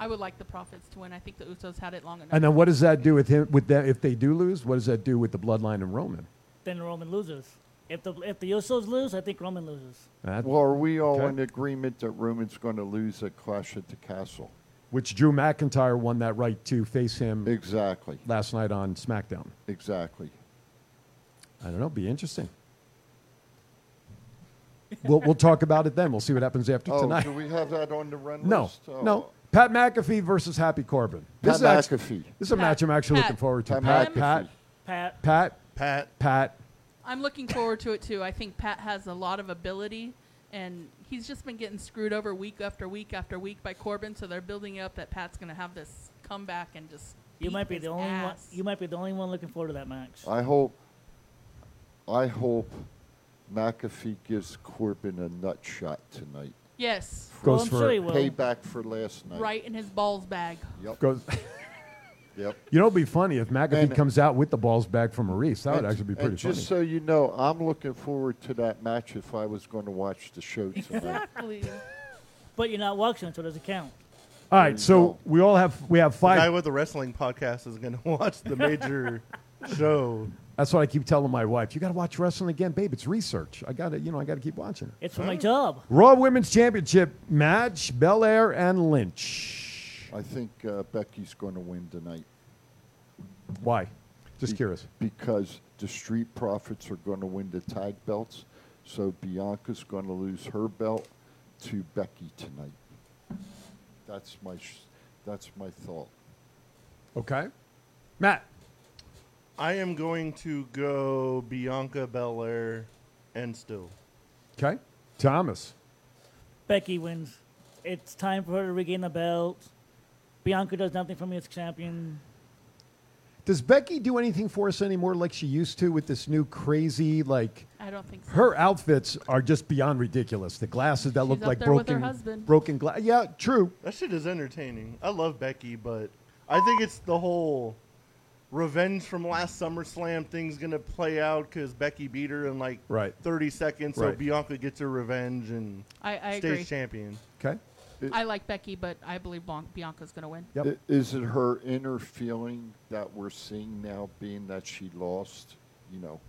[SPEAKER 2] I would like the Profits to win. I think the Usos had it long enough.
[SPEAKER 1] And then what does that do with him? With them, if they do lose, what does that do with the bloodline and Roman?
[SPEAKER 5] then Roman loses. If the if the Usos lose, I think Roman loses.
[SPEAKER 4] well, are we all
[SPEAKER 1] Okay.
[SPEAKER 4] in agreement that Roman's going to lose at Clash at the Castle?
[SPEAKER 1] Which Drew McIntyre won that right to face him
[SPEAKER 4] exactly
[SPEAKER 1] last night on SmackDown.
[SPEAKER 4] Exactly.
[SPEAKER 1] I don't know. Be interesting. we'll we'll talk about it then. We'll see what happens after
[SPEAKER 4] Oh,
[SPEAKER 1] tonight.
[SPEAKER 4] do we have that on the run
[SPEAKER 1] No,
[SPEAKER 4] list? Oh.
[SPEAKER 1] no. Pat McAfee versus Happy Corbin.
[SPEAKER 4] Pat
[SPEAKER 1] is act-
[SPEAKER 4] McAfee.
[SPEAKER 1] this is a
[SPEAKER 4] Pat-
[SPEAKER 1] match I'm actually
[SPEAKER 2] Pat.
[SPEAKER 1] looking forward to.
[SPEAKER 4] Pat
[SPEAKER 1] Pat,
[SPEAKER 4] McAfee.
[SPEAKER 1] Pat,
[SPEAKER 5] Pat.
[SPEAKER 1] Pat,
[SPEAKER 3] Pat,
[SPEAKER 1] Pat.
[SPEAKER 2] I'm looking forward to it too. I think Pat has a lot of ability, and he's just been getting screwed over week after week after week by Corbin. So they're building up that Pat's going to have this comeback and just.
[SPEAKER 5] You
[SPEAKER 2] beat
[SPEAKER 5] might be
[SPEAKER 2] his
[SPEAKER 5] the only one.
[SPEAKER 2] ass.
[SPEAKER 5] You might be the only one looking forward to that match.
[SPEAKER 4] I hope. I hope McAfee gives Corbin a nut shot tonight.
[SPEAKER 2] Yes.
[SPEAKER 1] Goes Well, I'm for- sure he will.
[SPEAKER 4] payback for last night.
[SPEAKER 2] Right in his balls bag.
[SPEAKER 4] Yep.
[SPEAKER 1] Goes.
[SPEAKER 4] <laughs> Yep.
[SPEAKER 1] You know, it'd be funny if McAfee
[SPEAKER 4] And-
[SPEAKER 1] comes out with the balls back from Maurice. That would
[SPEAKER 4] And-
[SPEAKER 1] actually be pretty
[SPEAKER 4] and
[SPEAKER 1] funny.
[SPEAKER 4] just so you know, I'm looking forward to that match if I was going to watch
[SPEAKER 5] <laughs>
[SPEAKER 4] the show tonight.
[SPEAKER 5] Exactly. but you're not watching, so it doesn't count.
[SPEAKER 1] all right, so we all have we have
[SPEAKER 3] The guy
[SPEAKER 1] five.
[SPEAKER 3] with the wrestling podcast is going to <laughs> watch the major show.
[SPEAKER 1] That's what I keep telling my wife. You got to watch wrestling again, babe. It's research. I got to, you know, I got to keep watching it.
[SPEAKER 5] It's for my job.
[SPEAKER 1] Raw Women's Championship match: Bel Air and Lynch.
[SPEAKER 4] I think uh, Becky's going to win tonight.
[SPEAKER 1] Why? Just curious.
[SPEAKER 4] Because the Street Profits are going to win the tag belts, so Bianca's going to lose her belt to Becky tonight. That's my sh- that's my thought.
[SPEAKER 1] Okay. Matt.
[SPEAKER 3] I am going to go Bianca Belair and still.
[SPEAKER 1] Okay, Thomas.
[SPEAKER 5] Becky wins. It's time for her to regain the belt. Bianca does nothing for me as champion.
[SPEAKER 1] Does Becky do anything for us anymore like she used to with this new crazy like?
[SPEAKER 2] I don't think so.
[SPEAKER 1] Her outfits are just beyond ridiculous. The glasses that look
[SPEAKER 2] up
[SPEAKER 1] like
[SPEAKER 2] there with her
[SPEAKER 1] broken,
[SPEAKER 2] husband.
[SPEAKER 1] broken glass. Yeah, true.
[SPEAKER 3] That shit is entertaining. I love Becky, but I think it's the whole revenge from last SummerSlam thing's gonna play out because Becky beat her in like
[SPEAKER 1] Right.
[SPEAKER 3] 30 seconds, so
[SPEAKER 1] Right.
[SPEAKER 3] Bianca gets her revenge and
[SPEAKER 15] I- I
[SPEAKER 3] stays
[SPEAKER 15] agree.
[SPEAKER 3] champion.
[SPEAKER 1] Okay.
[SPEAKER 15] I like Becky, but I believe Bian- Bianca's going to win.
[SPEAKER 4] I- Is it her inner feeling that we're seeing now, being that she lost? You know.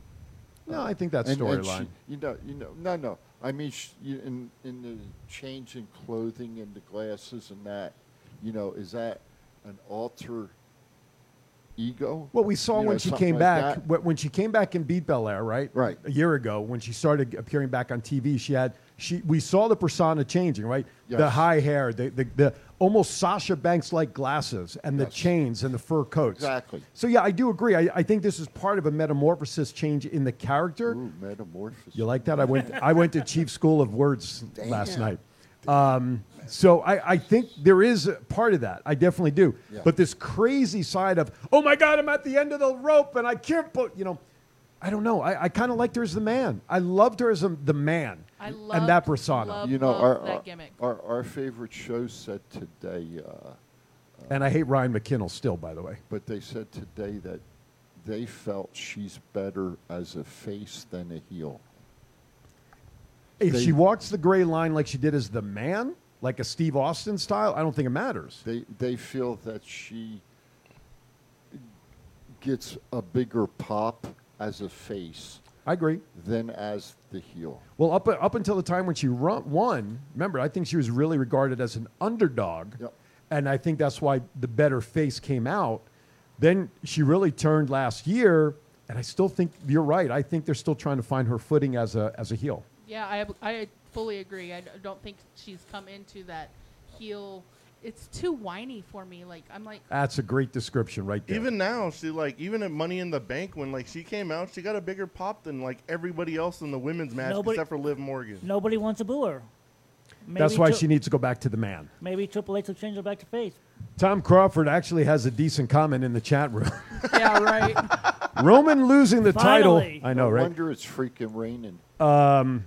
[SPEAKER 4] Uh,
[SPEAKER 1] No, I think that's
[SPEAKER 4] and- and she-
[SPEAKER 1] storyline.
[SPEAKER 4] You know, you know, no, no. I mean, sh you, in in the change in clothing and the glasses and that, you know, is that an alter ego?
[SPEAKER 1] What we saw
[SPEAKER 4] You know,
[SPEAKER 1] when she
[SPEAKER 4] something
[SPEAKER 1] came
[SPEAKER 4] like
[SPEAKER 1] back,
[SPEAKER 4] that?
[SPEAKER 1] wh- when she came back and beat Belair, right? Right. A year ago, when she started appearing back on TV, she had she. We saw the persona changing, right? The
[SPEAKER 4] Yes.
[SPEAKER 1] high hair, the the, the almost Sasha Banks like glasses, and the chains and the fur coats.
[SPEAKER 4] Exactly.
[SPEAKER 1] So yeah, I do agree. I, I think this is part of a metamorphosis change in the character.
[SPEAKER 4] Ooh, metamorphosis.
[SPEAKER 1] You like that? I went. I went to Chief School of Words
[SPEAKER 4] Damn.
[SPEAKER 1] last night. Um, so I, I think there is a part of that. I definitely do.
[SPEAKER 4] Yeah.
[SPEAKER 1] But this crazy side of, oh my God, I'm at the end of the rope and I can't, put, you know, I don't know. I, I kind of liked her as the man. I loved her as a, the man
[SPEAKER 15] I
[SPEAKER 1] and
[SPEAKER 15] loved-
[SPEAKER 1] that persona.
[SPEAKER 15] loved-
[SPEAKER 4] you know,
[SPEAKER 15] love
[SPEAKER 4] our,
[SPEAKER 15] that
[SPEAKER 4] our,
[SPEAKER 15] gimmick.
[SPEAKER 4] our our favorite show said today, uh,
[SPEAKER 1] and I hate Ryan McKinnell still, by the way.
[SPEAKER 4] but they said today that they felt she's better as a face than a heel.
[SPEAKER 1] If
[SPEAKER 4] They-
[SPEAKER 1] she walks the gray line like she did as the man, like a Steve Austin style, I don't think it matters.
[SPEAKER 4] They they feel that she gets a bigger pop as a face
[SPEAKER 1] I agree.
[SPEAKER 4] than as the heel.
[SPEAKER 1] Well, up, up until the time when she run, won, remember, I think she was really regarded as an underdog. And I think that's why the better face came out. Then she really turned last year. And I still think you're right. I think they're still trying to find her footing as a, as a heel.
[SPEAKER 15] Yeah, I, ab- I fully agree. I d- don't think she's come into that heel. It's too whiny for me. Like I'm like,
[SPEAKER 1] That's a great description right there.
[SPEAKER 3] Even now, she like even at Money in the Bank when like she came out, she got a bigger pop than like everybody else in the women's match
[SPEAKER 5] Nobody-
[SPEAKER 3] except for Liv Morgan.
[SPEAKER 5] Nobody wants to boo her.
[SPEAKER 1] that's
[SPEAKER 5] Maybe
[SPEAKER 1] why
[SPEAKER 5] Tri-
[SPEAKER 1] she needs to go back to the man.
[SPEAKER 5] Maybe Triple H will change her back to face.
[SPEAKER 1] Tom Crawford actually has a decent comment in the chat room. <laughs>
[SPEAKER 15] yeah, right.
[SPEAKER 1] Roman losing the
[SPEAKER 4] Finally.
[SPEAKER 1] title. I know,
[SPEAKER 4] No
[SPEAKER 1] right?
[SPEAKER 4] wonder it's freaking raining.
[SPEAKER 1] Um,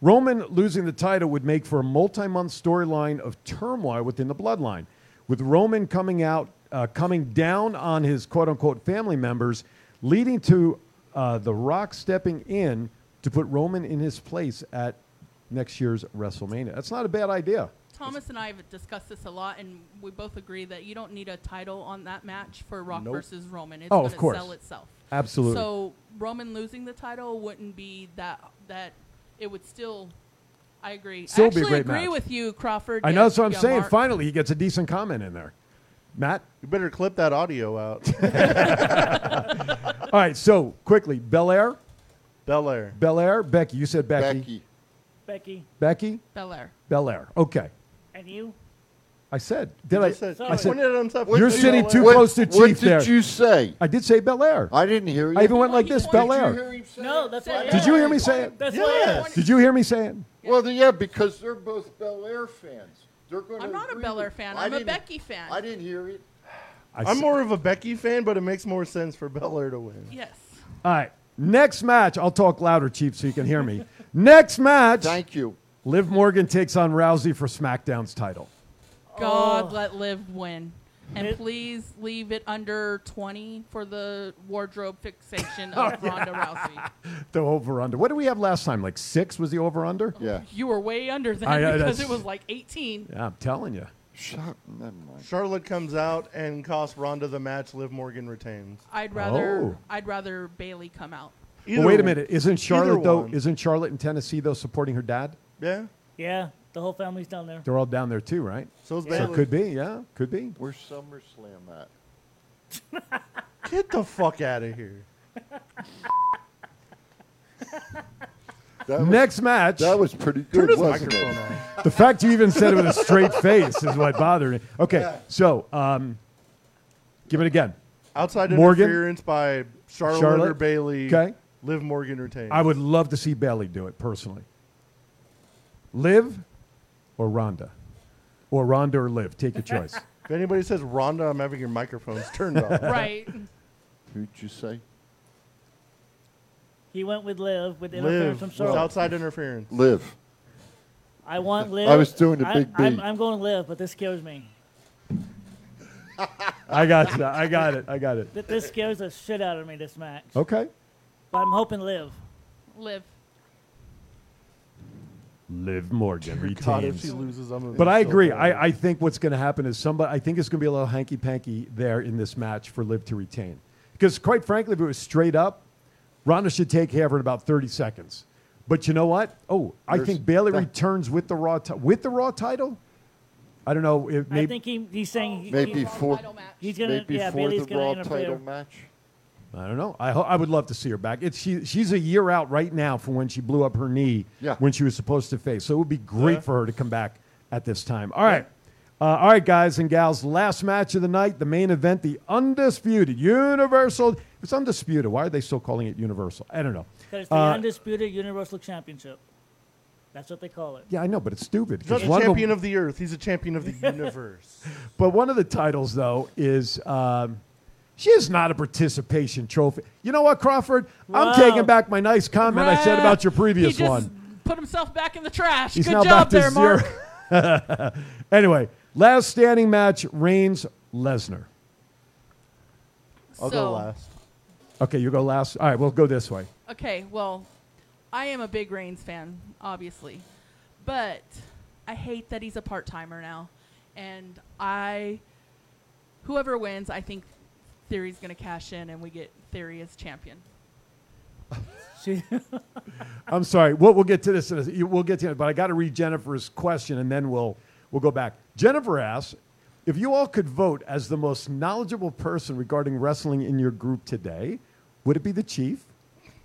[SPEAKER 1] Roman losing the title would make for a multi month storyline of turmoil within the bloodline, with Roman coming out, uh, coming down on his quote unquote family members, leading to uh, The Rock stepping in to put Roman in his place at next year's WrestleMania. That's not a bad idea.
[SPEAKER 15] Thomas and I have discussed this a lot, and we both agree that you don't need a title on that match for Rock
[SPEAKER 1] Nope.
[SPEAKER 15] versus Roman. It's
[SPEAKER 1] Oh,
[SPEAKER 15] going
[SPEAKER 1] of course.
[SPEAKER 15] to sell itself.
[SPEAKER 1] Absolutely.
[SPEAKER 15] So Roman losing the title wouldn't be that that it would still. I agree.
[SPEAKER 1] Still
[SPEAKER 15] I
[SPEAKER 1] be a
[SPEAKER 15] actually
[SPEAKER 1] great
[SPEAKER 15] agree
[SPEAKER 1] match.
[SPEAKER 15] with you, Crawford.
[SPEAKER 1] I know
[SPEAKER 15] Yes,
[SPEAKER 1] that's what I'm
[SPEAKER 15] yeah,
[SPEAKER 1] saying.
[SPEAKER 15] Mark.
[SPEAKER 1] Finally, he gets a decent comment in there. Matt?
[SPEAKER 3] You better clip that audio out.
[SPEAKER 1] <laughs>
[SPEAKER 3] <laughs>
[SPEAKER 1] All right, so quickly Belair,
[SPEAKER 3] Belair.
[SPEAKER 1] Belair, Becky. You said Becky.
[SPEAKER 4] Becky.
[SPEAKER 5] Becky,
[SPEAKER 1] Becky?
[SPEAKER 15] Belair.
[SPEAKER 1] Belair. Okay.
[SPEAKER 5] and you?
[SPEAKER 1] I said. Did I?
[SPEAKER 3] said-
[SPEAKER 1] I
[SPEAKER 3] Sorry.
[SPEAKER 1] said.
[SPEAKER 3] Pointed at himself.
[SPEAKER 1] You're
[SPEAKER 3] What did
[SPEAKER 1] sitting
[SPEAKER 3] you-
[SPEAKER 1] too
[SPEAKER 3] what-
[SPEAKER 1] close to
[SPEAKER 3] what
[SPEAKER 1] Chief.
[SPEAKER 3] did
[SPEAKER 1] there.
[SPEAKER 3] you
[SPEAKER 4] say?
[SPEAKER 1] I did say Bel Air.
[SPEAKER 4] I didn't hear you.
[SPEAKER 1] I even went like this, Bel Air.
[SPEAKER 5] No, that's what
[SPEAKER 1] Did you hear me say it?
[SPEAKER 5] That's
[SPEAKER 1] Did you hear me say it?
[SPEAKER 4] Well, then, yeah, because they're both Bel Air fans. They're going.
[SPEAKER 15] I'm not a Bel Air fan. I'm a Becky fan.
[SPEAKER 4] I didn't hear it.
[SPEAKER 1] I
[SPEAKER 3] I'm more of a Becky fan, but it makes more sense for Belair to win.
[SPEAKER 15] Yes.
[SPEAKER 1] All right. Next match. I'll talk louder, Chief, so you can hear me. Next match.
[SPEAKER 4] Thank you.
[SPEAKER 1] Liv Morgan takes on Rousey for SmackDown's title.
[SPEAKER 15] God,
[SPEAKER 5] Oh.
[SPEAKER 15] let Liv win. And please leave it under 20 for the wardrobe
[SPEAKER 1] <laughs>
[SPEAKER 15] fixation
[SPEAKER 1] Oh,
[SPEAKER 15] of Ronda Rousey.
[SPEAKER 1] The over under. What did we have last time? Like six was the over under?
[SPEAKER 4] Yeah.
[SPEAKER 15] You were way under that
[SPEAKER 1] I know,
[SPEAKER 15] because
[SPEAKER 1] that's-
[SPEAKER 15] it was like 18.
[SPEAKER 1] Yeah, I'm telling you.
[SPEAKER 4] Shut. Never mind.
[SPEAKER 3] Charlotte comes out and costs Ronda the match. Liv Morgan retains.
[SPEAKER 15] I'd rather
[SPEAKER 1] Oh.
[SPEAKER 15] I'd rather Bailey come out.
[SPEAKER 1] Well, wait a minute.
[SPEAKER 3] either
[SPEAKER 1] Isn't Charlotte though?
[SPEAKER 3] one.
[SPEAKER 1] Isn't Charlotte in Tennessee though supporting her dad?
[SPEAKER 3] Yeah.
[SPEAKER 5] Yeah, the whole family's down there.
[SPEAKER 1] They're all down there too, right?
[SPEAKER 3] So's
[SPEAKER 1] So it
[SPEAKER 3] Baylor.
[SPEAKER 1] could be. Yeah, could be.
[SPEAKER 4] Where's SummerSlam at?
[SPEAKER 3] Get the fuck out of here.
[SPEAKER 4] That
[SPEAKER 1] <laughs>
[SPEAKER 4] was-
[SPEAKER 1] Next match.
[SPEAKER 4] That was pretty
[SPEAKER 1] Turn
[SPEAKER 4] good,
[SPEAKER 1] his
[SPEAKER 4] wasn't it?
[SPEAKER 1] microphone The fact you even said it with a straight face is what bothered me. Okay,
[SPEAKER 3] Yeah.
[SPEAKER 1] so um, give it again.
[SPEAKER 3] Outside
[SPEAKER 1] Morgan?
[SPEAKER 3] interference by Charlotte, or
[SPEAKER 1] Charlotte?
[SPEAKER 3] Bailey.
[SPEAKER 1] Okay.
[SPEAKER 3] Liv Morgan retains.
[SPEAKER 1] I would love to see Bailey do it personally. Liv or Rhonda, or Rhonda or Liv. Take
[SPEAKER 15] <laughs>
[SPEAKER 1] your choice.
[SPEAKER 3] If anybody says Ronda, I'm having your microphones turned off.
[SPEAKER 15] Right.
[SPEAKER 4] Who'd you say?
[SPEAKER 5] He went with Liv with interference
[SPEAKER 3] Liv.
[SPEAKER 5] from
[SPEAKER 3] It's
[SPEAKER 5] Charlotte.
[SPEAKER 3] outside interference.
[SPEAKER 4] Live.
[SPEAKER 5] I want Liv.
[SPEAKER 4] I was doing the
[SPEAKER 5] I-
[SPEAKER 4] big
[SPEAKER 5] I'm,
[SPEAKER 4] B.
[SPEAKER 5] I'm going Liv, but this scares me.
[SPEAKER 1] I got you. I got it. I got it.
[SPEAKER 5] <laughs> Th- This scares the shit out of me, this match.
[SPEAKER 1] Okay.
[SPEAKER 5] But I'm hoping live.
[SPEAKER 15] Live.
[SPEAKER 1] Liv Morgan
[SPEAKER 3] Dear
[SPEAKER 1] retains.
[SPEAKER 3] God, if she loses, I'm gonna
[SPEAKER 1] but
[SPEAKER 3] be
[SPEAKER 1] I
[SPEAKER 3] so
[SPEAKER 1] agree.
[SPEAKER 3] mad.
[SPEAKER 1] I, I think what's going to happen is somebody. I think it's going to be a little hanky panky there in this match for Liv to retain. Because quite frankly, if it was straight up, Ronda should take care of it in about 30 seconds. But you know what? Oh, I
[SPEAKER 5] There's-
[SPEAKER 1] think Bailey returns with the raw ti- with the raw title. I don't know. It may,
[SPEAKER 5] I think he, he's saying he,
[SPEAKER 1] Maybe
[SPEAKER 5] he-
[SPEAKER 1] for-
[SPEAKER 5] he's gonna
[SPEAKER 1] maybe
[SPEAKER 5] yeah
[SPEAKER 1] for
[SPEAKER 5] Bailey's
[SPEAKER 1] the
[SPEAKER 5] gonna
[SPEAKER 1] Raw
[SPEAKER 5] interfere.
[SPEAKER 1] title match. I don't know. I, ho- I would love to see her back. It's she, she's a year out right now from when she blew up her knee
[SPEAKER 4] Yeah.
[SPEAKER 1] when she was supposed to face. So it would be great
[SPEAKER 4] Yeah.
[SPEAKER 1] for her to come back at this time. All right. Uh, all right, guys and gals. Last match of the night, the main event, the undisputed Universal. It's undisputed. Why are they still calling it Universal? I don't know.
[SPEAKER 5] 'Cause it's the
[SPEAKER 1] Uh,
[SPEAKER 5] undisputed Universal Championship. That's what they call it. <sighs>
[SPEAKER 1] yeah, I know, but it's stupid.
[SPEAKER 3] He's not
[SPEAKER 1] 'cause
[SPEAKER 3] a
[SPEAKER 1] one of them-
[SPEAKER 3] champion of the earth. He's a
[SPEAKER 1] <laughs>
[SPEAKER 3] champion of the universe.
[SPEAKER 1] But one of the titles, though, is um, she is not a participation trophy. You know what, Crawford?
[SPEAKER 2] Wow.
[SPEAKER 1] I'm taking back my nice comment I said about your previous
[SPEAKER 2] he just
[SPEAKER 1] one.
[SPEAKER 2] Put himself back in the trash.
[SPEAKER 1] He's now
[SPEAKER 2] Good job
[SPEAKER 1] back to
[SPEAKER 2] there, Mark.
[SPEAKER 1] zero. <laughs> anyway, last standing match: Reigns Lesnar.
[SPEAKER 15] I'll go So- last.
[SPEAKER 1] Okay, you go last. All right, we'll go this way.
[SPEAKER 15] Okay, well, I am a big Reigns fan, obviously. But I hate that he's a part timer now. And I whoever wins, I think Theory's gonna cash in and we get Theory as champion.
[SPEAKER 1] <laughs> I'm sorry. We'll, we'll get to this. In a, you- we'll get to it, but I got to read Jennifer's question, and then we'll we'll go back. Jennifer asks if you all could vote as the most knowledgeable person regarding wrestling in your group today. Would it be the chief?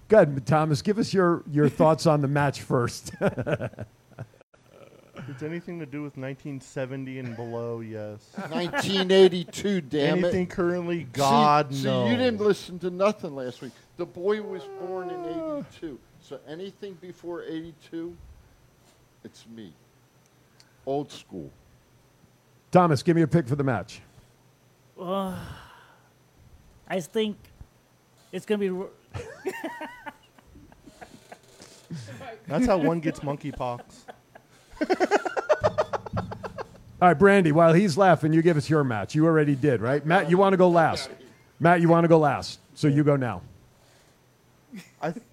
[SPEAKER 1] Go ahead, Thomas. Give us your
[SPEAKER 15] <laughs>
[SPEAKER 1] your thoughts on the match first. <laughs>
[SPEAKER 3] it's anything to do with 1970 and below, yes.
[SPEAKER 4] 1982, damn it.
[SPEAKER 3] Anything currently,
[SPEAKER 4] See-
[SPEAKER 3] God
[SPEAKER 4] see,
[SPEAKER 3] no.
[SPEAKER 4] you didn't listen to nothing last week. The boy was born in 82. So anything before 82, it's me. Old school.
[SPEAKER 1] Thomas, give me a pick for the match.
[SPEAKER 5] Ugh. I think it's gonna be. r-
[SPEAKER 3] That's how one gets monkeypox.
[SPEAKER 1] All right, Brandy. While he's laughing, you give us your match. You already did, right? Matt, you want to go last? Matt, you want to go last? So you go now. <laughs>
[SPEAKER 3] I, th-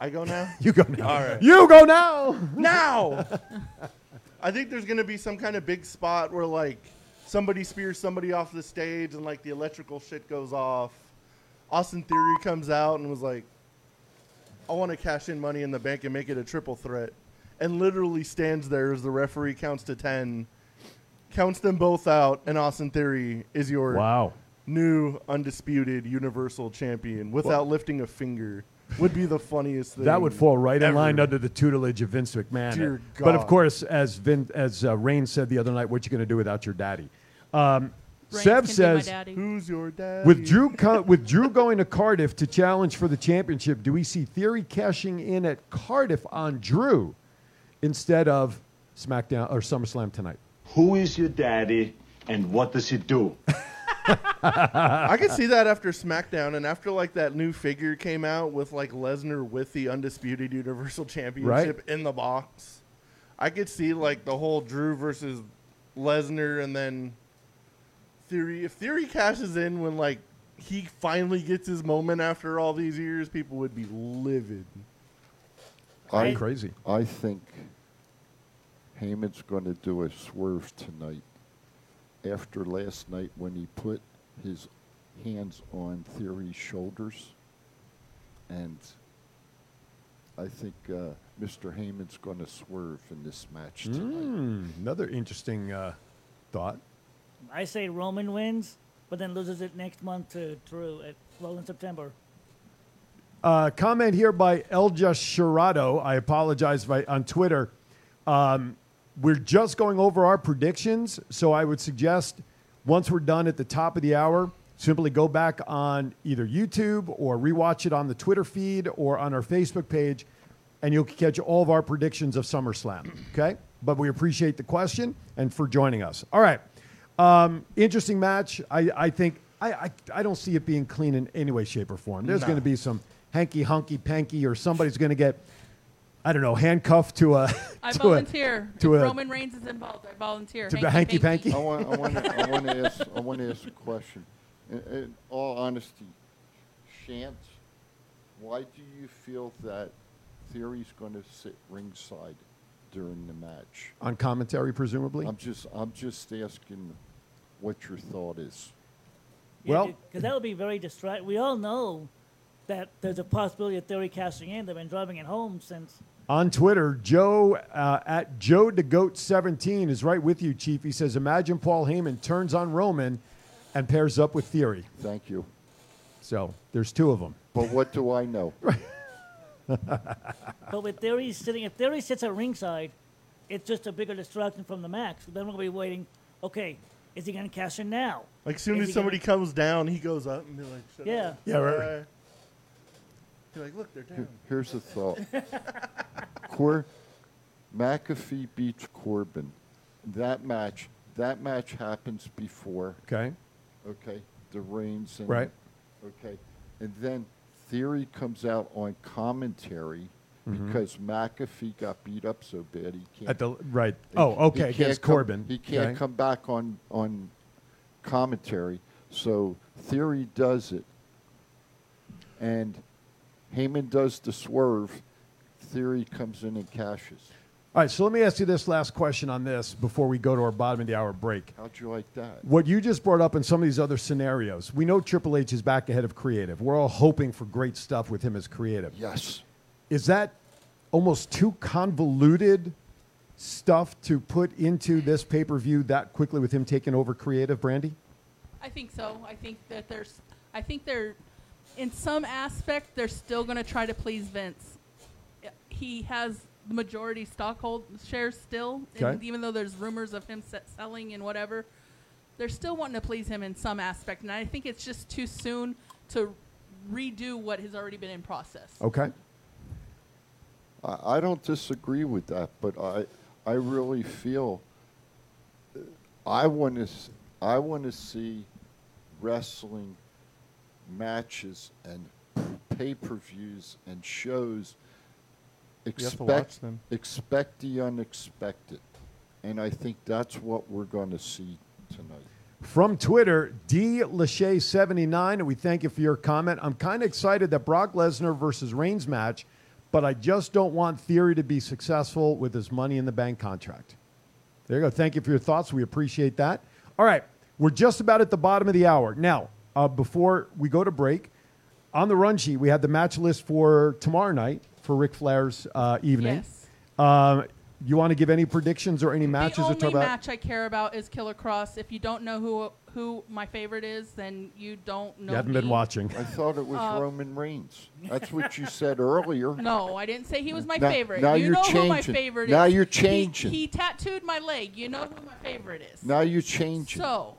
[SPEAKER 3] I go now.
[SPEAKER 1] You go now.
[SPEAKER 3] All right.
[SPEAKER 1] You go now. <laughs>
[SPEAKER 3] Now. I think there's gonna be some kind of big spot where like somebody spears somebody off the stage and like the electrical shit goes off. Austin Theory comes out and was like, "I want to cash in money in the bank and make it a triple threat," and literally stands there as the referee counts to ten, counts them both out, and Austin Theory is your
[SPEAKER 1] Wow.
[SPEAKER 3] new undisputed Universal Champion without lifting a finger. Would be the funniest thing.
[SPEAKER 1] That would fall right in
[SPEAKER 3] ever.
[SPEAKER 1] line under the tutelage of Vince McMahon.
[SPEAKER 3] Dear
[SPEAKER 1] But of
[SPEAKER 3] God.
[SPEAKER 1] course, as Vin, as uh, Rain said the other night, what you going to do without your daddy? Um, Seb
[SPEAKER 3] Reigns can be my
[SPEAKER 1] says,
[SPEAKER 3] daddy. "Who's your daddy?"
[SPEAKER 1] With Drew, co- with Drew going to Cardiff to challenge for the championship, do we see Theory cashing in at Cardiff on Drew instead of SmackDown or SummerSlam tonight?
[SPEAKER 16] Who is your daddy and what does he
[SPEAKER 1] <laughs>
[SPEAKER 16] do?
[SPEAKER 3] I could see that after SmackDown and after like that new figure came out with like Lesnar with the undisputed Universal Championship in the box. I could see like the whole Drew versus Lesnar and then Theory. If Theory cashes in when like he finally gets his moment after all these years, people would be livid.
[SPEAKER 1] I- Crazy.
[SPEAKER 4] I think Heyman's going to do a swerve tonight. After last night, when he put his hands on Theory's shoulders, and I think uh, Mr. Heyman's going to swerve in this match tonight.
[SPEAKER 1] Mm, another interesting uh, thought.
[SPEAKER 5] <laughs> I say Roman wins, but then loses it next month to Drew at well in September.
[SPEAKER 1] Uh, comment here by Elja Sherrado. I apologize if I, on Twitter. Um, we're just going over our predictions, so I would suggest once we're done at the top of the hour, simply go back on either YouTube or rewatch it on the Twitter feed or on our Facebook page, and you'll catch all of our predictions of SummerSlam. Okay? But we appreciate the question and for joining us. All right. Um, interesting match. I, I think I, I, I don't see it being clean in any way, shape, or form. There's
[SPEAKER 3] No.
[SPEAKER 1] going to be some hanky hunky panky, or somebody's going to get I don't know, handcuffed to a. <laughs>
[SPEAKER 2] I
[SPEAKER 1] to a-
[SPEAKER 2] volunteer.
[SPEAKER 1] to
[SPEAKER 2] if
[SPEAKER 1] a,
[SPEAKER 2] Roman Reigns is involved, I volunteer.
[SPEAKER 1] To the hanky
[SPEAKER 4] I want, I want, to, I want to ask, I want to ask a question. In, in all honesty, Shant, why do you feel that Theory's going to sit ringside during the match?
[SPEAKER 1] on commentary, presumably.
[SPEAKER 4] I'm just, I'm just asking what your thought is.
[SPEAKER 1] well,
[SPEAKER 5] Because that would be very distract. We all know that there's a possibility of Theory cashing in. They've been driving it home since.
[SPEAKER 1] on Twitter, Joe uh, at Joe the Goat 17 is right with you, Chief. He says, "Imagine Paul Heyman turns on Roman, and pairs up with Theory."
[SPEAKER 4] Thank you.
[SPEAKER 1] So there's two of them.
[SPEAKER 4] But what do I know?
[SPEAKER 5] But with Theory sitting, if Theory sits at ringside, it's just a bigger distraction from the match. Then we'll be waiting. Okay, is he going to cash in now?
[SPEAKER 3] Like, as soon
[SPEAKER 5] Is
[SPEAKER 3] as
[SPEAKER 5] he gonna-
[SPEAKER 3] somebody comes down, he goes up and be like, "Shut
[SPEAKER 5] Yeah.
[SPEAKER 3] up."
[SPEAKER 5] Yeah, right, right.
[SPEAKER 3] Uh, You're like, look, they're down.
[SPEAKER 4] Here- Here's a thought. Cor- McAfee beats Corbin. That match, that match happens before.
[SPEAKER 1] Okay.
[SPEAKER 4] Okay. The Reigns and
[SPEAKER 1] Right.
[SPEAKER 4] Okay. And then Theory comes out on commentary
[SPEAKER 1] Mhm.
[SPEAKER 4] because McAfee got beat up so bad he can't.
[SPEAKER 1] At the- right.
[SPEAKER 4] he-
[SPEAKER 1] Oh,
[SPEAKER 4] he
[SPEAKER 1] okay,
[SPEAKER 4] can't
[SPEAKER 1] against
[SPEAKER 4] come-
[SPEAKER 1] Corbin.
[SPEAKER 4] He can't
[SPEAKER 1] Okay.
[SPEAKER 4] come back on on commentary. So Theory does it and Heyman does the swerve. Theory comes in and cashes.
[SPEAKER 1] All right, so let me ask you this last question on this before we go to our bottom of the hour break.
[SPEAKER 4] How'd you like that?
[SPEAKER 1] What you just brought up in some of these other scenarios, we know Triple H is back ahead of creative. We're all hoping for great stuff with him as creative.
[SPEAKER 4] Yes.
[SPEAKER 1] Is that almost too convoluted stuff to put into this pay per view that quickly with him taking over creative, Brandy?
[SPEAKER 2] I think so. I think that there's. I think they're, in some aspect, they're still going to try to please Vince. He has the majority stockhold shares still, and
[SPEAKER 1] Okay.
[SPEAKER 2] even though there's rumors of him se- selling and whatever, they're still wanting to please him in some aspect. And I think it's just too soon to redo what has already been in process.
[SPEAKER 1] Okay.
[SPEAKER 4] I, I don't disagree with that, but I I really feel I want to I want to see wrestling matches and pay-per-views and shows
[SPEAKER 3] You have to
[SPEAKER 4] expect
[SPEAKER 3] watch them.
[SPEAKER 4] expect the unexpected and I think that's what we're going to see tonight.
[SPEAKER 1] From Twitter, D. Lachey79, E and we thank you for your comment. I'm kind of excited that Brock Lesnar versus Reigns match, but I just don't want Theory to be successful with his Money in the Bank contract. There you go. Thank you for your thoughts. We appreciate that. All right, we're just about at the bottom of the hour. Now, uh, before we go to break, on the run sheet, we had the match list for tomorrow night for Ric Flair's uh, evening.
[SPEAKER 2] Yes.
[SPEAKER 1] Um, you want to give any predictions or any matches
[SPEAKER 2] the
[SPEAKER 1] or
[SPEAKER 2] only
[SPEAKER 1] talk about?
[SPEAKER 2] match I care about is Killer Cross. If you don't know who who my favorite is, then you don't know.
[SPEAKER 1] you haven't been
[SPEAKER 2] me.
[SPEAKER 1] watching.
[SPEAKER 4] I thought it was
[SPEAKER 2] Uh,
[SPEAKER 4] Roman Reigns. That's what you said earlier.
[SPEAKER 2] <laughs> No, I didn't say he was my
[SPEAKER 4] Now-
[SPEAKER 2] favorite.
[SPEAKER 4] now
[SPEAKER 2] you
[SPEAKER 4] you're
[SPEAKER 2] know who my
[SPEAKER 4] changing.
[SPEAKER 2] favorite
[SPEAKER 4] Now
[SPEAKER 2] is.
[SPEAKER 4] you're
[SPEAKER 2] He-
[SPEAKER 4] changing.
[SPEAKER 2] He, tattooed my leg. You know who my favorite is.
[SPEAKER 4] Now you change it.
[SPEAKER 2] So,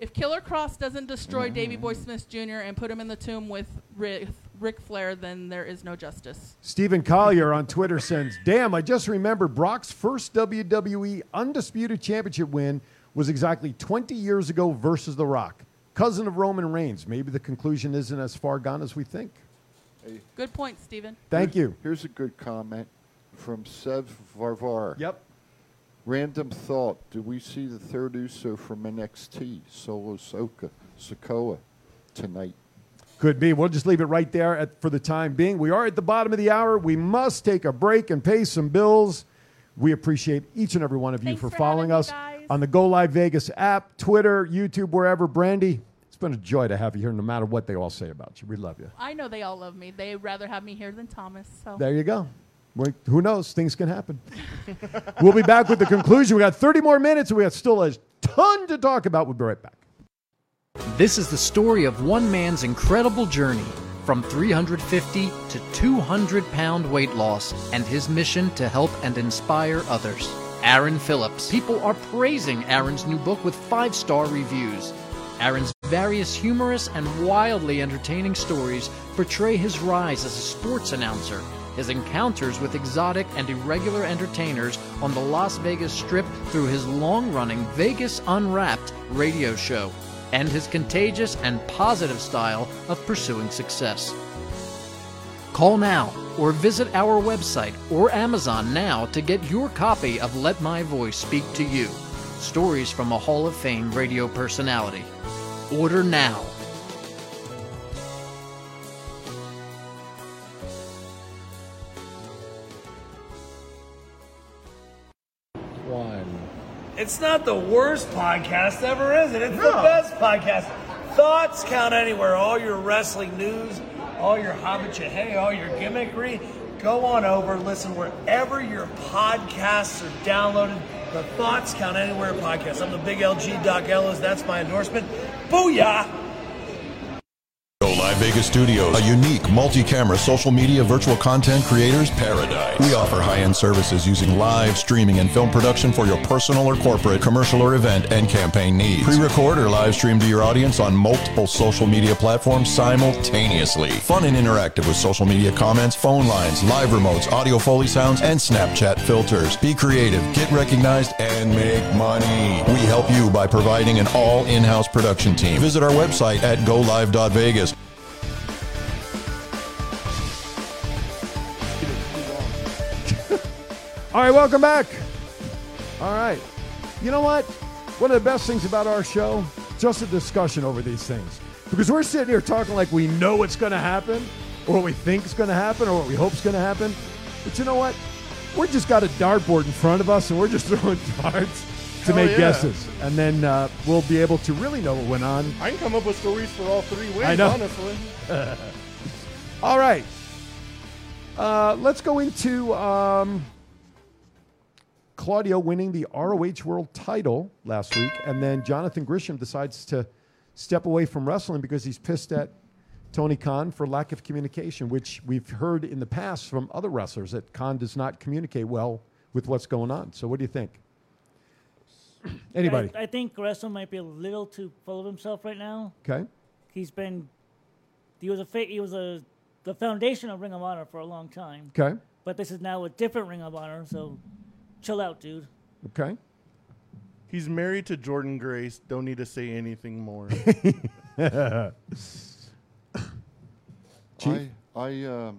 [SPEAKER 2] if Killer Cross doesn't
[SPEAKER 4] Mm.
[SPEAKER 2] destroy Davy Boy Smith Jr. and put him in the tomb with Rick, Ric Flair, then there is no justice.
[SPEAKER 1] Stephen Collier on Twitter sends, Damn, I just remember Brock's first WWE Undisputed Championship win was exactly 20 years ago versus The Rock. Cousin of Roman Reigns. Maybe the conclusion isn't as far gone as we think.
[SPEAKER 2] Good point, Steven.
[SPEAKER 1] Thank you.
[SPEAKER 4] Here's a good comment from Sev Varvar.
[SPEAKER 1] Yep.
[SPEAKER 4] Random thought. Do we see the third Uso from NXT, Solo Soka, Sokoa, tonight?
[SPEAKER 1] Could be. We'll just leave it right there at, for the time being. We are at the bottom of the hour. We must take a break and pay some bills. We appreciate each and every one of you for, following us on the Go Live Vegas app, Twitter, YouTube, wherever. Brandy, it's been a joy to have you here no matter what they all say about you. We love you.
[SPEAKER 2] I know they all love me. They'd rather have me here than Thomas. So
[SPEAKER 1] There you go. We- who knows? Things can happen.
[SPEAKER 2] <laughs>
[SPEAKER 1] we'll be back with the conclusion. We got 30 more minutes and we got still a ton to talk about. We'll be right back.
[SPEAKER 9] This is the story of one man's incredible journey from 350 to 200 pound weight loss and his mission to help and inspire others. Aaron Phillips. People are praising Aaron's new book with five star reviews. Aaron's various humorous and wildly entertaining stories portray his rise as a sports announcer, his encounters with exotic and irregular entertainers on the Las Vegas Strip through his long running Vegas Unwrapped radio show and his contagious and positive style of pursuing success. Call now or visit our website or Amazon now to get your copy of Let My Voice Speak to You Stories from a Hall of Fame radio personality. Order now.
[SPEAKER 17] One.
[SPEAKER 8] It's not the worst podcast ever, is it? It's the
[SPEAKER 17] No.
[SPEAKER 8] best podcast. Thoughts count anywhere. All your wrestling news, all your hobbitcha all your gimmickry. Go on over, listen wherever your podcasts are downloaded. The Thoughts Count Anywhere podcast. I'm the big LG Doc Ellis. That's my endorsement. Booyah!
[SPEAKER 13] Go Live Vegas Studios, a unique multi-camera social media virtual content creators paradise. We offer high-end services using live streaming and film production for your personal or corporate, commercial or event and campaign needs. Pre-record or live stream to your audience on multiple social media platforms simultaneously. Fun and interactive with social media comments, phone lines, live remotes, audio foley sounds, and Snapchat filters. Be creative, get recognized, and make money. We help you by providing an all in-house production team. Visit our website at golive.vegas.
[SPEAKER 1] All right, welcome back. All right. You know what? One of the best things about our show, just a discussion over these things. Because we're sitting here talking like we know what's going to happen, or what we think is going to happen, or what we hope is going to happen. But you know what? We're just got a dartboard in front of us, and we're just <laughs> throwing darts to
[SPEAKER 3] Hell
[SPEAKER 1] make
[SPEAKER 3] yeah.
[SPEAKER 1] guesses. And then uh, we'll be able to really know what went on.
[SPEAKER 3] I can come up with stories for all three wins,
[SPEAKER 1] I know.
[SPEAKER 3] honestly.
[SPEAKER 1] All right. Uh, let's go into um, Claudio winning the ROH World title last week, and then Jonathan Grisham decides to step away from wrestling because he's pissed at Tony Khan for lack of communication, which we've heard in the past from other wrestlers that Khan does not communicate well with what's going on. So, what do you think? <laughs> Anybody?
[SPEAKER 5] I, I think Gresham might be a little too full of himself right now.
[SPEAKER 1] Okay.
[SPEAKER 5] He's been. He was a. Fa- he was a. The foundation of Ring of Honor for a long time.
[SPEAKER 1] Okay.
[SPEAKER 5] But this is now a different Ring of Honor, so chill out, dude.
[SPEAKER 1] Okay.
[SPEAKER 3] He's married to Jordan Grace. Don't need to say anything
[SPEAKER 1] <laughs>
[SPEAKER 3] more.
[SPEAKER 1] Chief?
[SPEAKER 4] I, I, um,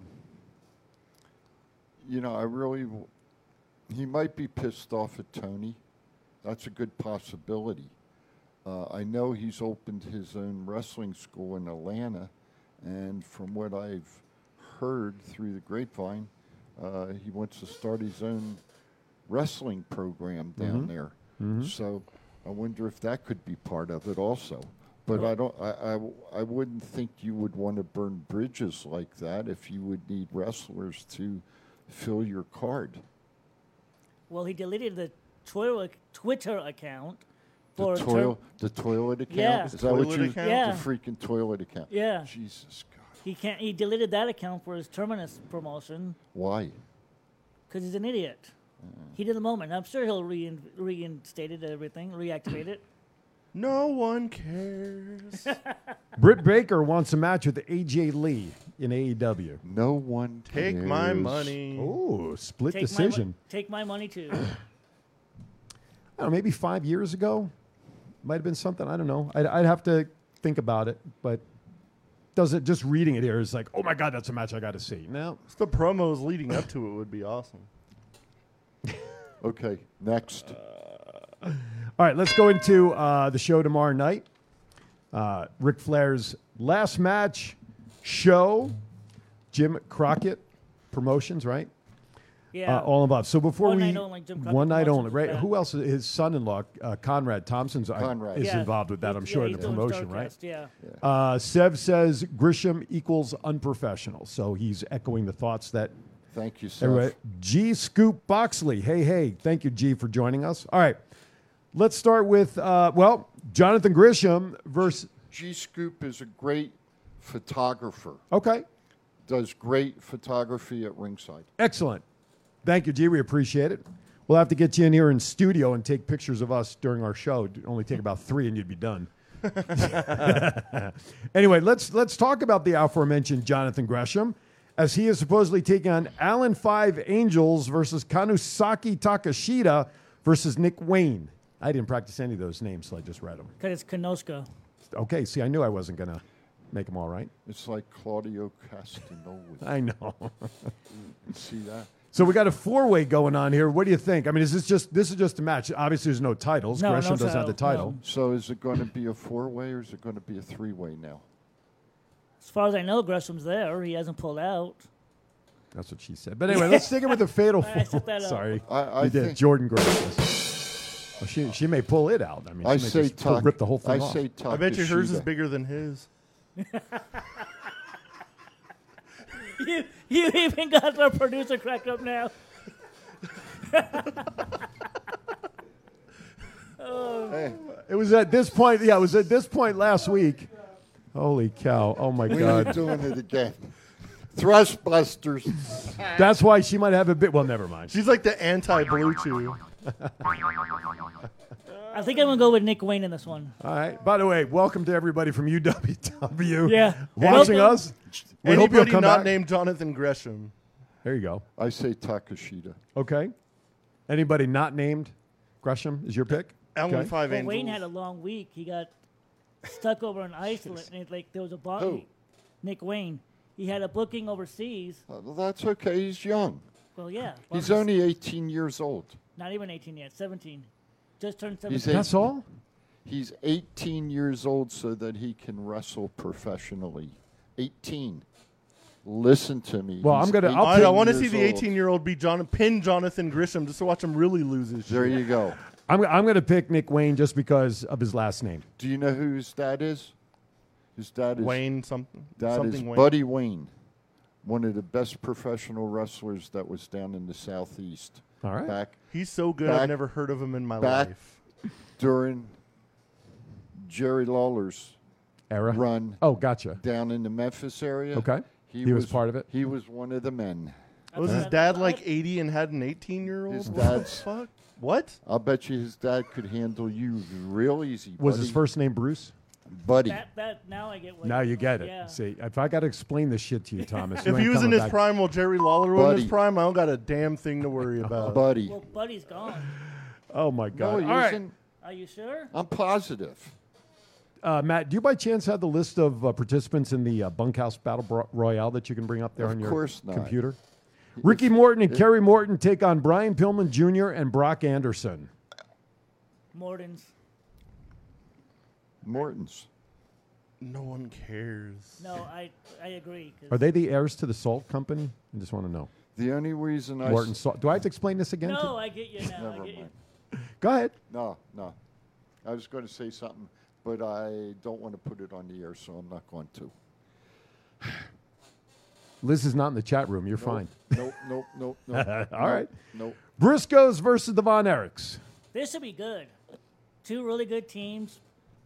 [SPEAKER 4] you know, I really, w- he might be pissed off at Tony. That's a good possibility. Uh, I know he's opened his own wrestling school in Atlanta, and from what I've heard through the grapevine, uh, he wants to start his own wrestling program down
[SPEAKER 18] Mhm.
[SPEAKER 4] there.
[SPEAKER 1] Mm-hmm.
[SPEAKER 18] Mhm.
[SPEAKER 4] So I wonder if that could be part of it also. But I don't. I, I w- I wouldn't think you would want to burn bridges like that if you would need wrestlers to fill your card.
[SPEAKER 5] Well, he deleted the Twitter Twitter account
[SPEAKER 4] The
[SPEAKER 5] for a term-
[SPEAKER 4] toil, the toilet account.
[SPEAKER 5] Yeah.
[SPEAKER 4] Is that what
[SPEAKER 5] Toilet
[SPEAKER 4] you?
[SPEAKER 5] account? Yeah.
[SPEAKER 4] The freaking toilet account.
[SPEAKER 5] Yeah.
[SPEAKER 4] Jesus. God.
[SPEAKER 5] He can't. He deleted that account for his terminus promotion
[SPEAKER 4] Why?
[SPEAKER 5] because he's an idiot. Heat of the moment. I'm sure he'll rein, reinstate it, everything, reactivate <laughs> it.
[SPEAKER 3] No one cares.
[SPEAKER 1] Britt Baker wants a match with AJ Lee in E AEW.
[SPEAKER 4] No one
[SPEAKER 3] Take my cares. money.
[SPEAKER 1] Oh, split
[SPEAKER 5] Take my mo-
[SPEAKER 1] decision.
[SPEAKER 5] take my money too.
[SPEAKER 1] I don't know, maybe five years ago. Might have been something. I don't know. I'd, I'd have to think about it, but doesn't just reading it here is like, oh my god, that's a match I got to see. No,
[SPEAKER 3] it's the promos leading up to it would
[SPEAKER 1] <laughs>
[SPEAKER 3] be awesome.
[SPEAKER 4] Okay. Next.
[SPEAKER 1] Uh, All right, let's go into uh, the show tomorrow night. Uh, Ric Flair's last match show, Jim Crockett Promotions, right?
[SPEAKER 5] Yeah.
[SPEAKER 1] Uh, all involved. So before
[SPEAKER 5] One
[SPEAKER 1] we
[SPEAKER 5] night only, Jim Crockett
[SPEAKER 1] one night only,
[SPEAKER 5] Promotions,
[SPEAKER 1] right?
[SPEAKER 5] yeah.
[SPEAKER 1] Who else? Is, his son-in-law, uh, Conrad Thompson's, I-
[SPEAKER 5] Conrad.
[SPEAKER 1] is
[SPEAKER 5] Yeah.
[SPEAKER 1] involved with that. I'm
[SPEAKER 5] He's-
[SPEAKER 1] sure
[SPEAKER 5] yeah,
[SPEAKER 1] in the
[SPEAKER 5] he's doing
[SPEAKER 1] promotion, right?
[SPEAKER 5] Starcast, yeah.
[SPEAKER 1] Uh, Sev says Grisham equals unprofessional, so he's echoing the thoughts that
[SPEAKER 4] Thank you, Seth.
[SPEAKER 1] Everybody, G Scoop Boxley. Hey, hey. Thank you, G, for joining us. All right. Let's start with, uh, well, Jonathan Grisham versus.
[SPEAKER 4] G Scoop is a great photographer.
[SPEAKER 1] Okay.
[SPEAKER 4] Does great photography at ringside.
[SPEAKER 1] Excellent. Thank you, G. We appreciate it. We'll have to get you in here in studio and take pictures of us during our show. It'd only take about three and you'd be done. <laughs> anyway, let's let's talk about the aforementioned Jonathan Gresham, as he is supposedly taking on Allen Five Angels versus Kanusaki Takashita versus Nick Wayne. I didn't practice any of those names, so I just read them.
[SPEAKER 5] Because it's Kenoska.
[SPEAKER 1] Okay, see, I knew I wasn't gonna. Make them all right.
[SPEAKER 4] It's like Claudio Castagnoli.
[SPEAKER 1] I know. <laughs>
[SPEAKER 4] See that?
[SPEAKER 1] So we got a four way going on here. What do you think? I mean, is this just this is just a match? Obviously, there's no titles. Gresham doesn't have the title.
[SPEAKER 4] So is it going to be a four-way or is it going to be a three-way now?
[SPEAKER 5] As far as I know, Gresham's there. He hasn't pulled out.
[SPEAKER 1] That's what she said. But anyway, let's stick it with the fatal
[SPEAKER 5] I
[SPEAKER 1] four.
[SPEAKER 5] set that up.
[SPEAKER 1] Sorry,
[SPEAKER 5] I- I
[SPEAKER 1] you did.
[SPEAKER 5] think-
[SPEAKER 1] Jordan Gresham. Well, she she may pull it out. I mean, she
[SPEAKER 4] I
[SPEAKER 1] may
[SPEAKER 4] say
[SPEAKER 1] just pull-
[SPEAKER 4] Tuck-
[SPEAKER 1] rip the whole thing
[SPEAKER 4] I
[SPEAKER 1] off.
[SPEAKER 4] say Tuck
[SPEAKER 3] I bet you hers is
[SPEAKER 4] Yoshida.
[SPEAKER 3] bigger than his.
[SPEAKER 5] <laughs> you, you even got our producer cracked up now. oh.
[SPEAKER 1] It was at this point. Yeah, it was at this point last week. Holy cow! Oh my
[SPEAKER 4] we
[SPEAKER 1] god!
[SPEAKER 4] are doing it again. Thrustbusters.
[SPEAKER 1] That's why she might have a bit. Well, never mind.
[SPEAKER 3] She's like the anti Blue
[SPEAKER 1] <laughs>
[SPEAKER 3] Chew.
[SPEAKER 5] <laughs> I think I'm gonna go with Nick Wayne in this one.
[SPEAKER 1] All right. By the way, welcome to everybody from UWW.
[SPEAKER 5] Yeah.
[SPEAKER 1] Watching
[SPEAKER 5] Welcome.
[SPEAKER 1] us. We hope you'll
[SPEAKER 3] Anybody
[SPEAKER 1] come
[SPEAKER 3] not
[SPEAKER 1] back.
[SPEAKER 3] named Jonathan Gresham.
[SPEAKER 1] There you go.
[SPEAKER 4] I say Takashita.
[SPEAKER 1] Okay. Anybody not named Gresham is your pick.
[SPEAKER 5] Well,
[SPEAKER 1] Okay.
[SPEAKER 5] Wayne had a long week. He got stuck over in Iceland, and like there was a booking. Nick Wayne. He had a booking overseas.
[SPEAKER 4] Uh, well, that's okay. He's young.
[SPEAKER 5] Well, yeah.
[SPEAKER 4] He's
[SPEAKER 5] well,
[SPEAKER 4] only 18 years old.
[SPEAKER 5] not even 18 yet. 17. Just turned
[SPEAKER 4] He's
[SPEAKER 5] 17.
[SPEAKER 4] eight- He's 18 years old so that he can wrestle professionally. 18. Listen to me.
[SPEAKER 1] Well,
[SPEAKER 4] He's
[SPEAKER 1] I'm gonna- I'll
[SPEAKER 4] 18
[SPEAKER 1] pick-
[SPEAKER 3] I want to see
[SPEAKER 4] years
[SPEAKER 3] the
[SPEAKER 4] old.
[SPEAKER 3] 18 year old be John pin Jonathan Gresham just to watch him really lose his.
[SPEAKER 4] There you go.
[SPEAKER 1] I'm I'm going to pick Nick Wayne just because of his last name.
[SPEAKER 4] Do you know who his dad is? His dad is
[SPEAKER 3] Wayne something.
[SPEAKER 4] That is
[SPEAKER 3] something Wayne.
[SPEAKER 4] Buddy Wayne, one of the best professional wrestlers that was down in the southeast.
[SPEAKER 1] All right.
[SPEAKER 4] Back,
[SPEAKER 3] He's so good. I've
[SPEAKER 4] back-
[SPEAKER 3] never heard of him in my
[SPEAKER 4] back
[SPEAKER 3] life.
[SPEAKER 4] during Jerry Lawler's
[SPEAKER 1] Era.
[SPEAKER 4] run
[SPEAKER 1] Oh, gotcha.
[SPEAKER 4] down in the Memphis area.
[SPEAKER 1] Okay. He was part of it?
[SPEAKER 4] He was one of the men.
[SPEAKER 3] Was Oh, his dad like 80 and had an 18 year old?
[SPEAKER 4] His
[SPEAKER 3] What the
[SPEAKER 4] dad's-
[SPEAKER 3] fuck? What?
[SPEAKER 4] I'll bet you his dad could handle you real easy.
[SPEAKER 1] Was his
[SPEAKER 4] buddy.
[SPEAKER 1] first name Bruce?
[SPEAKER 4] Buddy.
[SPEAKER 5] That, that, now I get what
[SPEAKER 1] Now you get it.
[SPEAKER 5] Yeah.
[SPEAKER 1] See, if I got to explain this shit to you,
[SPEAKER 3] <laughs>
[SPEAKER 1] Thomas, you
[SPEAKER 3] If
[SPEAKER 1] ain't
[SPEAKER 3] he was in
[SPEAKER 1] coming
[SPEAKER 3] his
[SPEAKER 1] back.
[SPEAKER 3] prime while Jerry Lawler was in his
[SPEAKER 1] Buddy.
[SPEAKER 3] prime, I don't got a damn thing
[SPEAKER 1] <laughs>
[SPEAKER 3] to worry about.
[SPEAKER 4] Buddy.
[SPEAKER 5] Well, Buddy's gone.
[SPEAKER 1] Oh my God!
[SPEAKER 4] he
[SPEAKER 1] All right.
[SPEAKER 4] isn't.
[SPEAKER 5] Are you sure?
[SPEAKER 4] I'm positive.
[SPEAKER 1] Uh, Matt, do you by chance have the list of uh, participants in the uh, Bunkhouse Battle Bro- Royale that you can bring up there
[SPEAKER 4] Of
[SPEAKER 1] on your
[SPEAKER 4] course not.
[SPEAKER 1] computer? Ricky Morton and Kerry Morton take on Brian Pillman Jr. and Brock Anderson.
[SPEAKER 5] Morton's.
[SPEAKER 4] Morton's.
[SPEAKER 3] No one cares.
[SPEAKER 5] No, I, I agree. 'cause-
[SPEAKER 1] Are they the heirs to the Salt Company? I just want to know.
[SPEAKER 4] The only reason I
[SPEAKER 1] Morton
[SPEAKER 4] s-
[SPEAKER 1] Salt. Do I have to explain this again?
[SPEAKER 5] No, I get you now. I
[SPEAKER 4] Never
[SPEAKER 5] get you.
[SPEAKER 4] mind.
[SPEAKER 1] Go ahead.
[SPEAKER 4] No, no. I was going to say something, but I don't want to put it on the air, so I'm not going to.
[SPEAKER 1] Liz is not in the chat room. You're fine.
[SPEAKER 4] Nope, nope, nope,
[SPEAKER 1] <laughs> All
[SPEAKER 4] nope.
[SPEAKER 1] right.
[SPEAKER 4] Nope.
[SPEAKER 1] Briscoes versus the Von Erichs.
[SPEAKER 5] This should be good. Two really good teams.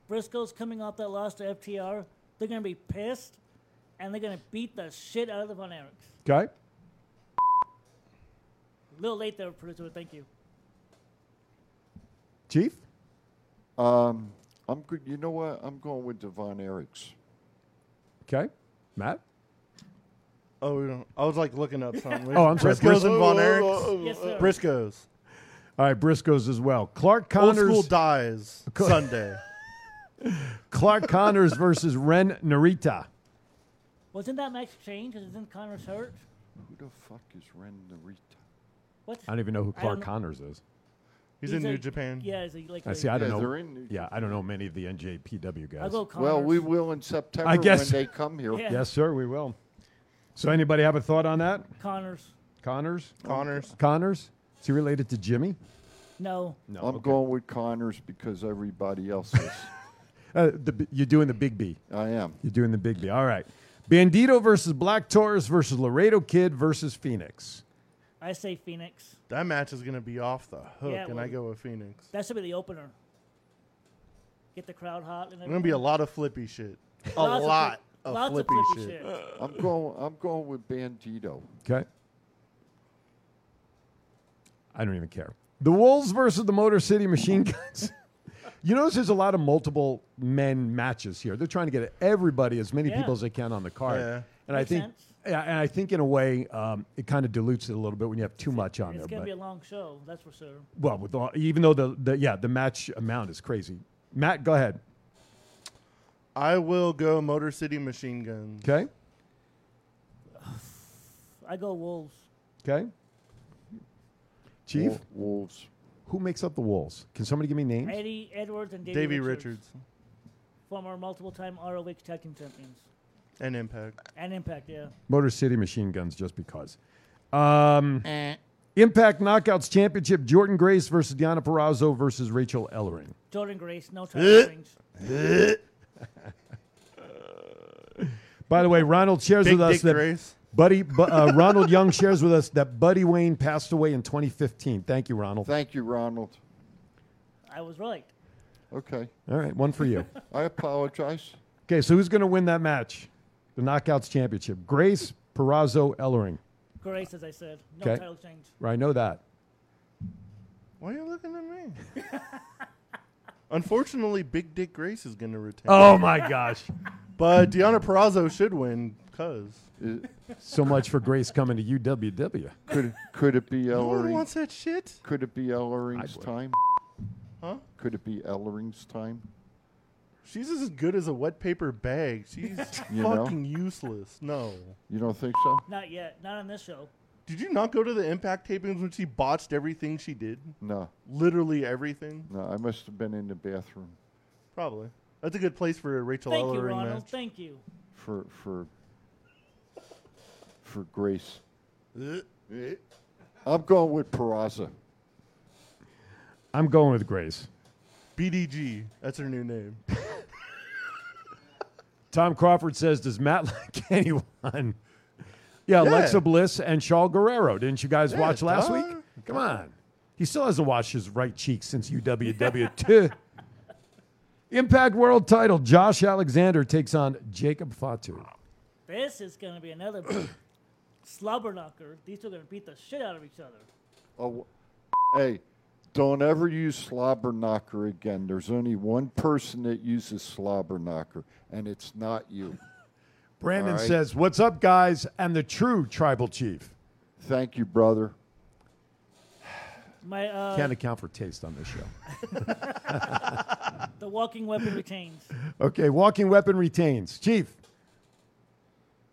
[SPEAKER 5] Briscoe's coming off that loss to FTR. They're going to be pissed, and they're going to beat the shit out of the Von Erichs.
[SPEAKER 1] Okay.
[SPEAKER 5] A little late there, producer, but thank you.
[SPEAKER 1] Chief?
[SPEAKER 4] Um, I'm good. You know what? I'm going with Devon Erics.
[SPEAKER 1] Okay. Matt?
[SPEAKER 3] Oh, we don't. I was like looking up something.
[SPEAKER 1] <laughs> Oh, I'm sorry.
[SPEAKER 3] Briscoes and Von
[SPEAKER 1] Briscoes.
[SPEAKER 3] Erichs.
[SPEAKER 5] Yes, sir.
[SPEAKER 3] Briscoes.
[SPEAKER 1] All right, Briscoes as well. Clark
[SPEAKER 3] Old
[SPEAKER 1] Connors. <laughs>
[SPEAKER 3] school dies
[SPEAKER 1] Co-
[SPEAKER 3] Sunday.
[SPEAKER 1] Clark Connors versus Ren Narita.
[SPEAKER 5] Wasn't that match changed? Because isn't Connors hurt?
[SPEAKER 4] Who the fuck is Ren Narita?
[SPEAKER 5] What?
[SPEAKER 1] I don't even know who
[SPEAKER 5] I
[SPEAKER 1] Clark
[SPEAKER 5] don't know.
[SPEAKER 1] Connors is.
[SPEAKER 3] He's in
[SPEAKER 5] a-
[SPEAKER 3] New Japan.
[SPEAKER 5] Yeah, he's a, like.
[SPEAKER 1] I
[SPEAKER 5] a-
[SPEAKER 1] see. I don't
[SPEAKER 4] Yeah,
[SPEAKER 1] know.
[SPEAKER 4] they're in New
[SPEAKER 1] yeah, I don't know many of the NJPW guys.
[SPEAKER 5] I'll go Connors.
[SPEAKER 4] Well, we will in September
[SPEAKER 1] I guess
[SPEAKER 4] when they come here.
[SPEAKER 5] Yeah.
[SPEAKER 1] Yes, sir. We will. So, anybody have a thought on that?
[SPEAKER 5] Connors.
[SPEAKER 1] Connors.
[SPEAKER 3] Connors.
[SPEAKER 1] Connors. Is he related to Jimmy?
[SPEAKER 5] No.
[SPEAKER 1] No.
[SPEAKER 4] I'm going with Connors because everybody else is.
[SPEAKER 1] Uh, the, b- you're doing the Big B.
[SPEAKER 4] I am.
[SPEAKER 1] You're doing the Big B. All right. Bandito versus Black Taurus versus Laredo Kid versus Phoenix.
[SPEAKER 5] I say Phoenix.
[SPEAKER 3] That match is gonna be off the hook,
[SPEAKER 5] Yeah,
[SPEAKER 3] and
[SPEAKER 5] well-
[SPEAKER 3] I go with Phoenix.
[SPEAKER 5] That should be the opener. Get the crowd hot. And
[SPEAKER 3] There's gonna be a
[SPEAKER 5] everything.
[SPEAKER 3] lot of flippy shit. A
[SPEAKER 5] Lots of
[SPEAKER 3] lot
[SPEAKER 5] flip-
[SPEAKER 3] of,
[SPEAKER 5] lots of
[SPEAKER 3] flippy,
[SPEAKER 5] flippy
[SPEAKER 3] shit.
[SPEAKER 5] shit.
[SPEAKER 4] Uh, I'm going. I'm going with Bandito.
[SPEAKER 1] Okay. I don't even care. The Wolves versus the Motor City Machine Guns. <laughs> you notice there's a lot of multiple men matches here. They're trying to get everybody, as many
[SPEAKER 5] Yeah.
[SPEAKER 1] people as they can on the card.
[SPEAKER 3] Yeah.
[SPEAKER 1] And
[SPEAKER 5] Makes
[SPEAKER 1] I think,
[SPEAKER 5] sense.
[SPEAKER 1] yeah, and I think in a way, um, it kind of dilutes it a little bit when you have too much on
[SPEAKER 5] It's
[SPEAKER 1] there.
[SPEAKER 5] gonna
[SPEAKER 1] But
[SPEAKER 5] be a long show. That's for sure.
[SPEAKER 1] well, with all, even though the, the yeah the match amount is crazy. Matt, go ahead.
[SPEAKER 3] I will go Motor City Machine Guns.
[SPEAKER 1] Okay.
[SPEAKER 5] I go Wolves.
[SPEAKER 1] Okay. Chief?
[SPEAKER 4] Wolves.
[SPEAKER 1] Who makes up the Wolves? Can somebody give me names?
[SPEAKER 5] Eddie Edwards and Davey,
[SPEAKER 3] Davey
[SPEAKER 5] Richards,
[SPEAKER 3] Richards.
[SPEAKER 5] former multiple-time ROH Tag Team Champions
[SPEAKER 3] and Impact.
[SPEAKER 5] and Impact. Yeah.
[SPEAKER 1] Motor City Machine Guns, just because. Um,
[SPEAKER 4] Eh.
[SPEAKER 1] Impact Knockouts Championship Jordan Grace versus Diana Perrazzo versus Rachel Ellering.
[SPEAKER 5] Jordan Grace,
[SPEAKER 3] <laughs>
[SPEAKER 5] no title rings.
[SPEAKER 1] By the way, Ronald shares
[SPEAKER 3] Big
[SPEAKER 1] with us
[SPEAKER 3] Dick
[SPEAKER 1] that
[SPEAKER 3] Grace.
[SPEAKER 1] Buddy Bu-
[SPEAKER 3] <laughs>
[SPEAKER 1] uh, Ronald Young shares with us that Buddy Wayne passed away in 2015. Thank you, Ronald.
[SPEAKER 4] Thank you, Ronald.
[SPEAKER 5] I was right.
[SPEAKER 4] Okay.
[SPEAKER 1] All right, one for
[SPEAKER 4] <laughs>
[SPEAKER 1] you.
[SPEAKER 4] I apologize.
[SPEAKER 1] Okay, so who's going to win that match? The Knockouts Championship. Grace, Perrazzo, Ellering.
[SPEAKER 5] Grace, as I said, no
[SPEAKER 1] Okay.
[SPEAKER 5] title change.
[SPEAKER 1] Right, I know that.
[SPEAKER 3] Why are you looking at me? Unfortunately, Big Dick Grace is going to retain.
[SPEAKER 1] Oh, my gosh.
[SPEAKER 3] <laughs> But Deanna Perrazzo should win, cause
[SPEAKER 1] So much for Grace coming to UWW.
[SPEAKER 4] Could could it be
[SPEAKER 3] no one
[SPEAKER 4] Ellering?
[SPEAKER 3] wants that shit.
[SPEAKER 4] Could it be Ellering's time?
[SPEAKER 3] Huh?
[SPEAKER 4] Could it be Ellering's time?
[SPEAKER 3] She's as good as a wet paper bag. She's
[SPEAKER 4] You know?
[SPEAKER 3] fucking useless. No.
[SPEAKER 4] You don't think so?
[SPEAKER 5] <laughs> Not yet. Not on this show.
[SPEAKER 3] Did you not go to the Impact tapings when she botched everything she did?
[SPEAKER 4] No,
[SPEAKER 3] Literally everything.
[SPEAKER 4] no. I <laughs> must have been in the bathroom
[SPEAKER 3] Probably. That's a good place for a Rachel
[SPEAKER 5] Thank you,
[SPEAKER 3] Ellering
[SPEAKER 5] Ronald.
[SPEAKER 3] match.
[SPEAKER 5] Thank you.
[SPEAKER 4] for for for Grace. I'm going with Peraza.
[SPEAKER 1] I'm going with Grace.
[SPEAKER 3] BDG. That's her new name.
[SPEAKER 1] Tom Crawford says, Does Matt <laughs> like anyone? Yeah,
[SPEAKER 3] Yeah.
[SPEAKER 1] Alexa Bliss and Shaw Guerrero. Didn't you guys
[SPEAKER 3] Yeah,
[SPEAKER 1] watch last
[SPEAKER 3] duh.
[SPEAKER 1] week? Come on. He still hasn't washed his right cheek since <laughs> UWW2. Impact World title. Josh Alexander takes on Jacob Fatu.
[SPEAKER 5] This is going to be
[SPEAKER 4] <coughs>
[SPEAKER 5] another slobber knocker. These two are going to beat the shit out of each other.
[SPEAKER 4] Oh, hey, don't ever use slobber knocker again. There's only one person that uses slobber knocker, and it's not you.
[SPEAKER 1] <laughs> Brandon
[SPEAKER 4] All right.
[SPEAKER 1] says, What's up, guys? And the true tribal chief.
[SPEAKER 4] Thank you, brother.
[SPEAKER 5] My uh,
[SPEAKER 1] Can't account for taste on this show.
[SPEAKER 5] <laughs>
[SPEAKER 1] <laughs>
[SPEAKER 3] <laughs>
[SPEAKER 5] the walking weapon retains.
[SPEAKER 1] Okay, walking weapon retains. Chief.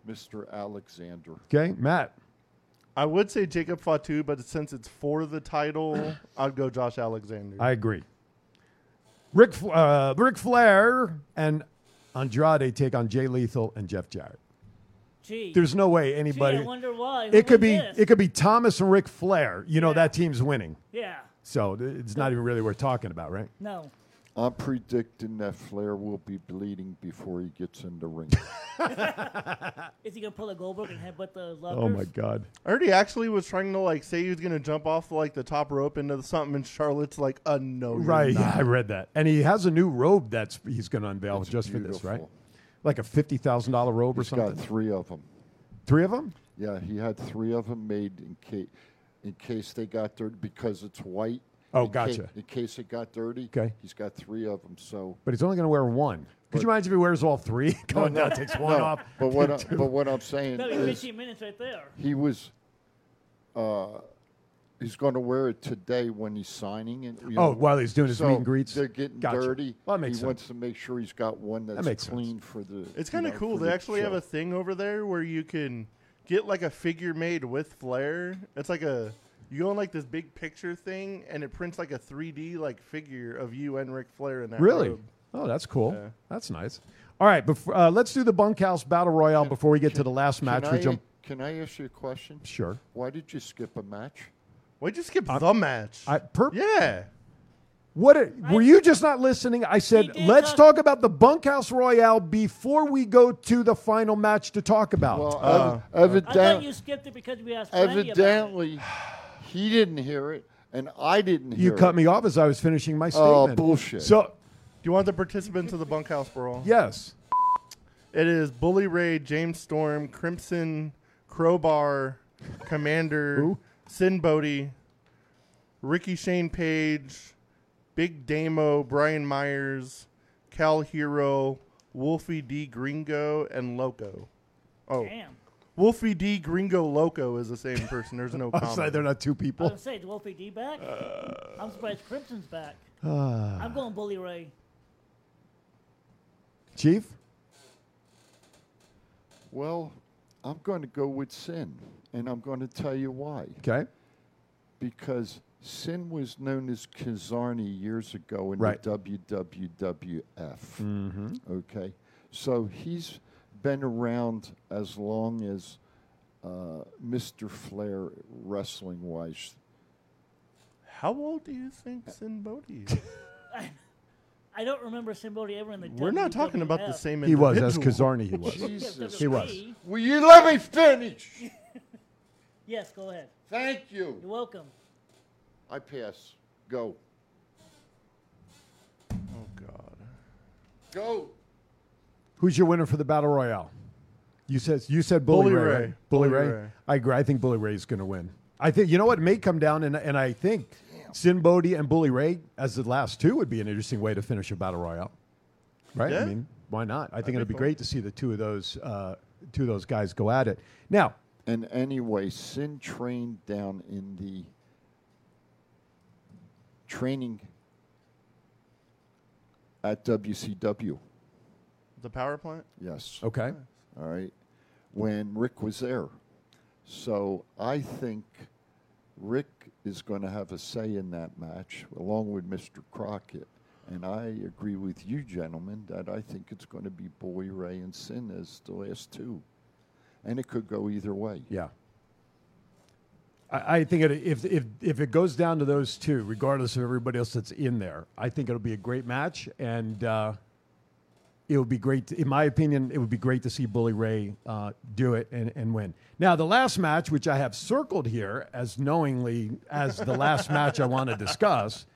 [SPEAKER 4] Mr. Alexander.
[SPEAKER 1] Okay, Matt.
[SPEAKER 3] I would say Jacob Fatu, but since it's for the title, I'd go Josh Alexander.
[SPEAKER 1] I agree. Rick, F- uh, Rick Flair and Andrade take on Jay Lethal and Jeff Jarrett.
[SPEAKER 5] Gee.
[SPEAKER 1] There's no way
[SPEAKER 5] Gee,
[SPEAKER 1] anybody.
[SPEAKER 5] I wonder why. Who
[SPEAKER 1] It could
[SPEAKER 5] wins
[SPEAKER 1] be
[SPEAKER 5] this?
[SPEAKER 1] it could be Thomas and Rick Flair. You know that team's winning,
[SPEAKER 5] Yeah.
[SPEAKER 1] so th- it's not even really worth talking about, right? <laughs>
[SPEAKER 4] <laughs>
[SPEAKER 5] No.
[SPEAKER 4] I'm predicting that Flair will be bleeding before he gets in
[SPEAKER 1] <laughs>
[SPEAKER 4] the ring.
[SPEAKER 5] Is he going to pull a Goldberg and headbutt
[SPEAKER 3] Oh
[SPEAKER 5] the lockers?
[SPEAKER 1] god!
[SPEAKER 3] I already actually was trying to like say he was gonna jump off like the top rope into something, and Charlotte's like, "Uh, no, you're
[SPEAKER 1] Right, yeah, <laughs>
[SPEAKER 3] not.
[SPEAKER 1] I read that, and he has a new robe that's he's going to unveil just for this, right? Like a fifty thousand dollar robe or
[SPEAKER 4] He's
[SPEAKER 1] something.
[SPEAKER 4] got three of them.
[SPEAKER 1] Three of them?
[SPEAKER 4] Yeah, he had three of them made in case, in case they got dirty because it's white.
[SPEAKER 1] Oh,
[SPEAKER 4] In ca-
[SPEAKER 1] gotcha.
[SPEAKER 4] in case it got dirty.
[SPEAKER 1] 'Kay.
[SPEAKER 4] He's got three of them. So
[SPEAKER 1] but he's only going to wear one. Could you imagine if he wears all three? <laughs>
[SPEAKER 4] No,
[SPEAKER 1] Going
[SPEAKER 4] Oh, no,
[SPEAKER 1] down, takes one
[SPEAKER 4] no,
[SPEAKER 1] off.
[SPEAKER 4] But what?
[SPEAKER 1] <laughs>
[SPEAKER 4] I,
[SPEAKER 1] two.
[SPEAKER 4] but what I'm saying
[SPEAKER 5] That'd be
[SPEAKER 4] is,
[SPEAKER 5] 15 minutes right there.
[SPEAKER 4] he was. Uh, he's going to wear it today when he's signing and you
[SPEAKER 1] Oh,
[SPEAKER 4] know,
[SPEAKER 1] while he's doing his meet
[SPEAKER 4] so
[SPEAKER 1] and greets?
[SPEAKER 4] They're getting
[SPEAKER 1] Gotcha.
[SPEAKER 4] dirty.
[SPEAKER 1] Well, that makes
[SPEAKER 4] he wants to make sure he's got one that's
[SPEAKER 1] makes sense.
[SPEAKER 4] clean for the.
[SPEAKER 3] It's
[SPEAKER 4] you
[SPEAKER 3] kind of
[SPEAKER 4] know,
[SPEAKER 3] cool.
[SPEAKER 4] for
[SPEAKER 3] They
[SPEAKER 4] the
[SPEAKER 3] actually have
[SPEAKER 4] show.
[SPEAKER 3] a thing over there where you can get like a figure made with Flair. It's like a you go on like this big picture thing, and it prints like a 3D like figure of you and Ric Flair in that.
[SPEAKER 1] Really?
[SPEAKER 3] robe.
[SPEAKER 1] Oh, that's cool. That's nice. All right, before, uh, let's do the bunkhouse battle royale before we get to the last match,
[SPEAKER 4] Can
[SPEAKER 1] which
[SPEAKER 4] I,
[SPEAKER 1] I'm
[SPEAKER 4] can I ask you a question?
[SPEAKER 1] Sure. Uh,
[SPEAKER 4] Why did you skip a match?
[SPEAKER 3] Why'd you skip the match?
[SPEAKER 1] I, per-
[SPEAKER 3] yeah.
[SPEAKER 1] What it, were you just not listening? I said
[SPEAKER 4] did
[SPEAKER 1] let's
[SPEAKER 4] not-
[SPEAKER 1] talk about the bunkhouse royale before we go to the final match to talk about. Uh,
[SPEAKER 4] Well,
[SPEAKER 3] Uh,
[SPEAKER 5] I
[SPEAKER 4] evidently,
[SPEAKER 5] thought you skipped it because we asked Randy about it.
[SPEAKER 4] evidently, he didn't hear it, and I didn't hear
[SPEAKER 1] you cut
[SPEAKER 4] it.
[SPEAKER 1] me off as I was finishing my
[SPEAKER 4] Oh,
[SPEAKER 1] statement.
[SPEAKER 4] bullshit.
[SPEAKER 1] So
[SPEAKER 3] Do you want the participants of the bunkhouse brawl?
[SPEAKER 1] yes,
[SPEAKER 3] It is Bully Ray, James Storm, Crimson, Crowbar, Commander, Sin Bodhi, Ricky Shane Page, Big Damo, Brian Myers, Cal Hero, Wolfie D. Gringo, and Loco. Oh.
[SPEAKER 5] Damn.
[SPEAKER 3] Wolfie D. Gringo Loco is the same person. There's no
[SPEAKER 1] <laughs> I'm sorry,
[SPEAKER 3] comment.
[SPEAKER 1] they're not
[SPEAKER 5] I
[SPEAKER 1] two
[SPEAKER 5] was
[SPEAKER 1] people.
[SPEAKER 5] gonna say, is Wolfie D back?
[SPEAKER 3] Uh.
[SPEAKER 5] I'm surprised Crimson's back.
[SPEAKER 1] Ah.
[SPEAKER 5] I'm going Bully Ray.
[SPEAKER 1] Chief?
[SPEAKER 4] Well, I'm going to go with sin, and I'm going to tell you why.
[SPEAKER 1] Okay.
[SPEAKER 4] Because sin was known as Kizarni years ago in
[SPEAKER 1] Right.
[SPEAKER 4] the WWWF.
[SPEAKER 1] Mm-hmm.
[SPEAKER 4] Okay. So he's been around as long as uh, Mr. Flair wrestling wise.
[SPEAKER 3] How old do you think Sin Bodhi
[SPEAKER 4] <laughs>
[SPEAKER 3] is?
[SPEAKER 5] <laughs> I don't remember Simbodi ever in the.
[SPEAKER 3] We're not talking about the
[SPEAKER 5] WWF.
[SPEAKER 3] same
[SPEAKER 1] He was. That's
[SPEAKER 5] <laughs>
[SPEAKER 3] individual.
[SPEAKER 1] Kazarni. He was.
[SPEAKER 4] Jesus.
[SPEAKER 1] He was.
[SPEAKER 4] Will you let me finish?
[SPEAKER 5] <laughs> Yes, go ahead.
[SPEAKER 4] Thank you.
[SPEAKER 5] You're welcome.
[SPEAKER 4] I pass. Go.
[SPEAKER 3] Oh, God.
[SPEAKER 4] Go.
[SPEAKER 1] Who's your winner for the battle royale? You said you said Bully,
[SPEAKER 3] Bully
[SPEAKER 1] Ray.
[SPEAKER 3] Ray.
[SPEAKER 1] right? Bully,
[SPEAKER 3] Bully
[SPEAKER 1] Ray.
[SPEAKER 3] Ray.
[SPEAKER 1] I agree. I think Bully Ray's going to win. I think you know what it may come down, and and I think Sin Bodhi and Bully Ray as the last two would be an interesting way to finish a battle royale, right? I
[SPEAKER 3] Yeah.
[SPEAKER 1] mean, why not? I
[SPEAKER 3] That'd
[SPEAKER 1] think
[SPEAKER 3] be
[SPEAKER 1] it'd be
[SPEAKER 3] cool.
[SPEAKER 1] great to see the two of those uh, two of those guys go at it. Now,
[SPEAKER 4] And anyway, Sin trained down in the training at WCW.
[SPEAKER 3] The power plant?
[SPEAKER 4] Yes.
[SPEAKER 1] Okay.
[SPEAKER 4] All right. When Rick was there. So I think Rick is going to have a say in that match, along with Mr. Crockett. And I agree with you, gentlemen, that I think it's going to be Boy Ray and Sin as the last two. And it could go either way.
[SPEAKER 1] Yeah. I, I think it, if, if, if it goes down to those two, regardless of everybody else that's in there, I think it'll be a great match. And uh, it would be great, to- in my opinion, it would be great to see Bully Ray uh, do it and, and win. Now, the last match, which I have circled here as knowingly as the last <laughs> match I want to discuss,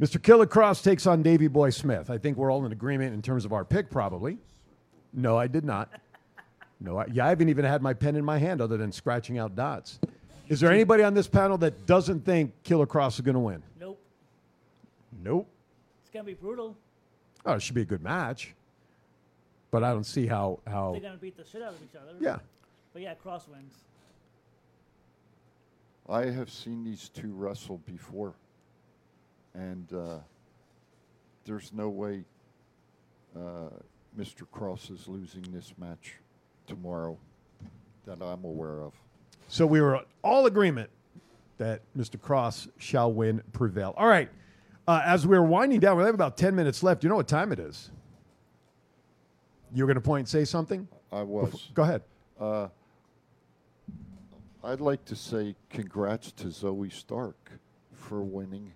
[SPEAKER 1] Mr. Killer Cross takes on Davy Boy Smith. I think we're all in agreement in terms of our pick, probably. No, I did not. No, I, yeah, I haven't even had my pen in my hand other than scratching out dots. Is there anybody on this panel that doesn't think Killer Cross is going to win?
[SPEAKER 5] Nope.
[SPEAKER 1] Nope.
[SPEAKER 5] It's gonna be brutal.
[SPEAKER 1] Oh, it should be a good match, but I don't see how how.
[SPEAKER 5] They're gonna beat the shit out of each other.
[SPEAKER 1] Yeah.
[SPEAKER 5] But yeah, Cross wins.
[SPEAKER 4] I have seen these two wrestle before, and uh, there's no way uh, Mr. Cross is losing this match tomorrow that I'm aware of.
[SPEAKER 1] So we were all agreement that Mr. Cross shall win, prevail. All right. Uh, as we're winding down, we have about ten minutes left. You know what time it is? You were going to point and say something.
[SPEAKER 4] I was.
[SPEAKER 1] Go ahead.
[SPEAKER 4] Uh, I'd like to say congrats to Zoe Stark for winning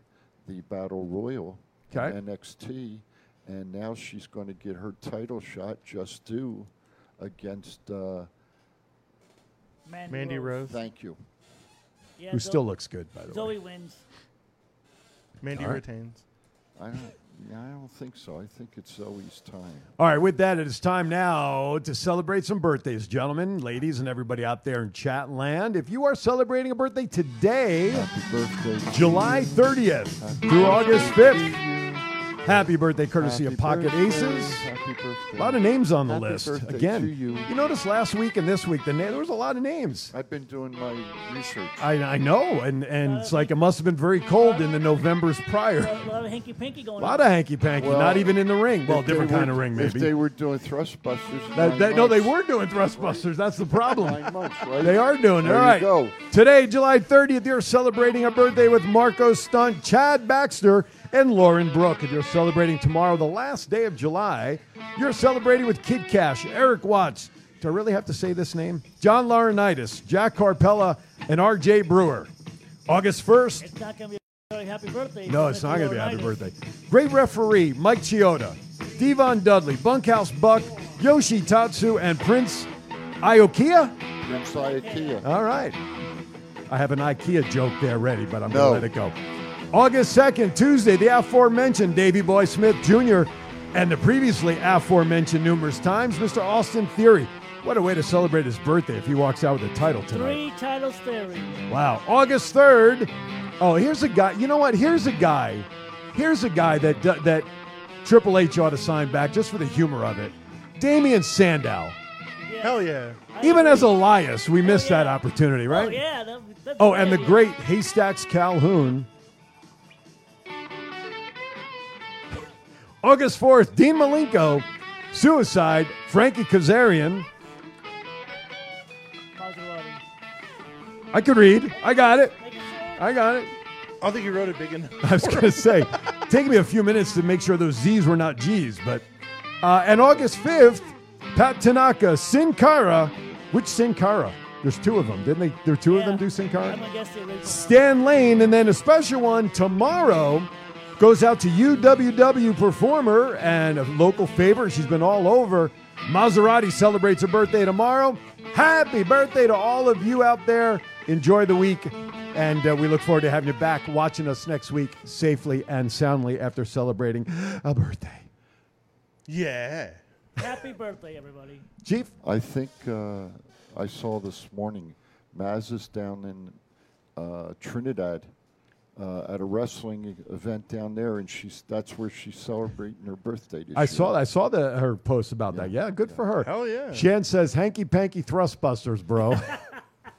[SPEAKER 4] the Battle Royal in
[SPEAKER 1] Okay.
[SPEAKER 4] NXT, and now she's going to get her title shot just due against uh,
[SPEAKER 5] Mandy, Rose.
[SPEAKER 4] Thank you.
[SPEAKER 5] Yeah,
[SPEAKER 1] Who
[SPEAKER 5] Zo-
[SPEAKER 1] still looks good, by the way.
[SPEAKER 5] Zoe wins.
[SPEAKER 3] Mandy
[SPEAKER 1] All right.
[SPEAKER 3] retains.
[SPEAKER 4] I don't, yeah, I don't think so. I think it's Zoe's time.
[SPEAKER 1] All right, with that, it is time now to celebrate some birthdays, gentlemen, ladies, and everybody out there in chat land. If you are celebrating a birthday today, July 30th through August 5th, happy birthday courtesy of Pocket Aces.
[SPEAKER 4] Happy
[SPEAKER 1] A
[SPEAKER 4] birthday.
[SPEAKER 1] lot of names on the
[SPEAKER 4] Happy
[SPEAKER 1] list.
[SPEAKER 4] birthday
[SPEAKER 1] Again,
[SPEAKER 4] to you.
[SPEAKER 1] noticed last week and this week, the na- there was a lot of names.
[SPEAKER 4] I've been doing my research.
[SPEAKER 1] I, I know, and, and it's like it must have been very cold in the Novembers prior.
[SPEAKER 5] A lot of hinky pinky
[SPEAKER 1] A
[SPEAKER 5] going.
[SPEAKER 1] lot
[SPEAKER 5] on.
[SPEAKER 1] of hanky panky,
[SPEAKER 4] Well,
[SPEAKER 1] not even in the ring.
[SPEAKER 4] if
[SPEAKER 1] Well,
[SPEAKER 4] they
[SPEAKER 1] different
[SPEAKER 4] were-
[SPEAKER 1] kind of ring,
[SPEAKER 4] If
[SPEAKER 1] maybe.
[SPEAKER 4] they were doing thrustbusters, in
[SPEAKER 1] That-
[SPEAKER 4] nine
[SPEAKER 1] that- no, they
[SPEAKER 4] months-
[SPEAKER 1] were doing thrustbusters. That's the problem.
[SPEAKER 4] Nine months, right?
[SPEAKER 1] They are doing it.
[SPEAKER 4] There
[SPEAKER 1] All
[SPEAKER 4] you
[SPEAKER 1] right.
[SPEAKER 4] go.
[SPEAKER 1] Today, July 30th, you're celebrating a birthday with Marco Stunt, Chad Baxter, and Lauren Brooke. If you're celebrating tomorrow, the last day of July, you're celebrating with Kid Cash, Eric Watts. Do I really have to say this name? John Laurinaitis, Jack Carpella, and R.J. Brewer. August 1st,
[SPEAKER 5] It's not gonna be a very happy birthday.
[SPEAKER 1] no,
[SPEAKER 5] for
[SPEAKER 1] it's
[SPEAKER 5] Mr.
[SPEAKER 1] not going to be a happy
[SPEAKER 5] Laurinaitis.
[SPEAKER 1] birthday. Great referee, Mike Chioda, Devon Dudley, Bunkhouse Buck, Yoshi Tatsu, and Prince Iokia.
[SPEAKER 4] Prince Ikea.
[SPEAKER 1] All right. I have an IKEA joke there ready, but I'm
[SPEAKER 4] No.
[SPEAKER 1] going to let it go. August 2nd, Tuesday, the aforementioned Davy Boy Smith Jr. and the previously aforementioned numerous times, Mr. Austin Theory. What a way to celebrate his birthday if he walks out with a title tonight.
[SPEAKER 5] Three titles theory.
[SPEAKER 1] Wow. August 3rd. Oh, here's a guy. You know what? Here's a guy. Here's a guy that d- that Triple H ought to sign back just for the humor of it. Damian Sandow.
[SPEAKER 3] Hell yeah.
[SPEAKER 1] Even as Elias, we missed that opportunity, right?
[SPEAKER 5] Oh yeah. That, that,
[SPEAKER 1] Oh, and the great Haystacks Calhoun. <laughs> August 4th, Dean Malenko, Suicide, Frankie Kazarian. I could read. I got it. I got it.
[SPEAKER 3] I don't think you wrote it big enough.
[SPEAKER 1] <laughs> I was going to
[SPEAKER 3] <laughs>
[SPEAKER 1] say, take me a few minutes to make sure those Z's were not G's, but uh, and August fifth, Pat Tanaka, Sin Cara, which Sin Cara? There's two of them, didn't they? There were two of them do Sin Cara.
[SPEAKER 5] I'm gonna guess the original.
[SPEAKER 1] Stan Lane, and then a special one tomorrow goes out to UWW performer and a local favorite. She's been all over. Maserati celebrates her birthday tomorrow. Happy birthday to all of you out there. Enjoy the week, and uh, we look forward to having you back watching us next week safely and soundly after celebrating a birthday.
[SPEAKER 3] Yeah.
[SPEAKER 5] Happy birthday, everybody.
[SPEAKER 1] Chief?
[SPEAKER 4] I think uh, I saw this morning Maz is down in uh, Trinidad uh, at a wrestling event down there, and she's that's where she's celebrating her birthday. This
[SPEAKER 1] I
[SPEAKER 4] year.
[SPEAKER 1] saw I saw the, her post about that. Yeah, good for her.
[SPEAKER 4] Hell yeah.
[SPEAKER 1] Shan says hanky panky thrustbusters,
[SPEAKER 4] <laughs>
[SPEAKER 1] bro. <laughs>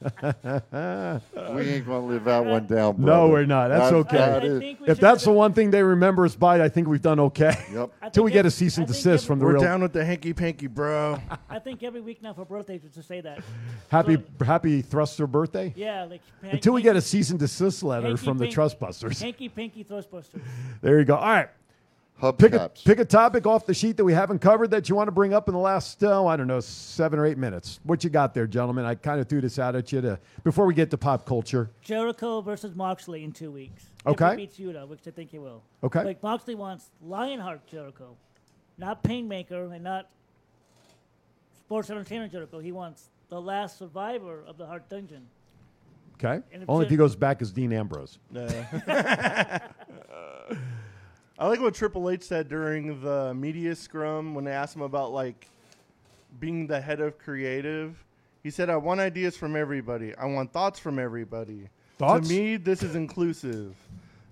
[SPEAKER 4] We ain't gonna live that one down.
[SPEAKER 1] No,
[SPEAKER 4] brother.
[SPEAKER 1] we're not. That's
[SPEAKER 4] That-
[SPEAKER 1] okay.
[SPEAKER 4] that is-
[SPEAKER 1] if that's the one thing they remember us by, I think we've done okay.
[SPEAKER 5] Yep.
[SPEAKER 1] <laughs> Till we get a cease and desist from the
[SPEAKER 3] We're
[SPEAKER 1] real.
[SPEAKER 3] down with the hanky panky, bro.
[SPEAKER 5] I think every week now for birthdays we should say
[SPEAKER 1] <laughs>
[SPEAKER 5] that.
[SPEAKER 1] Happy happy thruster birthday.
[SPEAKER 5] Yeah, like
[SPEAKER 1] Until we get a cease and desist letter
[SPEAKER 5] Hanky
[SPEAKER 1] from the
[SPEAKER 5] Pink-
[SPEAKER 1] Trustbusters.
[SPEAKER 5] Hanky Pinky Thrustbusters.
[SPEAKER 1] There you go. All right. Pick a, pick a topic off the sheet that we haven't covered that you want to bring up in the last, oh, I don't know, seven or eight minutes. What you got there, gentlemen? I kind of threw this out at you to, before we get to pop culture.
[SPEAKER 5] Jericho versus Moxley in two weeks. If
[SPEAKER 1] Okay.
[SPEAKER 5] he beats Yuta, which I think he will.
[SPEAKER 1] Okay.
[SPEAKER 5] Like Moxley wants Lionheart Jericho, not Painmaker and not Sports Entertainment Jericho. He wants the last survivor of the Heart Dungeon.
[SPEAKER 1] Okay.
[SPEAKER 5] And if
[SPEAKER 1] Only if he
[SPEAKER 5] Jer-
[SPEAKER 1] goes back as Dean Ambrose. <laughs>
[SPEAKER 3] I like what Triple H said during the media scrum when they asked him about like being the head of creative. He said, "I want ideas from everybody. I want thoughts from everybody.
[SPEAKER 1] Thoughts?
[SPEAKER 3] To me, this is inclusive.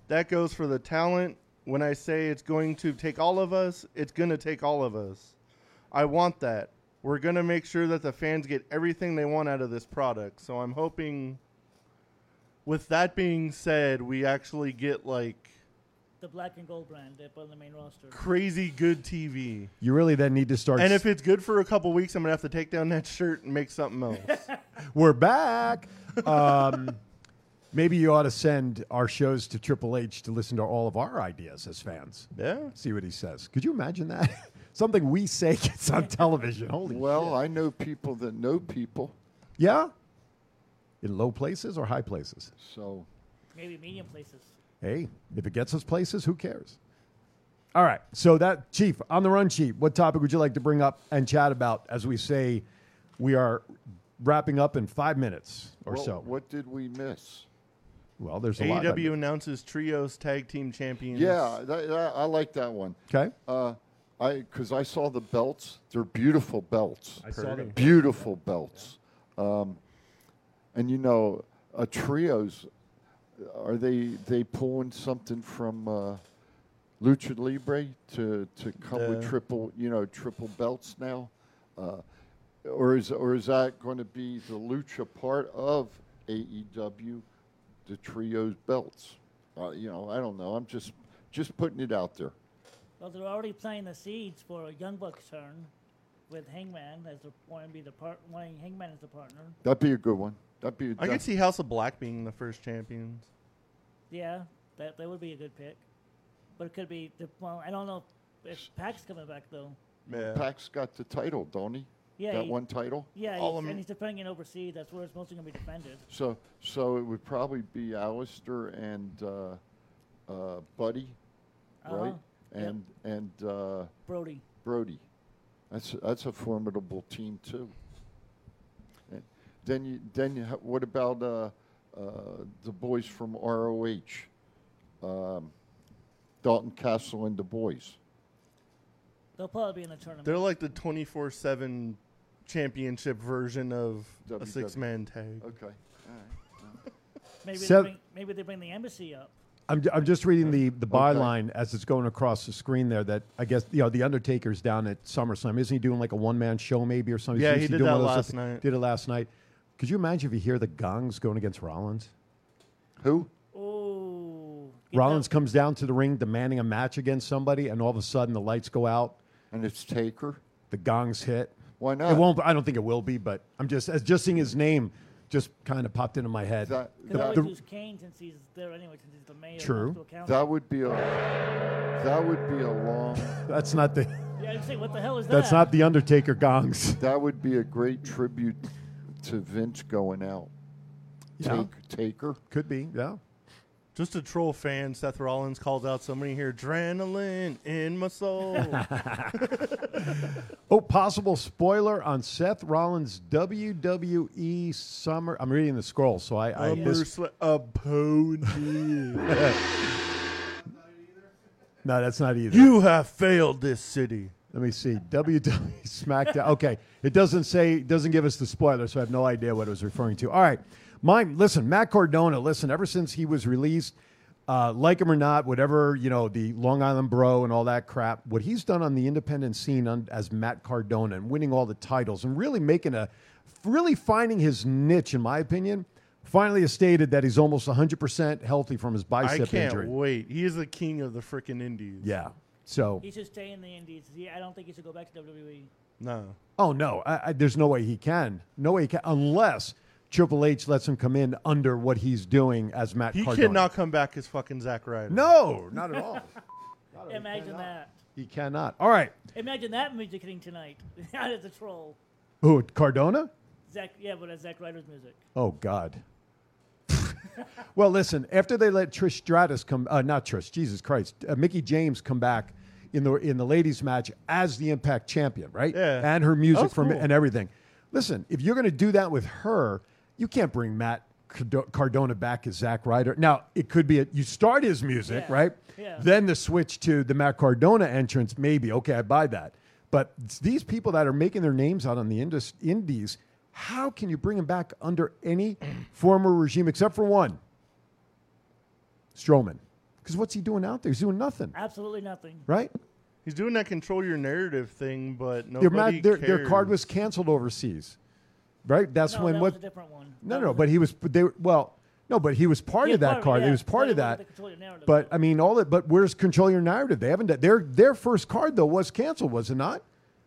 [SPEAKER 3] That goes for the talent. When I say it's going to take all of us, it's going to take all of us. I want that. We're going to make sure that the fans get everything they want out of this product. So I'm hoping." With that being said, we actually get like
[SPEAKER 5] The black and gold brand up on the main roster.
[SPEAKER 3] crazy good TV.
[SPEAKER 1] You really then need to start.
[SPEAKER 3] And if it's good for a couple weeks, I'm gonna have to take down that shirt and make something else.
[SPEAKER 1] We're back. Um, maybe you ought to send our shows to Triple H to listen to all of our ideas as fans.
[SPEAKER 3] Yeah.
[SPEAKER 1] See what he says. Could you imagine that? <laughs> Something we say gets on television. Holy
[SPEAKER 4] well, I know people that know people,
[SPEAKER 1] Yeah? In low places or high places?
[SPEAKER 4] so
[SPEAKER 5] Maybe medium places.
[SPEAKER 1] Hey, if it gets us places, who cares? All right. So that chief on the run sheet, what topic would you like to bring up and chat about as we say we are wrapping up in five minutes or
[SPEAKER 4] Well,
[SPEAKER 1] so?
[SPEAKER 4] What did we miss?
[SPEAKER 1] Well, there's a lot.
[SPEAKER 3] AEW E announces trios tag team champions.
[SPEAKER 4] Yeah, that, that, I like that one.
[SPEAKER 1] 'Kay.
[SPEAKER 4] Uh, I because I saw the belts. They're beautiful belts.
[SPEAKER 1] I saw them.
[SPEAKER 4] Beautiful belts. Um, and you know, uh, trios. Are they they pulling something from uh, Lucha Libre to to come
[SPEAKER 3] No.
[SPEAKER 4] with triple you know triple belts now, uh, or is or is that going to be the Lucha part of AEW, the trios belts? Uh, you know, I don't know. I'm just just putting it out there.
[SPEAKER 5] Well, they're already playing the seeds for a Young Bucks turn with Hangman as the wanting to be the part, wanting Hangman as the partner.
[SPEAKER 4] That'd be a good one. That'd be.
[SPEAKER 3] I could see House of Black being the first champions.
[SPEAKER 5] Yeah, that that would be a good pick, but it could be. The, well, I don't know if Pac's coming back though.
[SPEAKER 3] Yeah.
[SPEAKER 4] Pac's got the title, don't he?
[SPEAKER 5] Yeah,
[SPEAKER 4] that
[SPEAKER 5] he-
[SPEAKER 4] one title.
[SPEAKER 5] Yeah,
[SPEAKER 4] All
[SPEAKER 5] he's,
[SPEAKER 4] of 'em.
[SPEAKER 5] and he's defending it overseas. That's where it's mostly going to be defended.
[SPEAKER 4] So, so it would probably be Alistair and uh, uh, Buddy, right?
[SPEAKER 5] Uh-huh. Yep.
[SPEAKER 4] And and uh,
[SPEAKER 5] Brody.
[SPEAKER 4] Brody, that's that's a formidable team too. Eh, Then you then you ha- what about uh, uh, the boys from ROH, um, Dalton Castle and the boys?
[SPEAKER 5] They'll probably be in the tournament.
[SPEAKER 3] They're like the 24 seven championship version of a
[SPEAKER 4] WWE.
[SPEAKER 3] six man tag.
[SPEAKER 4] Okay.
[SPEAKER 5] maybe
[SPEAKER 1] Sev-
[SPEAKER 5] they bring, maybe they bring the embassy up.
[SPEAKER 1] I'm, I'm just reading the, the byline as it's going across the screen there that I guess, you know, The Undertaker's down at SummerSlam. Isn't he doing like a one man show maybe or something?
[SPEAKER 3] Yeah,
[SPEAKER 1] Isn't
[SPEAKER 3] he did
[SPEAKER 1] doing
[SPEAKER 3] that
[SPEAKER 1] one of those
[SPEAKER 3] last
[SPEAKER 1] things?
[SPEAKER 3] night.
[SPEAKER 1] Did it last night. Could you imagine if you hear the gongs going against Rollins?
[SPEAKER 4] Who?
[SPEAKER 5] Oh,
[SPEAKER 1] Rollins comes down to the ring demanding a match against somebody, and all of a sudden the lights go out.
[SPEAKER 4] And it's Taker.
[SPEAKER 1] the gongs hit.
[SPEAKER 4] Why not?
[SPEAKER 1] It won't. I don't think it will be. But I'm just as just seeing his name just kind of popped into my head.
[SPEAKER 5] Could always use Kane since he's there anyway, since he's the mayor.
[SPEAKER 1] True.
[SPEAKER 4] That would be a that would be a long.
[SPEAKER 1] <laughs> that's not the.
[SPEAKER 5] Yeah, you say, what the hell is
[SPEAKER 1] That's
[SPEAKER 5] that?
[SPEAKER 1] not the Undertaker gongs. <laughs>
[SPEAKER 4] That would be a great tribute to Vince going out.
[SPEAKER 1] Yeah.
[SPEAKER 4] Take, taker
[SPEAKER 1] could be. Yeah.
[SPEAKER 3] Just a troll fan, Seth Rollins calls out somebody here, adrenaline in
[SPEAKER 1] <laughs>
[SPEAKER 3] my soul.
[SPEAKER 1] Oh, possible spoiler on Seth Rollins WWE Summer. I'm reading the scroll, so I. I this,
[SPEAKER 3] SummerSla- opponent.
[SPEAKER 1] <laughs> no, that's not either.
[SPEAKER 3] You have failed this city.
[SPEAKER 1] Let me see. WWE SmackDown. Okay, it doesn't say, it doesn't give us the spoiler, so I have no idea what it was referring to. All right, mine. Listen, Matt Cardona. Listen, ever since he was released, uh, like him or not, whatever you know, the Long Island Bro and all that crap. What he's done on the independent scene on, as Matt Cardona and winning all the titles and really making a, really finding his niche, in my opinion. Finally, has stated that he's almost 100% healthy from his
[SPEAKER 3] I
[SPEAKER 1] bicep
[SPEAKER 3] can't
[SPEAKER 1] injury.
[SPEAKER 3] wait. He is the king of the freaking indies.
[SPEAKER 1] Yeah. So
[SPEAKER 5] He should stay in the Indies. He, I don't think he should go back to E. WWE.
[SPEAKER 3] No.
[SPEAKER 1] Oh no, I, I, there's no way he can. No way he can unless Triple H lets him come in under what he's doing as Matt.
[SPEAKER 3] He
[SPEAKER 1] Cardona.
[SPEAKER 3] cannot come back as fucking Zack Ryder.
[SPEAKER 1] No, not at
[SPEAKER 4] Oh.
[SPEAKER 5] <laughs>
[SPEAKER 1] all.
[SPEAKER 5] Imagine that.
[SPEAKER 1] He cannot. All right.
[SPEAKER 5] Imagine that music hitting tonight. <laughs> That is a troll.
[SPEAKER 1] Who? Cardona?
[SPEAKER 5] Zach, yeah, but that's Zach Ryder's music.
[SPEAKER 1] Oh God. <laughs> well, listen. After they let Trish Stratus come, uh, not Trish, Jesus Christ, uh, Mickey James come back in the in the ladies match as the Impact champion, right?
[SPEAKER 3] Yeah.
[SPEAKER 1] And her
[SPEAKER 3] That
[SPEAKER 1] music
[SPEAKER 3] was
[SPEAKER 1] from
[SPEAKER 3] cool.
[SPEAKER 1] and everything. Listen, if you're going to do that with her, you can't bring Matt Cardo- Cardona back as Zack Ryder. Now it could be a, you start his music,
[SPEAKER 5] Yeah.
[SPEAKER 1] right?
[SPEAKER 5] Yeah.
[SPEAKER 1] Then the switch to the Matt Cardona entrance, maybe okay, I buy that. But it's these people that are making their names out on the indus- indies, how can you bring them back under any <clears throat> former regime except for one, Strowman? Because what's he doing out there? He's doing nothing,
[SPEAKER 5] Absolutely nothing.
[SPEAKER 1] right?
[SPEAKER 3] He's doing that control your narrative thing, but
[SPEAKER 1] Their,
[SPEAKER 3] nobody
[SPEAKER 1] ma- their,
[SPEAKER 3] cares.
[SPEAKER 1] their card was canceled overseas, right? That's
[SPEAKER 5] No,
[SPEAKER 1] when
[SPEAKER 5] that
[SPEAKER 1] what?
[SPEAKER 5] was a different one.
[SPEAKER 1] No,
[SPEAKER 5] That
[SPEAKER 1] no,
[SPEAKER 5] was
[SPEAKER 1] but he was. but They were- well, no, but he was part
[SPEAKER 5] Yeah,
[SPEAKER 1] of that
[SPEAKER 5] part of it,
[SPEAKER 1] card. He
[SPEAKER 5] yeah.
[SPEAKER 1] was part
[SPEAKER 5] That
[SPEAKER 1] of
[SPEAKER 5] was the
[SPEAKER 1] that.
[SPEAKER 5] Control Your Narrative
[SPEAKER 1] But I mean, all that. But where's control your narrative? They haven't. done- Their their first card though was canceled, was it not?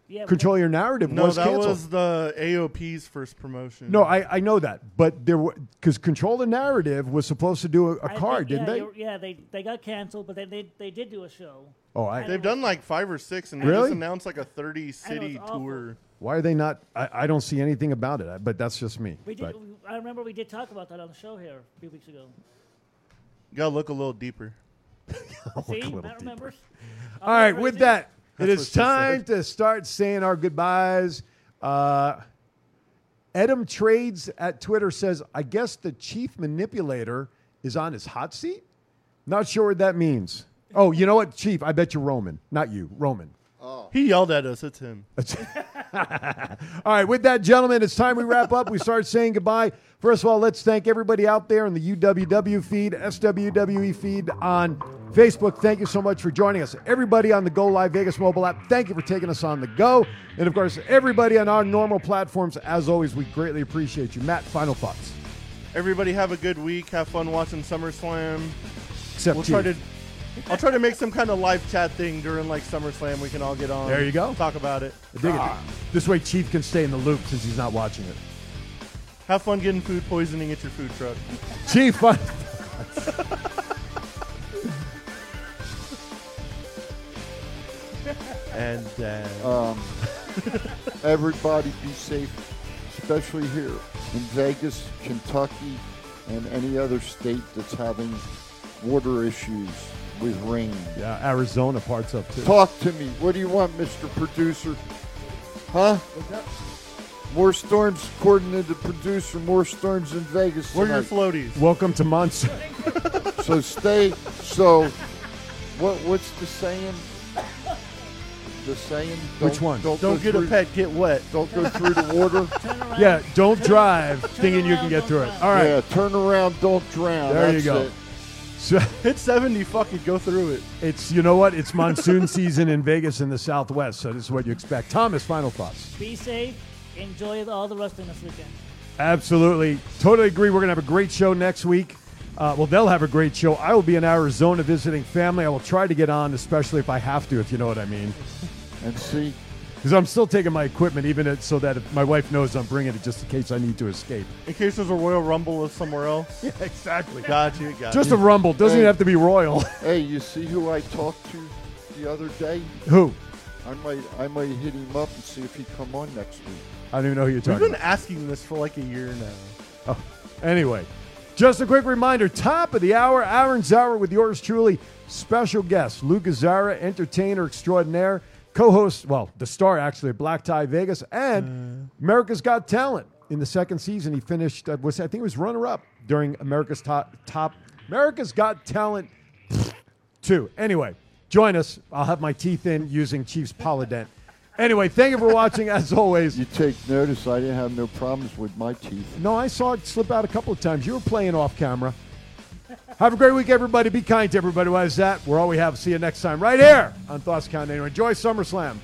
[SPEAKER 5] Yeah, but
[SPEAKER 1] Control
[SPEAKER 5] that-
[SPEAKER 1] your narrative
[SPEAKER 3] No,
[SPEAKER 1] was
[SPEAKER 3] that
[SPEAKER 1] canceled.
[SPEAKER 3] was the AOP's first promotion.
[SPEAKER 1] No, I, I know that, but there were because control the narrative was supposed to do a, a
[SPEAKER 5] I
[SPEAKER 1] card,
[SPEAKER 5] think- yeah,
[SPEAKER 1] didn't they?
[SPEAKER 5] you're- Yeah, they, they got canceled, but they, they, they did do a show.
[SPEAKER 1] Oh, I-
[SPEAKER 5] And it
[SPEAKER 3] They've
[SPEAKER 5] was-
[SPEAKER 3] done like five or six, and they
[SPEAKER 1] Really?
[SPEAKER 3] just announced like a thirty city
[SPEAKER 5] awful.
[SPEAKER 3] tour.
[SPEAKER 1] Why are they not? I, I don't see anything about it, I- but that's just me.
[SPEAKER 5] We did,
[SPEAKER 1] But
[SPEAKER 5] we, I remember we did talk about that on the show here a few weeks ago.
[SPEAKER 3] You gotta look a little deeper.
[SPEAKER 5] See,
[SPEAKER 1] a little
[SPEAKER 5] Matt remembers.
[SPEAKER 1] all right, with that, it
[SPEAKER 3] That's
[SPEAKER 1] is
[SPEAKER 3] what she
[SPEAKER 1] time to start saying our goodbyes. Uh, Adam Trades at Twitter says, "I guess the chief manipulator is on his hot seat." Not sure what that means. Oh, you know what, Chief? I bet you're Roman, not you, Roman. Oh.
[SPEAKER 3] He yelled at us. It's him.
[SPEAKER 1] <laughs> All right, with that, gentlemen, it's time we wrap up. We start saying goodbye. First of all, let's thank everybody out there in the UWW feed, SWWE E feed on Facebook. Thank you so much for joining us. Everybody on the Go Live Vegas mobile app, thank you for taking us on the go. And of course, everybody on our normal platforms, as always, we greatly appreciate you. Matt, final thoughts.
[SPEAKER 3] Everybody have a good week. Have fun watching SummerSlam.
[SPEAKER 1] Except
[SPEAKER 3] we'll try to.
[SPEAKER 1] Chief.
[SPEAKER 3] I'll try to make some kind of live chat thing during like SummerSlam. We can all get on.
[SPEAKER 1] There you go.
[SPEAKER 3] Talk about it.
[SPEAKER 1] I dig it. This way, Chief can stay in the loop since he's not watching it.
[SPEAKER 3] Have fun getting food poisoning at your food truck.
[SPEAKER 1] Chief, fin-
[SPEAKER 3] <laughs> And then.
[SPEAKER 4] Um, <laughs> everybody be safe, especially here in Vegas, Kentucky, and any other state that's having water issues with rain.
[SPEAKER 1] yeah, Arizona parts up too.
[SPEAKER 4] Talk to me. What do you want, Mr. Producer? Huh? More storms, according to the producer, more storms in Vegas.
[SPEAKER 3] We're your
[SPEAKER 4] tonight.
[SPEAKER 3] floaties.
[SPEAKER 1] Welcome to Monsoon.
[SPEAKER 4] <laughs> So stay. So, what? What's the saying? The saying.
[SPEAKER 1] Which one?
[SPEAKER 3] Don't
[SPEAKER 4] go
[SPEAKER 3] get
[SPEAKER 1] <laughs>
[SPEAKER 3] a
[SPEAKER 4] through-
[SPEAKER 3] pet, get wet.
[SPEAKER 4] Don't go through the water.
[SPEAKER 1] Yeah, don't drive thinking you can get through it. All right.
[SPEAKER 4] Yeah. Turn around. Don't drown.
[SPEAKER 1] There you
[SPEAKER 4] That's
[SPEAKER 1] go.
[SPEAKER 4] it.
[SPEAKER 1] So <laughs>
[SPEAKER 3] Hit 70, fucking go through it.
[SPEAKER 1] it's you know what? It's monsoon season in Vegas in the Southwest, so this is what you expect. Thomas, final thoughts.
[SPEAKER 5] Be safe. Enjoy all the wrestling this weekend.
[SPEAKER 1] Absolutely, totally agree. We're gonna have a great show next week. Uh, well, they'll have a great show. I will be in Arizona visiting family. I will try to get on, especially if I have to, if you know what I mean.
[SPEAKER 4] And see,
[SPEAKER 1] Because I'm still taking my equipment, even it, so that if my wife knows I'm bringing it just in case I need to escape.
[SPEAKER 3] In case there's a Royal Rumble or somewhere
[SPEAKER 1] <laughs>
[SPEAKER 3] else.
[SPEAKER 1] Yeah, exactly.
[SPEAKER 3] Got you,
[SPEAKER 4] Uh,
[SPEAKER 3] got
[SPEAKER 1] Just
[SPEAKER 3] you.
[SPEAKER 1] a rumble. Doesn't even have to be royal. <laughs>
[SPEAKER 4] Hey, you see who I talked to the other day?
[SPEAKER 1] Who?
[SPEAKER 4] I might I might hit him up and see if he'd come on next week.
[SPEAKER 1] I don't even know who you're
[SPEAKER 3] We've
[SPEAKER 1] talking
[SPEAKER 3] been
[SPEAKER 1] about.
[SPEAKER 3] asking this for like a year now.
[SPEAKER 1] Oh, anyway, just a quick reminder top of the hour, Aaron Zara with yours truly. Special guest, Luca Zara, entertainer extraordinaire, co host, well, the star actually of Black Tie Vegas, and America's Got Talent. In the second season, he finished, uh, was, I think he was runner up during America's top, top, America's Got Talent 2. Anyway, join us. I'll have my teeth in using Chiefs Polydent. Anyway, thank you for watching. As always,
[SPEAKER 4] you take notice. I didn't have no problems with my teeth.
[SPEAKER 1] No, I saw it slip out a couple of times. You were playing off camera. Have a great week, everybody. Be kind to everybody. Why is that? We're all we have. See you next time right here on Thoughts Count Anywhere. Enjoy SummerSlam.